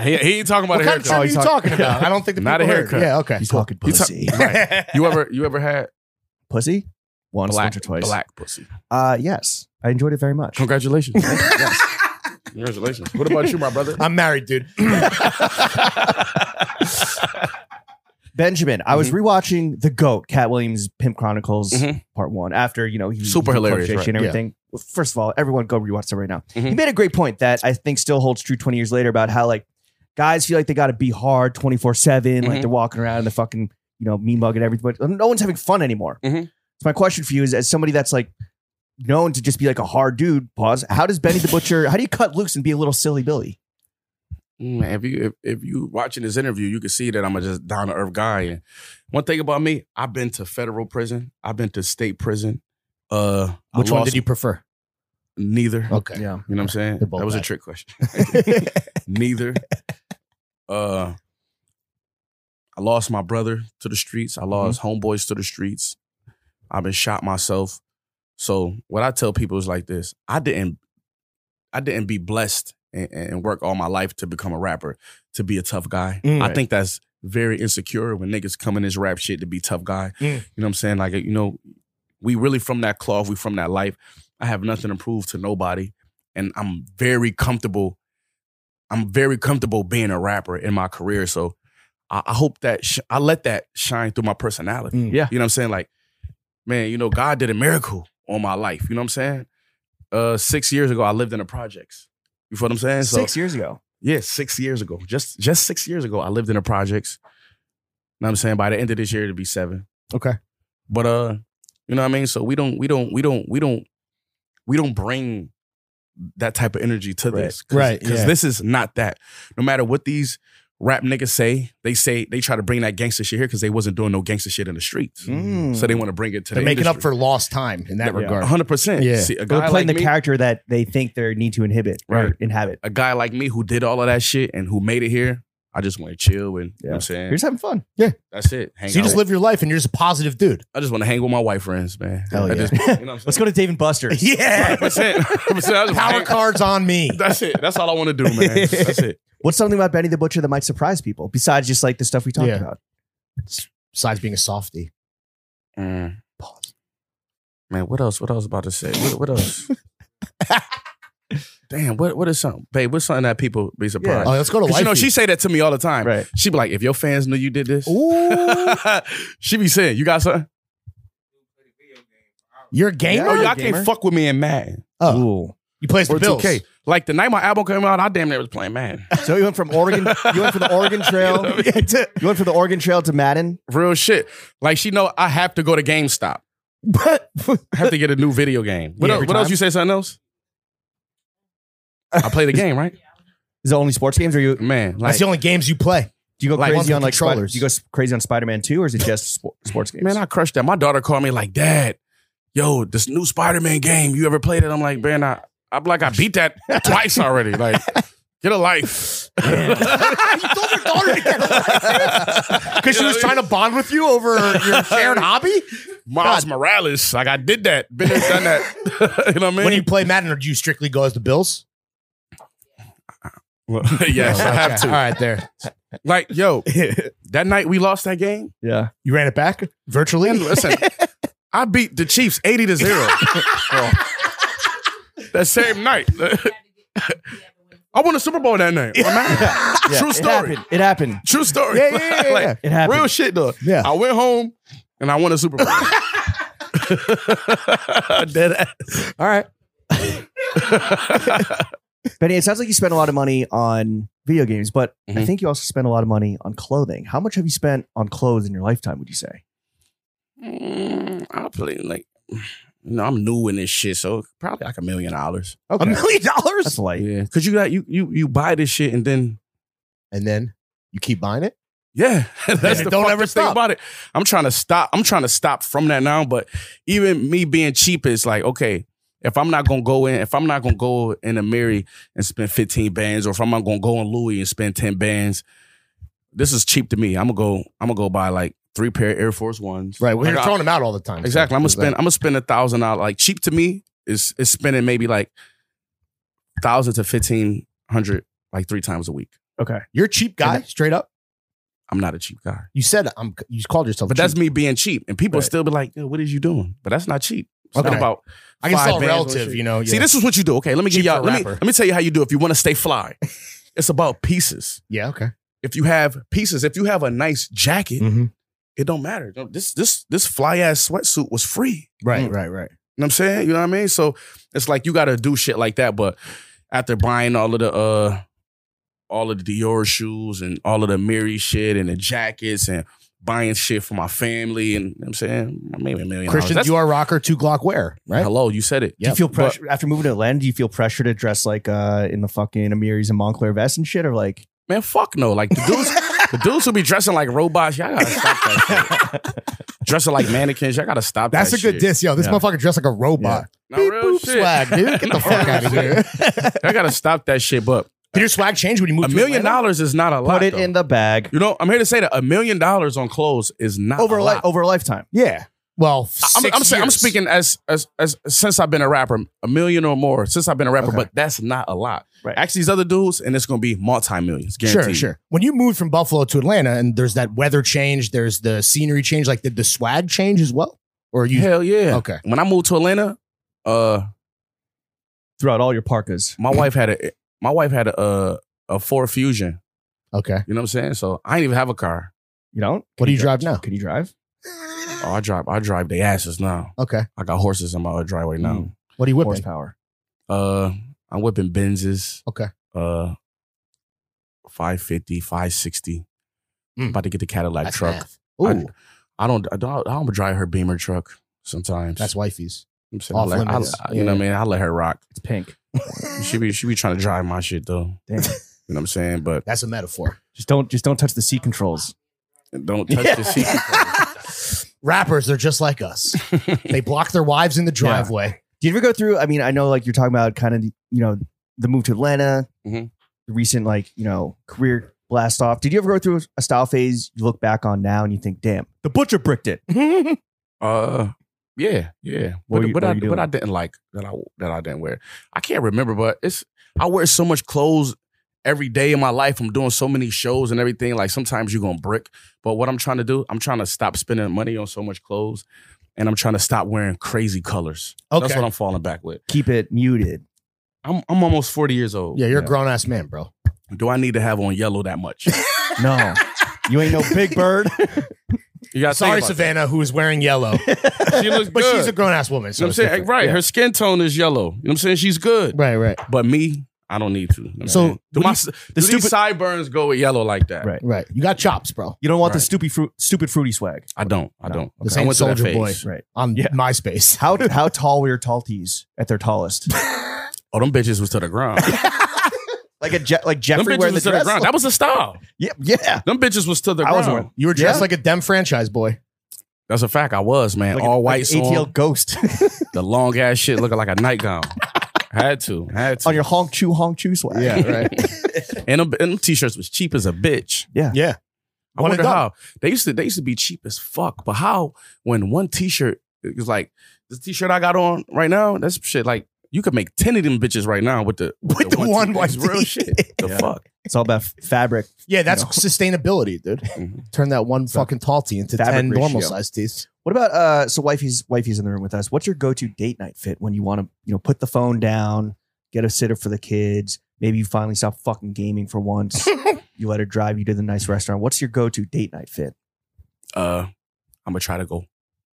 Speaker 2: he, he ain't talking about
Speaker 3: what
Speaker 2: a
Speaker 3: kind
Speaker 2: haircut.
Speaker 3: of trip are you
Speaker 1: Oh, talk-
Speaker 3: talking about? I don't think the
Speaker 2: Not a
Speaker 3: people heard.
Speaker 2: haircut.
Speaker 3: Yeah. Okay.
Speaker 1: He's talking
Speaker 2: He's ta-
Speaker 1: pussy.
Speaker 2: you ever you ever had
Speaker 1: pussy? Once,
Speaker 2: black
Speaker 1: once or twice.
Speaker 2: black pussy?
Speaker 1: Uh, yes. I enjoyed it very much.
Speaker 2: Congratulations. Congratulations. What about you, my brother?
Speaker 3: I'm married, dude.
Speaker 1: Benjamin, I
Speaker 2: Mm-hmm.
Speaker 1: was rewatching The Goat, Cat Williams Pimp Chronicles
Speaker 2: Mhm.
Speaker 1: Part One, after, you know, he
Speaker 2: Super
Speaker 1: he did
Speaker 2: hilarious,
Speaker 1: Club Shay
Speaker 2: right?
Speaker 1: and
Speaker 3: Yeah.
Speaker 1: everything. Well, First of all, everyone go rewatch that right now.
Speaker 2: Mhm.
Speaker 1: He made a great point that I think still holds true 20 years later about how, like, guys feel like they got to be hard 24 7,
Speaker 2: Mhm.
Speaker 1: like they're walking around in the fucking, you know, mean mugging everybody. No one's having fun anymore.
Speaker 2: Mhm.
Speaker 1: So, my question for you is as somebody that's like known to just be like a hard dude, pause, how does Benny the Butcher, how do you cut loose and be a little silly Billy?
Speaker 2: Mm, if you if, if you watching this interview, you can see that I'm a just down to earth guy. And one thing about me, I've been to federal prison, I've been to state prison. Uh, I
Speaker 3: Which one
Speaker 2: lost
Speaker 3: did you prefer?
Speaker 2: Neither.
Speaker 3: Okay.
Speaker 1: Yeah.
Speaker 2: You know what I'm saying?
Speaker 3: They're both
Speaker 2: That was a
Speaker 3: bad.
Speaker 2: trick question. Neither. Uh, I lost my brother to the streets. I lost homeboys to the streets. I've been shot myself. So what I tell people is like this: I didn't, I didn't be blessed and, and work all my life to become a rapper, to be a tough guy.
Speaker 1: Mm.
Speaker 2: I think that's very insecure when niggas come in this rap shit to be tough guy.
Speaker 3: Mm.
Speaker 2: You know what I'm saying? Like you know, we really from that cloth. We from that life. I have nothing to prove to nobody, and I'm very comfortable. I'm very comfortable being a rapper in my career. So I, I hope that sh- I let that shine through my personality.
Speaker 3: Mm.
Speaker 1: Yeah.
Speaker 2: You know what I'm saying? Like, man, you know, God did a miracle on my life. You know what I'm saying? Uh, six years ago, I lived in the projects. You feel what I'm saying?
Speaker 1: Six years ago.
Speaker 2: Yeah, six years ago. Just just six years ago, I lived in the projects. You know what I'm saying? By the end of this year, it'll be seven.
Speaker 3: Okay.
Speaker 2: But uh, you know what I mean? So we don't, we don't, we don't, we don't, we don't bring that type of energy to
Speaker 1: Right.
Speaker 2: this.
Speaker 3: Right,
Speaker 2: Because
Speaker 3: yeah.
Speaker 2: this is not that. No matter what these rap niggas say, they say they try to bring that gangster shit here because they wasn't doing no gangster shit in the streets. So they want to bring it to
Speaker 3: They're
Speaker 2: the
Speaker 3: making up
Speaker 2: industry.
Speaker 3: for lost time in that
Speaker 1: Yeah.
Speaker 3: regard.
Speaker 2: 100%.
Speaker 3: Yeah.
Speaker 2: See, a
Speaker 1: They're
Speaker 2: guy
Speaker 1: playing
Speaker 2: like
Speaker 1: the
Speaker 2: me-
Speaker 1: character that they think they need to inhibit
Speaker 2: Right.
Speaker 1: or inhabit.
Speaker 2: a guy like me who did all of that shit and who made it here, I just want to chill and you know what I'm
Speaker 1: You're
Speaker 2: saying
Speaker 1: just having fun.
Speaker 2: that's it. Hang
Speaker 3: So you
Speaker 2: out.
Speaker 3: just live your life and you're just a positive dude.
Speaker 2: I just want to hang with my white friends, man.
Speaker 3: Hell
Speaker 2: I
Speaker 3: yeah.
Speaker 2: just, you know what I'm
Speaker 1: Let's go to Dave and Buster's.
Speaker 3: Yeah.
Speaker 2: 100%. 100%. I just wanna
Speaker 3: Power
Speaker 2: hang-
Speaker 3: cards on me.
Speaker 2: That's it. That's all I want to do, man. That's it.
Speaker 1: What's something about Benny the Butcher that might surprise people besides just like the stuff we talked
Speaker 3: Yeah.
Speaker 1: about?
Speaker 3: Besides being a softie.
Speaker 2: Mm. Man, what else? What else about to say? What, what else? Damn, what what is something, babe? What's something that people be
Speaker 3: Oh,
Speaker 2: surprised?
Speaker 3: let's go to
Speaker 2: 'Cause
Speaker 3: life.
Speaker 2: you know, she say that to me all the time.
Speaker 1: Right.
Speaker 2: She be like, if your fans knew you did this,
Speaker 3: Ooh,
Speaker 2: she be saying, you got something?
Speaker 3: you're a gamer.
Speaker 2: Oh,
Speaker 1: You're a
Speaker 2: y'all
Speaker 1: gamer?
Speaker 2: can't fuck with me in Madden
Speaker 3: Oh,
Speaker 1: Ooh.
Speaker 3: you plays
Speaker 2: or
Speaker 3: the Bills.
Speaker 2: 2K. Like the night my album came out, I damn near was playing Madden.
Speaker 1: So you went from Oregon, you went from the Oregon Trail,
Speaker 2: You know what I mean?
Speaker 1: you went from the Oregon Trail to Madden.
Speaker 2: Real shit. Like she know I have to go to GameStop.
Speaker 1: But
Speaker 2: I have to get a new video game. What,
Speaker 1: Yeah,
Speaker 2: else,
Speaker 1: every
Speaker 2: what else?
Speaker 1: time.
Speaker 2: You say something else? I play the game, right?
Speaker 1: is it only sports games or you
Speaker 2: Man, like
Speaker 3: That's the only games you play.
Speaker 1: do you go
Speaker 3: Like
Speaker 1: crazy
Speaker 3: one
Speaker 1: on like Spi-
Speaker 3: controllers.
Speaker 1: do you go s- crazy on Spider Man Two or is it just sp- sports games?
Speaker 2: man, I crushed that. My daughter called me like, Dad, yo, this new Spider Man game. You ever played it? I'm like, man, I, I'm like, I beat that twice already. Like, get a life.
Speaker 3: you told your daughter to get because she was trying to bond with you over your shared hobby.
Speaker 2: Miles Morales, like I did that. Been there, done that. you know what I mean?
Speaker 3: When you play Madden, or do you strictly go as the Bills?
Speaker 2: yes, I have
Speaker 3: Okay.
Speaker 2: to.
Speaker 3: All right, there.
Speaker 2: Like, yo, that night we lost that game.
Speaker 1: yeah.
Speaker 3: You ran it back virtually.
Speaker 2: Man, listen, I beat the Chiefs 80 to 0. that same night. I won a Super Bowl that night.
Speaker 1: Yeah,
Speaker 2: True
Speaker 1: it
Speaker 2: story.
Speaker 1: happened. It happened.
Speaker 2: True story.
Speaker 3: Yeah, yeah, yeah,
Speaker 2: Like,
Speaker 3: yeah.
Speaker 1: It happened.
Speaker 2: Real shit though.
Speaker 3: Yeah.
Speaker 2: I went home and I won a Super Bowl. Dead ass. All right.
Speaker 1: Benny, it sounds like you spent a lot of money on video games, but I
Speaker 2: Mhm.
Speaker 1: think you also spent a lot of money on clothing. How much have you spent on clothes in your lifetime, would you say?
Speaker 2: Mm, I play like no, I'm new in this shit, so probably like a million dollars.
Speaker 3: A million
Speaker 1: That's
Speaker 3: dollars,
Speaker 1: light.
Speaker 2: Yeah, because you got you you you buy this shit and then
Speaker 3: and then you keep buying it.
Speaker 2: Yeah, that's
Speaker 3: it
Speaker 2: the
Speaker 3: don't
Speaker 2: fucking
Speaker 3: ever
Speaker 2: thing
Speaker 3: stop.
Speaker 2: about it. I'm trying to stop. I'm trying to stop from that now. But even me being cheap is like, okay, if I'm not gonna go in, if I'm not gonna go in a Mary and spend 15 bands, or if I'm not gonna go in Louis and spend 10 bands, this is cheap to me. I'm gonna go. I'm gonna go buy like three pair of Air Force Ones.
Speaker 3: Right, well,
Speaker 2: Like,
Speaker 3: you're
Speaker 2: I-
Speaker 3: throwing them out all the time. so
Speaker 2: Exactly. I'm gonna
Speaker 3: there's
Speaker 2: spend. I'm gonna spend a thousand dollars. Like cheap to me is is spending maybe like thousand to fifteen hundred like three times a week.
Speaker 3: that. You're a cheap guy, straight up.
Speaker 2: I'm not a cheap guy.
Speaker 3: You said I'm. You called yourself.
Speaker 2: But
Speaker 3: cheap.
Speaker 2: that's me being cheap, and people
Speaker 1: Right.
Speaker 2: still be like, "Yo, "What is you doing?" But that's not cheap. It's not
Speaker 3: Okay.
Speaker 2: about.
Speaker 3: I guess
Speaker 2: five
Speaker 3: it's all
Speaker 2: bands worth of
Speaker 3: relative,
Speaker 2: shit.
Speaker 3: you know.
Speaker 2: See,
Speaker 3: yeah.
Speaker 2: this is what you do. Okay, let me
Speaker 3: Cheap
Speaker 2: give y'all.
Speaker 3: for a
Speaker 2: Let me
Speaker 3: rapper.
Speaker 2: let me tell you how you do if you want to stay fly. it's about pieces.
Speaker 3: Yeah. Okay.
Speaker 2: if you have pieces, if you have a nice jacket,
Speaker 3: Mhm.
Speaker 2: it don't matter. This this this fly ass sweatsuit was free.
Speaker 3: Right, right, right.
Speaker 2: You know what I'm saying? You know what I mean? So it's like you gotta do shit like that. But after buying all of the uh all of the Dior shoes and all of the Miri shit and the jackets and buying shit for my family and you know what I'm saying maybe a million
Speaker 3: Christian,
Speaker 2: dollars.
Speaker 3: you are rocker, two Glock wear,
Speaker 2: That's-
Speaker 3: right?
Speaker 2: Hello, you said it.
Speaker 3: Yeah.
Speaker 1: Do you feel pressure after moving to Atlanta? Do you feel pressure to dress like uh in the fucking Amiris and Montclair vest and shit, or like
Speaker 2: Man, fuck no. Like the dudes the dudes who be dressing like robots, y'all gotta stop that shit. dressing like mannequins, y'all gotta stop
Speaker 3: That's
Speaker 2: that
Speaker 3: a good
Speaker 2: shit.
Speaker 3: diss, yo. This
Speaker 1: Yeah.
Speaker 3: motherfucker dressed like a robot.
Speaker 2: No,
Speaker 3: Beep
Speaker 2: real
Speaker 3: boop
Speaker 2: shit.
Speaker 3: swag, dude. Get the fuck out of here.
Speaker 2: Y'all gotta stop that shit. But
Speaker 3: Did your swag change when you
Speaker 2: a
Speaker 3: moved? to
Speaker 2: million
Speaker 3: Atlanta?
Speaker 2: dollars is not a lot.
Speaker 1: put it
Speaker 2: though. Mm.
Speaker 1: in the bag
Speaker 2: You know, I'm here to say that a million dollars on clothes is not
Speaker 1: over
Speaker 2: a
Speaker 1: a
Speaker 2: lot.
Speaker 1: li- over a lifetime?
Speaker 3: Yeah. Well,
Speaker 2: I'm,
Speaker 3: six
Speaker 2: I'm, saying, I'm
Speaker 3: years.
Speaker 2: speaking as, as as since I've been a rapper, a million or more since I've been a rapper, but that's not a lot.
Speaker 1: Right.
Speaker 2: Ask these other dudes, and it's gonna be multi millions.
Speaker 3: Sure, sure. When you moved from Buffalo to Atlanta, and there's that weather change, there's the scenery change. Like, did the swag change as well? Or you?
Speaker 2: Hell yeah.
Speaker 3: Okay.
Speaker 2: When I moved to Atlanta, uh,
Speaker 1: Throughout all your parkas,
Speaker 2: my wife had a my wife had a a, a Ford Fusion.
Speaker 3: Okay.
Speaker 2: You know what I'm saying? So I didn't even have a car.
Speaker 1: you don't.
Speaker 3: What do you drive now?
Speaker 1: Can you drive?
Speaker 2: Oh, I drive I drive they asses now.
Speaker 3: Okay.
Speaker 2: I got horses in my other driveway now.
Speaker 3: What are you whipping?
Speaker 1: Horsepower.
Speaker 2: Uh, I'm whipping Benzes.
Speaker 3: Okay.
Speaker 2: Uh, 550, 560.
Speaker 3: Mm.
Speaker 2: About to get the Cadillac
Speaker 3: That's
Speaker 2: truck.
Speaker 3: math. Ooh,
Speaker 2: I don't, I don't, I don't drive her Beamer truck sometimes.
Speaker 3: that's wifey's.
Speaker 2: I'm saying. I
Speaker 3: off
Speaker 2: let- I-
Speaker 3: limits.
Speaker 2: I- you know what I mean? I let her rock.
Speaker 1: It's pink.
Speaker 2: She be, she be trying to drive my shit though.
Speaker 1: Damn.
Speaker 2: You know what I'm saying? But
Speaker 3: That's a metaphor.
Speaker 1: Just don't just don't touch the seat controls.
Speaker 2: don't touch the seat.
Speaker 3: Rappers, they're just like us. they block their wives in the driveway.
Speaker 1: Do you ever go through? I mean, I know like you're talking about kind of you know the move to Atlanta,
Speaker 2: Mhm.
Speaker 1: the recent like you know career blast off. Did you ever go through a style phase you look back on now and you think, damn, the butcher bricked it?
Speaker 2: Uh, yeah, yeah.
Speaker 1: What
Speaker 2: But,
Speaker 1: you-
Speaker 2: but
Speaker 1: what
Speaker 2: I
Speaker 1: you
Speaker 2: but
Speaker 1: doing?
Speaker 2: I didn't like that I that I didn't wear. I can't remember, but it's I wear so much clothes every day in my life. I'm doing so many shows and everything. Like sometimes you're gonna brick. But what I'm trying to do, I'm trying to stop spending money on so much clothes, and I'm trying to stop wearing crazy colors.
Speaker 3: Okay.
Speaker 2: That's what I'm falling back with.
Speaker 1: Keep it muted.
Speaker 2: I'm I'm almost 40 years old.
Speaker 3: yeah, you're a grown ass man, bro.
Speaker 2: Do I need to have on yellow that much?
Speaker 1: No, you ain't no big bird.
Speaker 2: You got
Speaker 3: Sorry, Savannah, who is wearing yellow,
Speaker 2: She looks
Speaker 3: but
Speaker 2: good.
Speaker 3: she's a grown ass woman.
Speaker 2: You know
Speaker 3: So
Speaker 2: what I'm
Speaker 3: it's
Speaker 2: saying?
Speaker 3: different.
Speaker 2: Right. Her skin tone is yellow. You know what I'm saying? She's good.
Speaker 3: right, right,
Speaker 2: But me, I don't need to. You know what I'm
Speaker 3: So,
Speaker 2: saying? do
Speaker 3: what
Speaker 2: my
Speaker 1: the
Speaker 2: do
Speaker 1: stupid-
Speaker 2: these sideburns go with yellow like that?
Speaker 1: Right.
Speaker 3: right. You got chops, bro.
Speaker 1: You don't want the
Speaker 2: Right.
Speaker 1: stupid fruit, stupid fruity swag.
Speaker 2: I don't. I
Speaker 1: No.
Speaker 2: don't.
Speaker 3: The
Speaker 2: I
Speaker 3: same
Speaker 2: went through that
Speaker 3: soldier boy
Speaker 2: phase.
Speaker 1: Right.
Speaker 3: on
Speaker 1: Yeah.
Speaker 3: MySpace.
Speaker 1: How how tall were your tall tees at their tallest?
Speaker 2: Oh, them bitches was to the ground. them
Speaker 1: like a Je- like Jeffrey
Speaker 2: bitches
Speaker 1: wearing the
Speaker 2: was to the
Speaker 1: dress.
Speaker 2: ground. That was the style.
Speaker 1: yeah, yeah.
Speaker 2: Them bitches was to the
Speaker 1: I
Speaker 2: ground.
Speaker 1: wasn't wearing-
Speaker 3: You were dressed
Speaker 1: Oh, Yeah.
Speaker 3: like a dem franchise boy.
Speaker 2: That's a fact. I was man.
Speaker 1: Like an-
Speaker 2: All
Speaker 1: like
Speaker 2: white
Speaker 1: an ATL
Speaker 2: on,
Speaker 1: ghost
Speaker 2: the long ass shit looking like a nightgown. had to. Had to.
Speaker 1: on your honk chew honk chew swag.
Speaker 3: right.
Speaker 2: and them, and them t-shirts was cheap as a bitch.
Speaker 3: yeah.
Speaker 2: I
Speaker 3: One
Speaker 2: wonder
Speaker 3: and done.
Speaker 2: how they used to. They used to be cheap as fuck. But how when one t-shirt it was like this t-shirt I got on right now. That's shit like. You could make ten of them bitches right now with the
Speaker 3: With the one
Speaker 2: t-shirt.
Speaker 3: white
Speaker 2: It's real
Speaker 3: tee.
Speaker 2: shit. The
Speaker 1: Yeah.
Speaker 2: fuck.
Speaker 1: It's all about f- fabric.
Speaker 3: Yeah, that's
Speaker 1: know?
Speaker 3: sustainability, dude.
Speaker 2: Mhm.
Speaker 3: Turn that one fucking tall tee into
Speaker 1: Mm-hmm. Fabric
Speaker 3: ten
Speaker 1: ratio.
Speaker 3: normal sized tees.
Speaker 1: What about uh? So wifey's wifey's in the room with us. What's your go to date night fit when you want to you know put the phone down, get a sitter for the kids? Maybe you finally stop fucking gaming for once. you let her drive you to the nice restaurant. What's your go to date night fit?
Speaker 2: Uh, I'm gonna try to go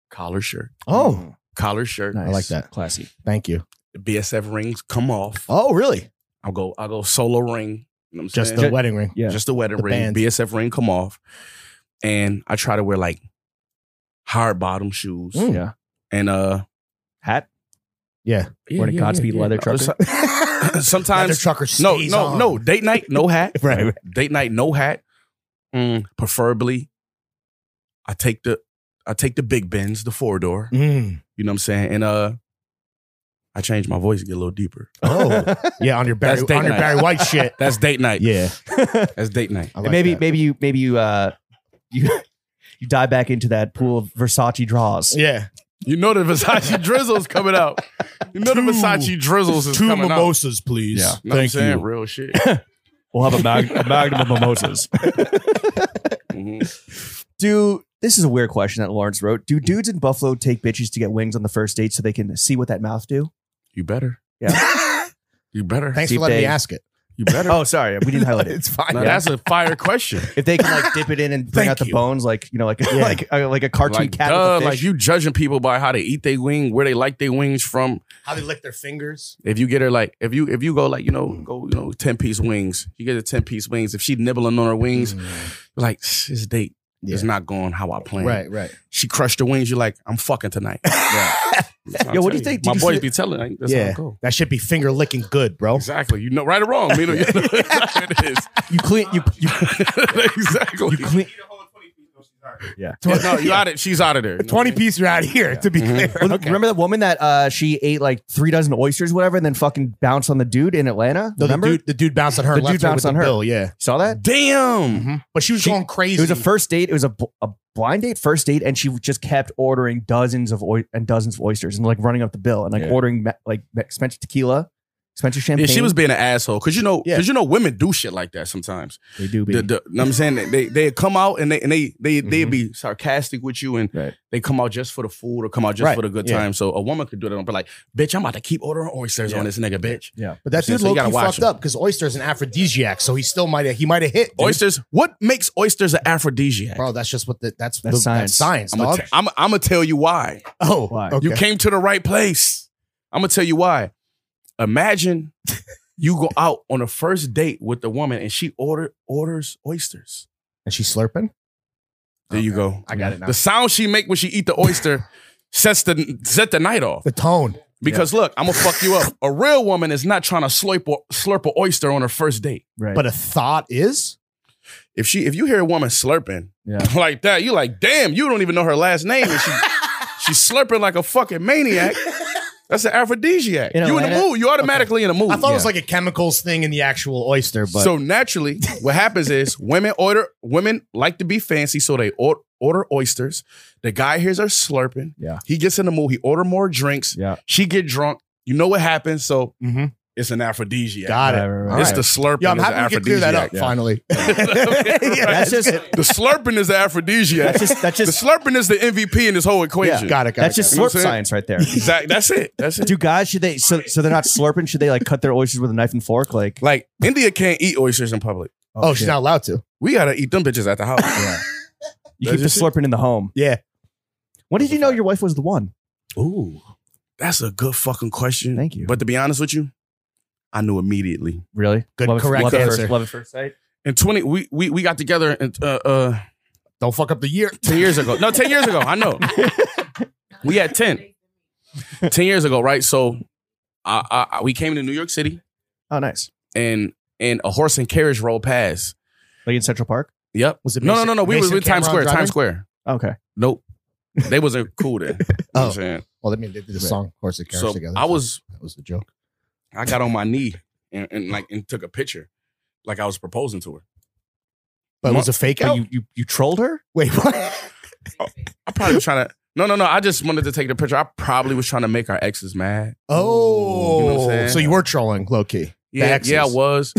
Speaker 2: collar shirt,
Speaker 3: Oh,
Speaker 2: collar shirt,
Speaker 1: Mm, nice.
Speaker 3: I like that.
Speaker 1: Classy.
Speaker 3: thank you.
Speaker 2: BSF rings come off.
Speaker 3: Oh, really?
Speaker 2: I'll go. I'll go solo ring. You know what I'm
Speaker 3: Just the
Speaker 2: saying?
Speaker 3: wedding ring.
Speaker 1: Yeah.
Speaker 2: just the wedding
Speaker 3: The
Speaker 2: ring,
Speaker 3: band.
Speaker 2: BSF ring come off, and I try to wear like hard bottom shoes
Speaker 3: Mm.
Speaker 1: Yeah.
Speaker 2: and uh.
Speaker 1: Hat.
Speaker 3: Yeah. Oh,
Speaker 2: yeah,
Speaker 1: Wear the
Speaker 2: yeah,
Speaker 1: Godspeed leather
Speaker 2: No,
Speaker 1: trucker.
Speaker 2: so-
Speaker 3: Leather
Speaker 2: Sometimes
Speaker 3: trucker
Speaker 2: no,
Speaker 3: stays
Speaker 2: no,
Speaker 3: on.
Speaker 2: no. Date night, no hat.
Speaker 3: Right, right.
Speaker 2: Date night, no hat. Mm, preferably, I take the I take the big bins, the four door.
Speaker 3: Mm.
Speaker 2: You know what I'm saying? And uh, I change my voice, get a little deeper.
Speaker 3: Oh, yeah. On your Barry,
Speaker 2: That's date
Speaker 3: on your
Speaker 2: night.
Speaker 3: Barry White shit.
Speaker 2: That's date night.
Speaker 3: Yeah.
Speaker 2: That's date night.
Speaker 3: I
Speaker 1: And
Speaker 3: like
Speaker 1: maybe
Speaker 3: that.
Speaker 1: maybe you maybe you uh you you dive back into that pool of Versace draws.
Speaker 3: Yeah.
Speaker 2: You know the Versace drizzle's coming out. You know
Speaker 3: Two-
Speaker 2: the Versace drizzles is coming out.
Speaker 3: please.
Speaker 2: Yeah, know what I'm saying? Real shit.
Speaker 1: We'll have a, mag- a magnum of mimosas.
Speaker 2: Mhm.
Speaker 1: Do this is a weird question that Lawrence wrote. Do dudes in Buffalo take bitches to get wings on the first date so they can see what that mouth do?
Speaker 2: You better.
Speaker 1: Yeah.
Speaker 2: You better.
Speaker 3: Thanks
Speaker 1: Deep
Speaker 3: for letting me
Speaker 1: day.
Speaker 3: ask it.
Speaker 2: You better.
Speaker 1: Oh, sorry, we didn't highlight it.
Speaker 3: it's fine.
Speaker 2: Now,
Speaker 3: yeah.
Speaker 2: That's a fire question.
Speaker 1: If they can like dip it in and bring
Speaker 3: Thank
Speaker 1: out the
Speaker 3: you.
Speaker 1: bones, like you know, like like a, like a cartoon
Speaker 2: Like,
Speaker 1: cat.
Speaker 2: duh,
Speaker 1: with a
Speaker 2: like
Speaker 1: fish.
Speaker 2: you judging people by how they eat their wing, where they like their wings from.
Speaker 3: How they lick their fingers.
Speaker 2: If you get her like, if you if you go like, you know, go you know, ten piece wings. You get her ten piece wings. If she nibbling on her wings,
Speaker 1: Mm-hmm.
Speaker 2: like this date is
Speaker 3: Yeah.
Speaker 2: not going how I planned.
Speaker 3: Mm. Right, right.
Speaker 2: She crushed her wings. You're like, I'm fucking tonight. I'll
Speaker 1: Yo, what do
Speaker 2: tell
Speaker 1: you think? Did
Speaker 2: My
Speaker 1: you
Speaker 2: boys
Speaker 1: see-
Speaker 2: be telling. Like, that's how
Speaker 3: yeah,
Speaker 2: it go.
Speaker 3: that should be finger licking good, bro.
Speaker 2: Exactly. You know, right or wrong. You know, you know exactly what it is.
Speaker 1: you clean you you,
Speaker 2: exactly.
Speaker 1: you clean.
Speaker 2: Yeah, no, you out of, she's out of there. You know what I mean?
Speaker 3: piece you're out here, to be
Speaker 2: Mhm.
Speaker 1: Well, Remember that woman that uh, she ate like three dozen oysters, whatever, and then fucking bounced on the dude in Atlanta.
Speaker 3: No, the
Speaker 1: Remember?
Speaker 3: dude, the dude bounced on her.
Speaker 1: The
Speaker 3: and left
Speaker 1: dude
Speaker 3: her
Speaker 1: bounced
Speaker 3: with
Speaker 1: on
Speaker 3: the
Speaker 1: her.
Speaker 3: Bill, yeah,
Speaker 1: Saw that? Mm-hmm.
Speaker 2: Damn.
Speaker 3: but she was
Speaker 1: She-
Speaker 3: going crazy.
Speaker 1: It was a first date. It was a, bl- a blind date, first date, and she just kept ordering dozens of oy- and dozens of oysters and like running up the bill and like
Speaker 2: Yeah.
Speaker 1: ordering me- like expensive tequila, expensive
Speaker 2: Yeah,
Speaker 1: champagne.
Speaker 2: she was being an asshole because you know,
Speaker 3: Yeah.
Speaker 2: because you know, women do shit like that sometimes.
Speaker 1: They do be. Mm-hmm.
Speaker 2: The, the, know what I'm saying they they come out and they and they they they'd be sarcastic with you and
Speaker 1: Right.
Speaker 2: they come out just for the food or come out just
Speaker 1: Right,
Speaker 2: for the good
Speaker 3: yeah.
Speaker 2: time. So a woman could do that, but like, bitch, I'm about to keep ordering oysters
Speaker 1: Yeah.
Speaker 2: on this nigga, bitch.
Speaker 3: but that
Speaker 2: So you
Speaker 3: dude low
Speaker 2: gotta
Speaker 3: key
Speaker 2: watch
Speaker 3: fucked
Speaker 2: him.
Speaker 3: up because oysters an aphrodisiac, so he still might have he might have hit dude.
Speaker 2: Oysters. What makes oysters an aphrodisiac?
Speaker 3: bro. That's just what the, that's
Speaker 1: That's
Speaker 3: the,
Speaker 1: science.
Speaker 3: That's science,
Speaker 2: I'm gonna
Speaker 3: dog.
Speaker 2: t- I'm, I'm gonna tell you why.
Speaker 3: oh,
Speaker 1: Why?
Speaker 3: okay.
Speaker 2: You came to the right place. I'm gonna tell you why. Imagine you go out on a first date with the woman and she order orders oysters.
Speaker 3: and she's slurping.
Speaker 2: There you go.
Speaker 3: I got it now.
Speaker 2: The sound she make when she eat the oyster sets the set the night off.
Speaker 3: The tone.
Speaker 2: Because look, I'm gonna fuck you up. A real woman is not trying to slurp or, slurp an oyster on her first date.
Speaker 1: right.
Speaker 3: But a thought is
Speaker 2: If she if you hear a woman slurping
Speaker 1: Yeah.
Speaker 2: like that, you like, damn, you don't even know her last name. And she she's slurping like a fucking maniac. That's an aphrodisiac.
Speaker 1: In
Speaker 2: you in the
Speaker 1: Atlanta-
Speaker 2: mood. You automatically in the mood.
Speaker 3: I thought it was like a chemicals thing in the actual oyster, but
Speaker 2: so naturally, what happens is women order women like to be fancy, so they or, order oysters. The guy hears her slurping.
Speaker 1: Yeah.
Speaker 2: He gets in the mood. He order more drinks.
Speaker 1: Yeah.
Speaker 2: She get drunk. You know what happens? So
Speaker 3: Mhm.
Speaker 2: it's an aphrodisiac.
Speaker 3: got
Speaker 1: Right,
Speaker 3: it.
Speaker 1: right, right.
Speaker 2: It's
Speaker 3: All
Speaker 2: the
Speaker 3: right.
Speaker 2: slurping.
Speaker 3: Yeah, I'm
Speaker 2: is an
Speaker 3: happy we could clear that up
Speaker 2: aphrodisiac.
Speaker 3: finally.
Speaker 1: that's just
Speaker 2: The slurping is the aphrodisiac.
Speaker 1: that's just that's
Speaker 2: the
Speaker 1: just
Speaker 2: slurping is the MVP in this whole equation.
Speaker 3: Got it. Got
Speaker 1: that's
Speaker 3: it.
Speaker 1: just
Speaker 2: You
Speaker 1: slurp
Speaker 2: know what I'm saying?
Speaker 1: science right there.
Speaker 2: Exactly. That's it. That's it.
Speaker 1: Do guys should they so so they're not slurping? Should they like cut their oysters with a knife and fork? Like
Speaker 2: Like India can't eat oysters in public.
Speaker 3: oh, she's
Speaker 1: shit.
Speaker 3: not allowed to.
Speaker 2: We gotta eat them bitches at the house.
Speaker 1: you keep the
Speaker 2: That's just
Speaker 1: slurping in the home.
Speaker 3: Yeah.
Speaker 1: When did you know your wife was the one?
Speaker 2: Ooh, that's a good fucking question.
Speaker 1: Thank you.
Speaker 2: But to be honest with you, I knew immediately.
Speaker 1: Really?
Speaker 3: Good,
Speaker 1: Love it-
Speaker 3: correct
Speaker 1: love it
Speaker 3: answer.
Speaker 1: first- love it first sight.
Speaker 2: In twenty, we we, we got together in, uh, uh
Speaker 3: Don't fuck up the year.
Speaker 2: ten years ago. No, ten years ago. I know. We had ten. Ten years ago, right? So, I, I, I we came to New York City
Speaker 1: Oh, nice.
Speaker 2: and and a horse and carriage rolled past.
Speaker 1: Like in Central Park.
Speaker 2: Yep.
Speaker 3: Was it
Speaker 2: No, no,
Speaker 3: Mason-
Speaker 2: no, no. We was
Speaker 3: Mason
Speaker 2: in Times Square.
Speaker 3: Cameron driving?
Speaker 2: Times Square.
Speaker 1: Okay.
Speaker 2: Nope. They wasn't cool then. You know what I'm
Speaker 3: Oh.
Speaker 2: saying?
Speaker 3: Well, I mean, they did the song "Horse and Carriage"
Speaker 2: So
Speaker 3: together.
Speaker 2: I was
Speaker 3: that was the joke.
Speaker 2: I got on my knee and, and like and took a picture, like I was proposing to her.
Speaker 3: But it was a fake
Speaker 1: But
Speaker 3: out.
Speaker 1: you, you you trolled her?
Speaker 3: Wait, what?
Speaker 2: I probably was trying to. No, no, no. I just wanted to take the picture. I probably was trying to make our exes mad.
Speaker 3: Oh,
Speaker 2: You know what I'm saying?
Speaker 3: so you were trolling low key.
Speaker 2: Yeah,
Speaker 3: exes.
Speaker 2: yeah, I was.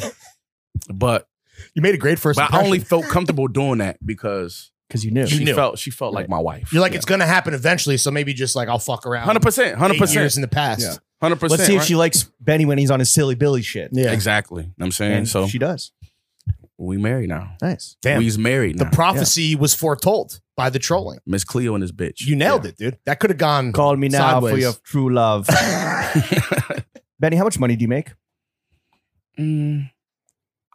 Speaker 2: But
Speaker 3: You made a great first.
Speaker 2: but I
Speaker 3: impression.
Speaker 2: only felt comfortable doing that because
Speaker 1: Because you knew.
Speaker 3: You
Speaker 2: she
Speaker 3: knew.
Speaker 2: felt she felt like my wife.
Speaker 3: You're like it's gonna happen eventually, so maybe just like I'll fuck around.
Speaker 2: hundred percent, hundred
Speaker 3: Eight years
Speaker 2: percent,
Speaker 3: in the past.
Speaker 2: Yeah. hundred percent.
Speaker 1: Let's see if she likes Benny when he's on his silly Billy shit.
Speaker 3: Yeah.
Speaker 2: exactly. You know what I'm saying
Speaker 1: And
Speaker 2: so.
Speaker 1: she does.
Speaker 2: we married now.
Speaker 1: Nice.
Speaker 3: Damn.
Speaker 2: We's married
Speaker 3: the
Speaker 2: now.
Speaker 3: prophecy was foretold by the trolling.
Speaker 2: Miss Cleo and this bitch.
Speaker 3: You nailed it, dude. That could have gone.
Speaker 1: Call me now for
Speaker 3: Sideways.
Speaker 1: your true love. Benny, how much money do you make?
Speaker 2: Mm,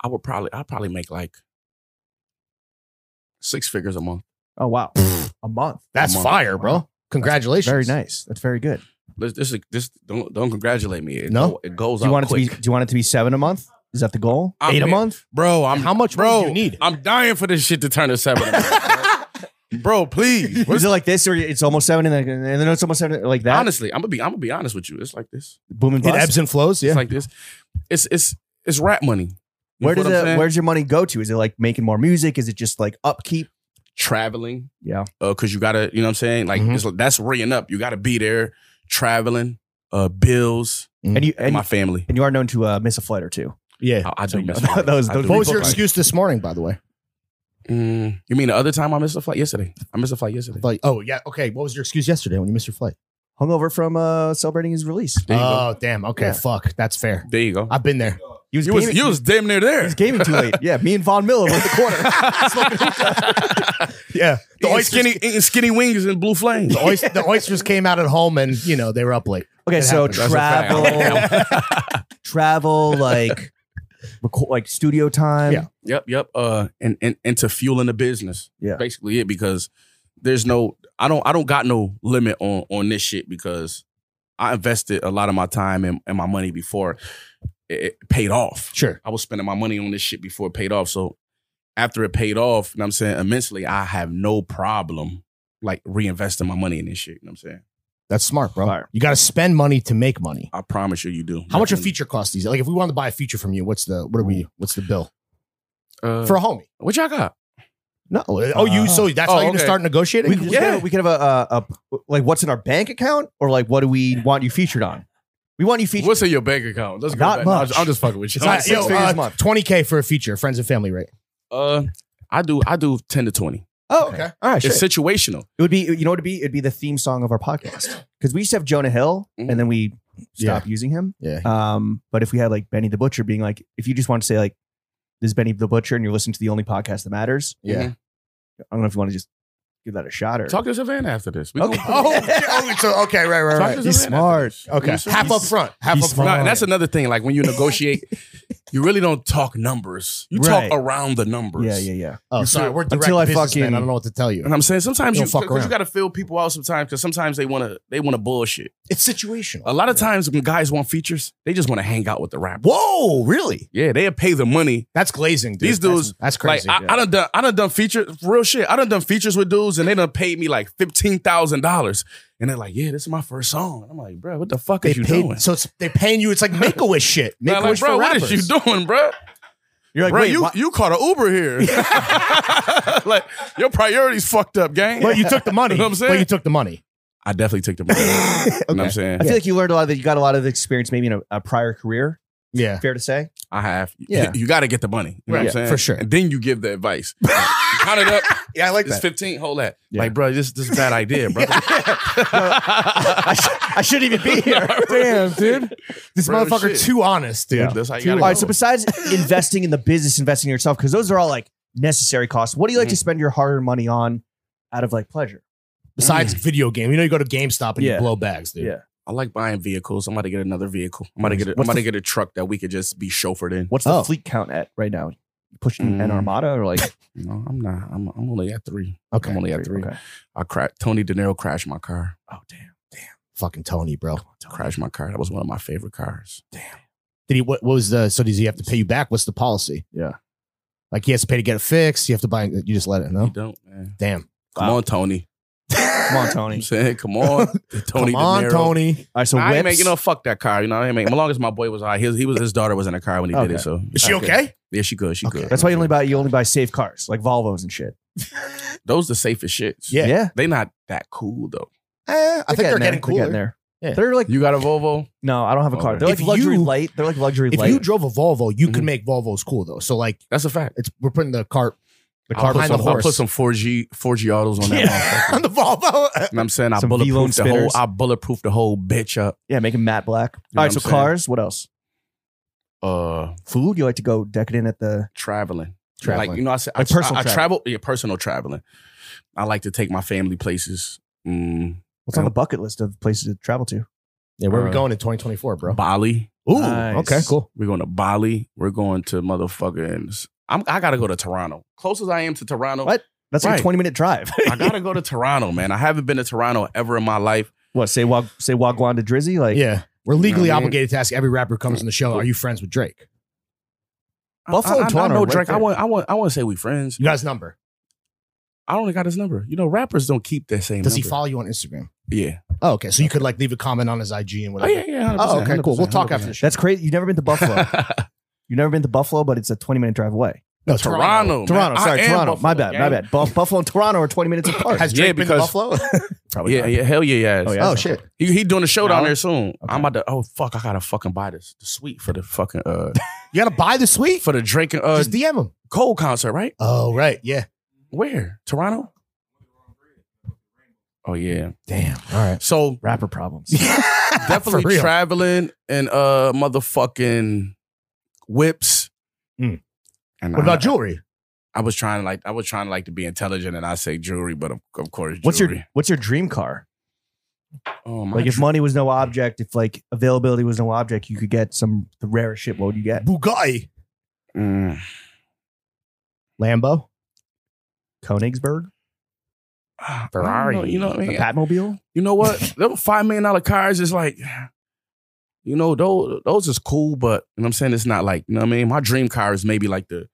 Speaker 2: I would probably I probably make like six figures a month.
Speaker 1: Oh wow. a month.
Speaker 3: That's
Speaker 2: Come on.
Speaker 3: fire, bro. Congratulations.
Speaker 1: Very nice. That's very good.
Speaker 2: This this, is- this don't don't congratulate me. It
Speaker 3: No.
Speaker 2: go- it goes.
Speaker 1: Do you
Speaker 2: out
Speaker 1: want it
Speaker 2: quick.
Speaker 1: to be do you want it to be seven a month? Is that the goal?
Speaker 2: I
Speaker 1: Eight a
Speaker 2: mean-
Speaker 1: month?
Speaker 2: bro? I'm
Speaker 3: How much
Speaker 2: Um, bro,
Speaker 3: money do you need?
Speaker 2: I'm dying for this shit to turn to seven. bro, please.
Speaker 1: Is it like this, or it's almost seven, and then, and then it's almost seven, like that?
Speaker 2: Honestly, I'm gonna be I'm gonna be honest with you. It's like this.
Speaker 1: boom and
Speaker 3: It
Speaker 1: bust.
Speaker 3: ebbs and flows.
Speaker 2: It's
Speaker 3: Yeah.
Speaker 2: like this. It's it's it's rap money. You
Speaker 1: Where
Speaker 2: feel
Speaker 1: does
Speaker 2: what I'm
Speaker 1: it,
Speaker 2: saying?
Speaker 1: where's your money go to? Is it like making more music? Is it just like upkeep?
Speaker 2: traveling?
Speaker 1: Yeah. Mm-hmm.
Speaker 2: Uh, cause you gotta, you know what I'm saying? Like
Speaker 3: Mhm.
Speaker 2: it's like that's ringing up. You gotta be there, traveling, uh, bills,
Speaker 1: And you
Speaker 2: and
Speaker 1: and,
Speaker 2: Mm, my family.
Speaker 1: and you are known to uh, miss a flight or two.
Speaker 3: yeah.
Speaker 2: I, I do
Speaker 1: So,
Speaker 2: miss
Speaker 1: no,
Speaker 2: flights.
Speaker 1: those-
Speaker 2: I
Speaker 1: those-
Speaker 2: do
Speaker 3: What
Speaker 2: miss
Speaker 3: was your
Speaker 2: flights.
Speaker 3: excuse this morning, by the way?
Speaker 2: Mm, you mean the other time I missed a flight yesterday? I missed a flight yesterday.
Speaker 3: Like, oh yeah, okay. What was your excuse yesterday when you missed your flight? Oh,
Speaker 1: Hungover from uh, celebrating his release.
Speaker 2: There you go.
Speaker 3: damn. Okay,
Speaker 1: Yeah.
Speaker 3: fuck. That's fair.
Speaker 2: There you go.
Speaker 3: I've been there.
Speaker 1: You was,
Speaker 2: You was
Speaker 1: gaming,
Speaker 2: you was damn near there.
Speaker 1: he was gaming too late. Yeah, me and Von Miller were at the corner.
Speaker 3: Yeah. The
Speaker 2: eating
Speaker 3: oysters,
Speaker 2: skinny, eating skinny wings and blue flames.
Speaker 3: the, oyster, the oysters came out at home and, you know, they were up late.
Speaker 1: Okay,
Speaker 3: It
Speaker 1: so
Speaker 2: a
Speaker 3: happens. That's
Speaker 2: fact. uh,
Speaker 1: travel, travel, like, reco- like studio time.
Speaker 3: Yeah.
Speaker 2: Yep, yep. Uh, and and and to fueling the business.
Speaker 1: Yeah.
Speaker 2: basically it because there's no I don't I don't got no limit on on this shit because I invested a lot of my time and, and my money before it, it paid off.
Speaker 3: Sure.
Speaker 2: I was spending my money on this shit before it paid off. So after it paid off, you know what I'm saying immensely, I have no problem like reinvesting my money in this shit. You know what I'm saying?
Speaker 3: That's smart, bro. You got to spend money to make money.
Speaker 2: I promise you, you do.
Speaker 3: How much a feature cost these? Like, if we wanted to buy a feature from you, what's the what are we? What's the bill
Speaker 2: Uh,
Speaker 3: for a homie?
Speaker 2: what y'all got?
Speaker 3: No. Oh, you. So that's
Speaker 2: Oh,
Speaker 3: how you're gonna
Speaker 2: okay.
Speaker 3: start negotiating?
Speaker 1: We, we,
Speaker 2: Yeah.
Speaker 1: can have, we can have a, a, a like what's in our bank account or like what do we want you featured on? We want you featured.
Speaker 2: What's in your bank account? Let's go.
Speaker 1: Not
Speaker 2: back. No, I'm
Speaker 1: much.
Speaker 2: just- I'm just fucking with you.
Speaker 3: It's not-
Speaker 1: six
Speaker 3: yo,
Speaker 1: figures
Speaker 3: uh,
Speaker 1: a month.
Speaker 3: 20k for a feature, friends and family rate.
Speaker 2: Uh, I do. I do ten to twenty.
Speaker 1: Oh, okay.
Speaker 3: okay.
Speaker 1: All right, sure.
Speaker 2: It's situational.
Speaker 1: It would be, you know what it'd be? It'd be the theme song of our podcast. Because we used to have Jonah Hill and then we stopped using him.
Speaker 3: Mm-hmm. Yeah.
Speaker 1: Um, but if we had like Benny the Butcher being like, if you just want to say like, this is Benny the Butcher and you're listening to the only podcast that matters,
Speaker 3: Yeah.
Speaker 2: Mhm.
Speaker 1: I don't know if you want to just give that a shot or
Speaker 2: Talk to Savannah after this. We
Speaker 1: Okay.
Speaker 2: gonna-
Speaker 3: Oh, yeah. oh, so okay, right, right,
Speaker 2: Talk
Speaker 3: right.
Speaker 2: to
Speaker 1: He's
Speaker 2: Savannah
Speaker 1: smart.
Speaker 2: after this.
Speaker 3: Okay,
Speaker 2: You see?
Speaker 3: half up
Speaker 2: He's-
Speaker 3: front, half
Speaker 1: he's
Speaker 3: up front.
Speaker 2: Nah, that's another thing. Like when you negotiate, you really don't talk numbers. You
Speaker 1: Right.
Speaker 2: talk around the numbers.
Speaker 1: Yeah, yeah, yeah.
Speaker 3: Oh, sorry, we're direct
Speaker 1: Until I
Speaker 3: businessmen.
Speaker 1: fucking-
Speaker 3: I don't know what to tell you.
Speaker 2: And I'm saying sometimes you,
Speaker 3: You don't fuck
Speaker 2: because
Speaker 3: around.
Speaker 2: you got to fill people out sometimes because sometimes they want to they want to bullshit.
Speaker 3: It's situational.
Speaker 2: A lot of times when guys want features, they just want to hang out with the rapper.
Speaker 3: Whoa, really?
Speaker 2: Yeah, they'll pay the money.
Speaker 3: That's glazing, dude.
Speaker 2: These dudes-
Speaker 3: that's, that's crazy.
Speaker 2: like I, I done done I done done features real shit. I done done features with dudes and they done paid me like fifteen thousand dollars. And they're like, yeah, this is my first song. And I'm like, bro, what the fuck
Speaker 3: they
Speaker 2: is you
Speaker 3: paid,
Speaker 2: doing?
Speaker 3: so it's, they're paying you. It's like make a wish shit. Make
Speaker 2: Nah,
Speaker 3: a
Speaker 2: like,
Speaker 3: wish
Speaker 2: bro,
Speaker 3: for
Speaker 2: what
Speaker 3: rappers.
Speaker 2: is you doing, bro?
Speaker 1: You're like,
Speaker 2: bro,
Speaker 1: wait,
Speaker 2: you,
Speaker 1: why-
Speaker 2: you caught an Uber here. like your priorities fucked up, gang.
Speaker 3: But you took the money.
Speaker 2: You know what I'm saying?
Speaker 3: But you took the money.
Speaker 2: I definitely took the money. You know what I'm saying?
Speaker 1: I feel like you learned a lot that you got a lot of experience maybe in a, a prior career,
Speaker 3: Yeah.
Speaker 1: fair to say.
Speaker 2: I have.
Speaker 1: Yeah.
Speaker 2: You got to get the money. You know
Speaker 3: Right.
Speaker 2: what I'm saying?
Speaker 3: For sure.
Speaker 2: And then you give the advice. Count it up.
Speaker 3: Yeah, I like
Speaker 2: It's 15. Hold that.
Speaker 1: Yeah.
Speaker 2: Like, bro, this, this is a bad idea, bro.
Speaker 1: I, sh- I shouldn't even be here. Damn, dude.
Speaker 3: This
Speaker 2: Real
Speaker 3: motherfucker
Speaker 2: shit.
Speaker 3: too honest, dude.
Speaker 1: Yeah.
Speaker 2: That's how you
Speaker 3: Too
Speaker 2: gotta
Speaker 1: All
Speaker 2: go.
Speaker 1: right. So besides investing in the business, investing in yourself, because those are all like necessary costs. What do you
Speaker 3: Mm-hmm.
Speaker 1: like to spend your hard-earned money on, out of like pleasure?
Speaker 3: Besides
Speaker 2: Mm.
Speaker 3: video game, you know you go to GameStop and
Speaker 1: Yeah.
Speaker 3: you blow bags, dude.
Speaker 1: Yeah.
Speaker 2: I like buying vehicles. I'm about to get another vehicle. I'm about to get a, I'm
Speaker 1: What's
Speaker 2: about
Speaker 1: the-
Speaker 2: to get a truck that we could just be chauffeured in.
Speaker 1: What's the
Speaker 3: Oh.
Speaker 1: fleet count at right now? Pushing an
Speaker 2: Mm.
Speaker 1: Armada or like
Speaker 2: No, I'm not. I'm, I'm only at three.
Speaker 3: Okay.
Speaker 2: I'm only at three.
Speaker 1: Okay.
Speaker 2: I cra- Tony De Niro crashed my car.
Speaker 1: Oh damn.
Speaker 3: Fucking Tony, bro.
Speaker 2: Crashed my car. That was one of my favorite cars.
Speaker 3: Did he? What, what was the? So does he have to pay you back? What's the policy?
Speaker 1: Yeah.
Speaker 3: Like he has to pay to get it fixed. You have to buy. You just let it.
Speaker 2: You
Speaker 3: No.
Speaker 2: don't, man.
Speaker 3: Damn.
Speaker 2: Come
Speaker 1: Wow.
Speaker 2: on, Tony.
Speaker 1: Come on,
Speaker 2: You know what I'm
Speaker 1: Tony.
Speaker 2: saying, come on, Tony.
Speaker 3: Come on,
Speaker 2: De Niro.
Speaker 3: Tony.
Speaker 1: All right, so
Speaker 2: I ain't
Speaker 1: whips.
Speaker 2: making no fuck that car. You know, I ain't making. As long as my boy was all right, his, he was his daughter was in the car when he
Speaker 1: Okay.
Speaker 2: did it. So
Speaker 3: Is she okay?
Speaker 2: Yeah, she good. She
Speaker 3: Okay.
Speaker 2: good.
Speaker 1: That's why you only buy you only buy safe cars like Volvos and shit.
Speaker 2: Those the safest shits.
Speaker 3: Yeah.
Speaker 2: they not that cool though.
Speaker 3: Eh, I think they're getting
Speaker 1: there. They're
Speaker 3: cooler.
Speaker 1: there.
Speaker 3: Yeah.
Speaker 1: They're like
Speaker 2: You got a Volvo.
Speaker 1: no, I don't have a car.
Speaker 2: Okay.
Speaker 1: They're like
Speaker 3: If
Speaker 1: luxury
Speaker 3: you-
Speaker 1: light. They're like luxury
Speaker 3: If
Speaker 1: light.
Speaker 3: you drove a Volvo, you
Speaker 2: Mhm.
Speaker 3: can make Volvos cool though. So like,
Speaker 2: That's a fact.
Speaker 3: it's we're putting the cart, the
Speaker 2: I'll
Speaker 3: cart
Speaker 2: put
Speaker 3: behind
Speaker 2: some,
Speaker 3: the horse.
Speaker 2: I'll put some 4G 4G autos on that motherfucker.
Speaker 3: on the Volvo.
Speaker 2: You know what I'm saying? I
Speaker 1: Some V-Lone
Speaker 2: bulletproof the whole
Speaker 1: spinners.
Speaker 2: I bulletproof the whole bitch up.
Speaker 1: yeah, making matte black.
Speaker 2: know
Speaker 1: All
Speaker 2: what
Speaker 1: right, so
Speaker 2: I'm saying?
Speaker 1: cars. What else?
Speaker 2: Uh
Speaker 1: Food. You like to go decadent at the
Speaker 2: traveling.
Speaker 3: Traveling.
Speaker 2: Like you know, I said I,
Speaker 1: Like personal
Speaker 2: I, I
Speaker 1: travel.
Speaker 2: travel yeah, personal traveling. I like to take my family places. Mm,
Speaker 1: what's on the bucket list of places to travel to.
Speaker 3: yeah, where are we
Speaker 2: Uh,
Speaker 3: going in 2024, bro?
Speaker 2: Bali.
Speaker 3: Ooh,
Speaker 1: Nice.
Speaker 3: okay, cool.
Speaker 2: We're going to Bali. We're going to motherfucking. I'm, I gotta go to Toronto. Closest I am to Toronto.
Speaker 1: What? That's like
Speaker 2: Right.
Speaker 1: a twenty minute drive.
Speaker 2: I gotta go to Toronto, man. I haven't been to Toronto ever in my life.
Speaker 1: what say? Wag, say Wagwan to Drizzy. Like
Speaker 3: Yeah, we're
Speaker 2: You know
Speaker 3: legally
Speaker 2: what I mean?
Speaker 3: obligated to ask every rapper who comes on the show, "Are you friends with Drake?"
Speaker 1: Buffalo
Speaker 2: I,
Speaker 1: and
Speaker 2: I,
Speaker 1: Toronto
Speaker 2: I know
Speaker 1: are right
Speaker 2: Drake. I
Speaker 1: there.
Speaker 2: want. I want. I want to say we friends.
Speaker 3: You got his number.
Speaker 2: I only got his number. You know, rappers don't keep that same.
Speaker 3: Does he
Speaker 2: number.
Speaker 3: follow you on Instagram?
Speaker 2: Yeah.
Speaker 3: Oh, okay. So you could like leave a comment on his IG and
Speaker 2: Oh
Speaker 3: whatever.
Speaker 2: yeah, yeah. 100%,
Speaker 3: Oh, okay, cool. We'll
Speaker 2: 100%,
Speaker 3: talk after the show.
Speaker 1: that's crazy. You've never been to Buffalo.
Speaker 2: 100%.
Speaker 1: You've never been to Buffalo, but it's a twenty minute drive away.
Speaker 3: No,
Speaker 2: Toronto. man.
Speaker 1: Toronto,
Speaker 2: I
Speaker 1: sorry,
Speaker 2: am
Speaker 1: Toronto. my
Speaker 2: Buffalo,
Speaker 1: bad, my
Speaker 2: gang.
Speaker 1: bad. Buff- Buffalo and Toronto are twenty minutes apart.
Speaker 3: Oh, Has
Speaker 2: Yeah,
Speaker 3: Drake been to
Speaker 2: because-
Speaker 3: Buffalo?
Speaker 1: Probably
Speaker 2: Yeah,
Speaker 1: not.
Speaker 2: yeah, hell yeah, yeah.
Speaker 1: Oh, yeah.
Speaker 3: oh shit.
Speaker 2: He, he doing a show down
Speaker 1: No?
Speaker 2: there soon. I'm about to. Oh fuck! I gotta fucking buy this the suite for the fucking uh
Speaker 3: You gotta buy the suite.
Speaker 2: for the Drake and uh
Speaker 3: Just DM him.
Speaker 2: Cole concert, right?
Speaker 3: Oh right, yeah.
Speaker 2: Where? Toronto? Oh yeah.
Speaker 3: Damn. All right.
Speaker 2: So
Speaker 1: Rapper problems.
Speaker 3: Definitely
Speaker 2: definitely traveling and uh motherfucking whips.
Speaker 3: Mm.
Speaker 2: And
Speaker 3: What
Speaker 2: I-
Speaker 3: about jewelry?
Speaker 2: I was trying like I was trying like to be intelligent and I say jewelry, but of, of course, jewelry.
Speaker 1: What's your What's your dream car?
Speaker 2: oh my
Speaker 1: Like, if
Speaker 2: dr-
Speaker 1: money was no object, if like availability was no object, you could get some the rarest shit. What would you get?
Speaker 3: Bugatti,
Speaker 2: Mm.
Speaker 3: Lambo.
Speaker 1: Konigsberg,
Speaker 2: Ah, I don't
Speaker 3: Ferrari,
Speaker 2: know, you know what I
Speaker 1: the
Speaker 2: mean?
Speaker 1: Batmobile.
Speaker 2: you know what? Those five million dollar cars is like, you know, those those is cool, but you know what I'm saying it's not like, you know what I mean? My dream car is maybe like the,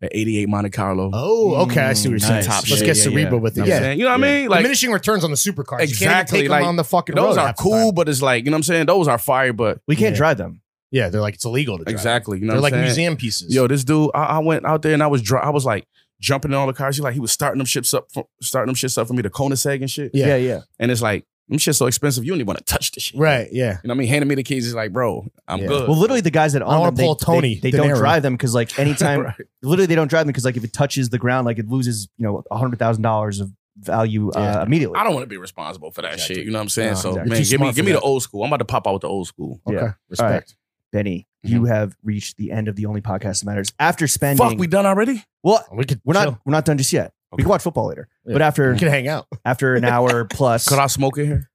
Speaker 2: the 88 Monte Carlo.
Speaker 3: Oh, okay. I see what you're saying.
Speaker 5: nice.
Speaker 2: Top
Speaker 3: Let's
Speaker 2: shit,
Speaker 3: get
Speaker 2: yeah,
Speaker 3: cerebral
Speaker 2: yeah.
Speaker 3: with
Speaker 2: You know what
Speaker 3: it.
Speaker 2: I'm
Speaker 3: Yeah.
Speaker 2: saying? You know what I mean? Like
Speaker 3: diminishing returns on the supercars. You can't even
Speaker 2: Exactly,
Speaker 3: take
Speaker 2: like,
Speaker 3: them on the fucking
Speaker 2: those
Speaker 3: road
Speaker 2: are
Speaker 3: half the time.
Speaker 2: cool, but it's like, you know what I'm saying? Those are fire, but
Speaker 1: We can't
Speaker 3: Yeah.
Speaker 1: drive them.
Speaker 3: Yeah, they're like it's illegal to drive.
Speaker 2: exactly. You know
Speaker 3: They're
Speaker 2: what
Speaker 3: like
Speaker 2: I'm saying?
Speaker 3: museum pieces.
Speaker 2: Yo, this dude, I, I went out there and I was dri- I was like jumping in all the cars. He like he was starting them ships up for, starting them shits up for me, the Koenigsegg and shit.
Speaker 3: Yeah.
Speaker 1: yeah. yeah.
Speaker 2: And it's like, them shit's so expensive, you don't even want to touch the shit.
Speaker 3: right? Yeah,
Speaker 2: You know what I mean? Handing me the keys, he's like, bro, I'm
Speaker 3: Yeah.
Speaker 2: good.
Speaker 1: Well, literally, the guys that
Speaker 3: I
Speaker 1: own
Speaker 3: wanna
Speaker 1: them, they,
Speaker 3: pull Tony
Speaker 1: they, they
Speaker 3: De
Speaker 1: don't
Speaker 3: Niro.
Speaker 1: drive them because, like, anytime,
Speaker 2: Right.
Speaker 1: literally, they don't drive them because, like, if it touches the ground, like, it loses, you know, hundred thousand dollars of value uh,
Speaker 3: Yeah.
Speaker 1: immediately.
Speaker 2: I don't want to be responsible for that
Speaker 3: Exactly.
Speaker 2: shit. You know what I'm saying?
Speaker 1: No,
Speaker 2: so
Speaker 1: exactly.
Speaker 2: man,
Speaker 3: Too
Speaker 2: give me
Speaker 3: smart
Speaker 2: give
Speaker 3: for
Speaker 2: me the
Speaker 3: that.
Speaker 2: old school. I'm about to pop out with the old school.
Speaker 1: Yeah.
Speaker 3: okay,
Speaker 1: All right.
Speaker 3: respect.
Speaker 1: Benny, you have reached the end of the only podcast that matters. After spending,
Speaker 2: Mm-hmm. Fuck, we done already?
Speaker 1: well,
Speaker 3: We could
Speaker 1: we're
Speaker 3: chill.
Speaker 1: not we're not done just yet. We
Speaker 2: Okay. Mm-hmm.
Speaker 1: can watch football later,
Speaker 3: Yeah.
Speaker 1: but after
Speaker 3: We can hang out.
Speaker 1: after an hour plus,
Speaker 2: Could I smoke in here?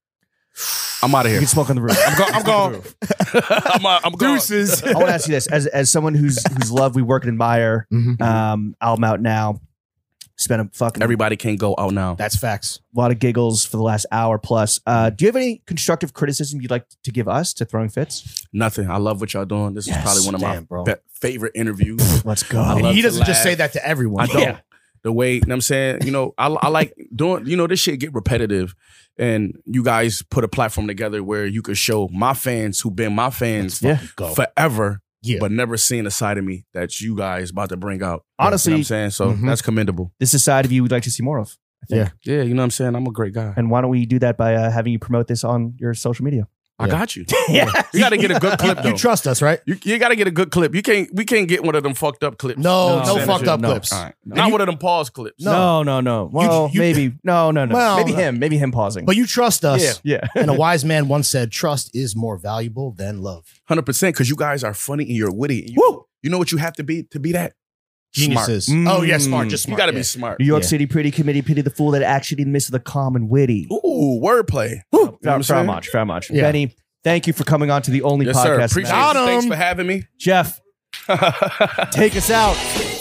Speaker 2: I'm out of
Speaker 1: you
Speaker 2: here.
Speaker 1: can smoke on the roof.
Speaker 2: I'm gone. I'm gone. I'm, out- I'm gone.
Speaker 3: Deuces.
Speaker 1: I want to ask you this: as as someone who's whose love we work and admire,
Speaker 3: Mm-hmm.
Speaker 2: Mm-hmm.
Speaker 1: um, album out now, spent a fucking
Speaker 2: Everybody can go out now.
Speaker 3: That's facts.
Speaker 1: a lot of giggles for the last hour plus. Uh, do you have any constructive criticism you'd like to give us to Throwing Fits?
Speaker 2: Nothing. I love what y'all doing. This is probably one of my
Speaker 3: Damn, bro.
Speaker 2: be- favorite interviews.
Speaker 1: Let's go.
Speaker 2: I
Speaker 3: And
Speaker 2: love
Speaker 3: he
Speaker 2: to
Speaker 3: doesn't just
Speaker 2: laugh.
Speaker 3: say that to everyone.
Speaker 2: I don't. The way, you know what I'm saying? You know, I, I like doing, you know, this shit get repetitive. And you guys put a platform together where you could show my fans who've been my fans
Speaker 1: Yeah.
Speaker 3: Go.
Speaker 2: forever
Speaker 3: Yeah.
Speaker 2: but never seen a side of me that you guys about to bring out.
Speaker 1: Honestly-
Speaker 2: you know what I'm saying so
Speaker 3: Mhm.
Speaker 2: that's commendable.
Speaker 1: This is a side of you we'd like to see more of. I think.
Speaker 3: Yeah.
Speaker 2: Yeah, you know what I'm saying. I'm a great guy.
Speaker 1: And why don't we do that by uh, having you promote this on your social media?
Speaker 2: I
Speaker 3: Yeah.
Speaker 2: got you.
Speaker 1: yeah.
Speaker 2: You got to get a good clip
Speaker 3: you
Speaker 2: though.
Speaker 3: trust us, right?
Speaker 2: You, you got to get a good clip. You can't. We can't get one of them fucked up clips.
Speaker 3: No,
Speaker 1: No,
Speaker 3: no,
Speaker 1: no,
Speaker 3: fucked up
Speaker 2: no.
Speaker 3: clips.
Speaker 2: All right. Not one of them pause clips.
Speaker 1: No, no, no. Well,
Speaker 3: you-
Speaker 1: maybe. No, no, no.
Speaker 3: Well,
Speaker 1: maybe him. Maybe him pausing.
Speaker 3: But you trust us.
Speaker 2: Yeah.
Speaker 1: yeah.
Speaker 3: And a wise man once said, trust is more valuable than love.
Speaker 2: hundred percent. Because you guys are funny and you're witty. You,
Speaker 1: Woo!
Speaker 2: you know what you have to be to be that. Smart.
Speaker 3: Geniuses.
Speaker 1: Mm.
Speaker 3: Oh, yeah, smart. Just
Speaker 2: You
Speaker 3: smart.
Speaker 2: got to
Speaker 3: yeah.
Speaker 2: be smart.
Speaker 1: New York
Speaker 3: Yeah.
Speaker 1: City Pretty Committee pity the fool that actually missed the calm and witty.
Speaker 2: Ooh, wordplay.
Speaker 1: Woo!
Speaker 2: know what I'm
Speaker 1: very
Speaker 2: saying?
Speaker 1: much, very much.
Speaker 3: Yeah.
Speaker 1: Benny, thank you for coming on to the only
Speaker 2: Yes, sir.
Speaker 1: podcast.
Speaker 2: Appreciate
Speaker 1: tonight.
Speaker 2: it. Thanks
Speaker 3: him.
Speaker 2: for having me.
Speaker 1: Jeff, take us out.
Speaker 6: Take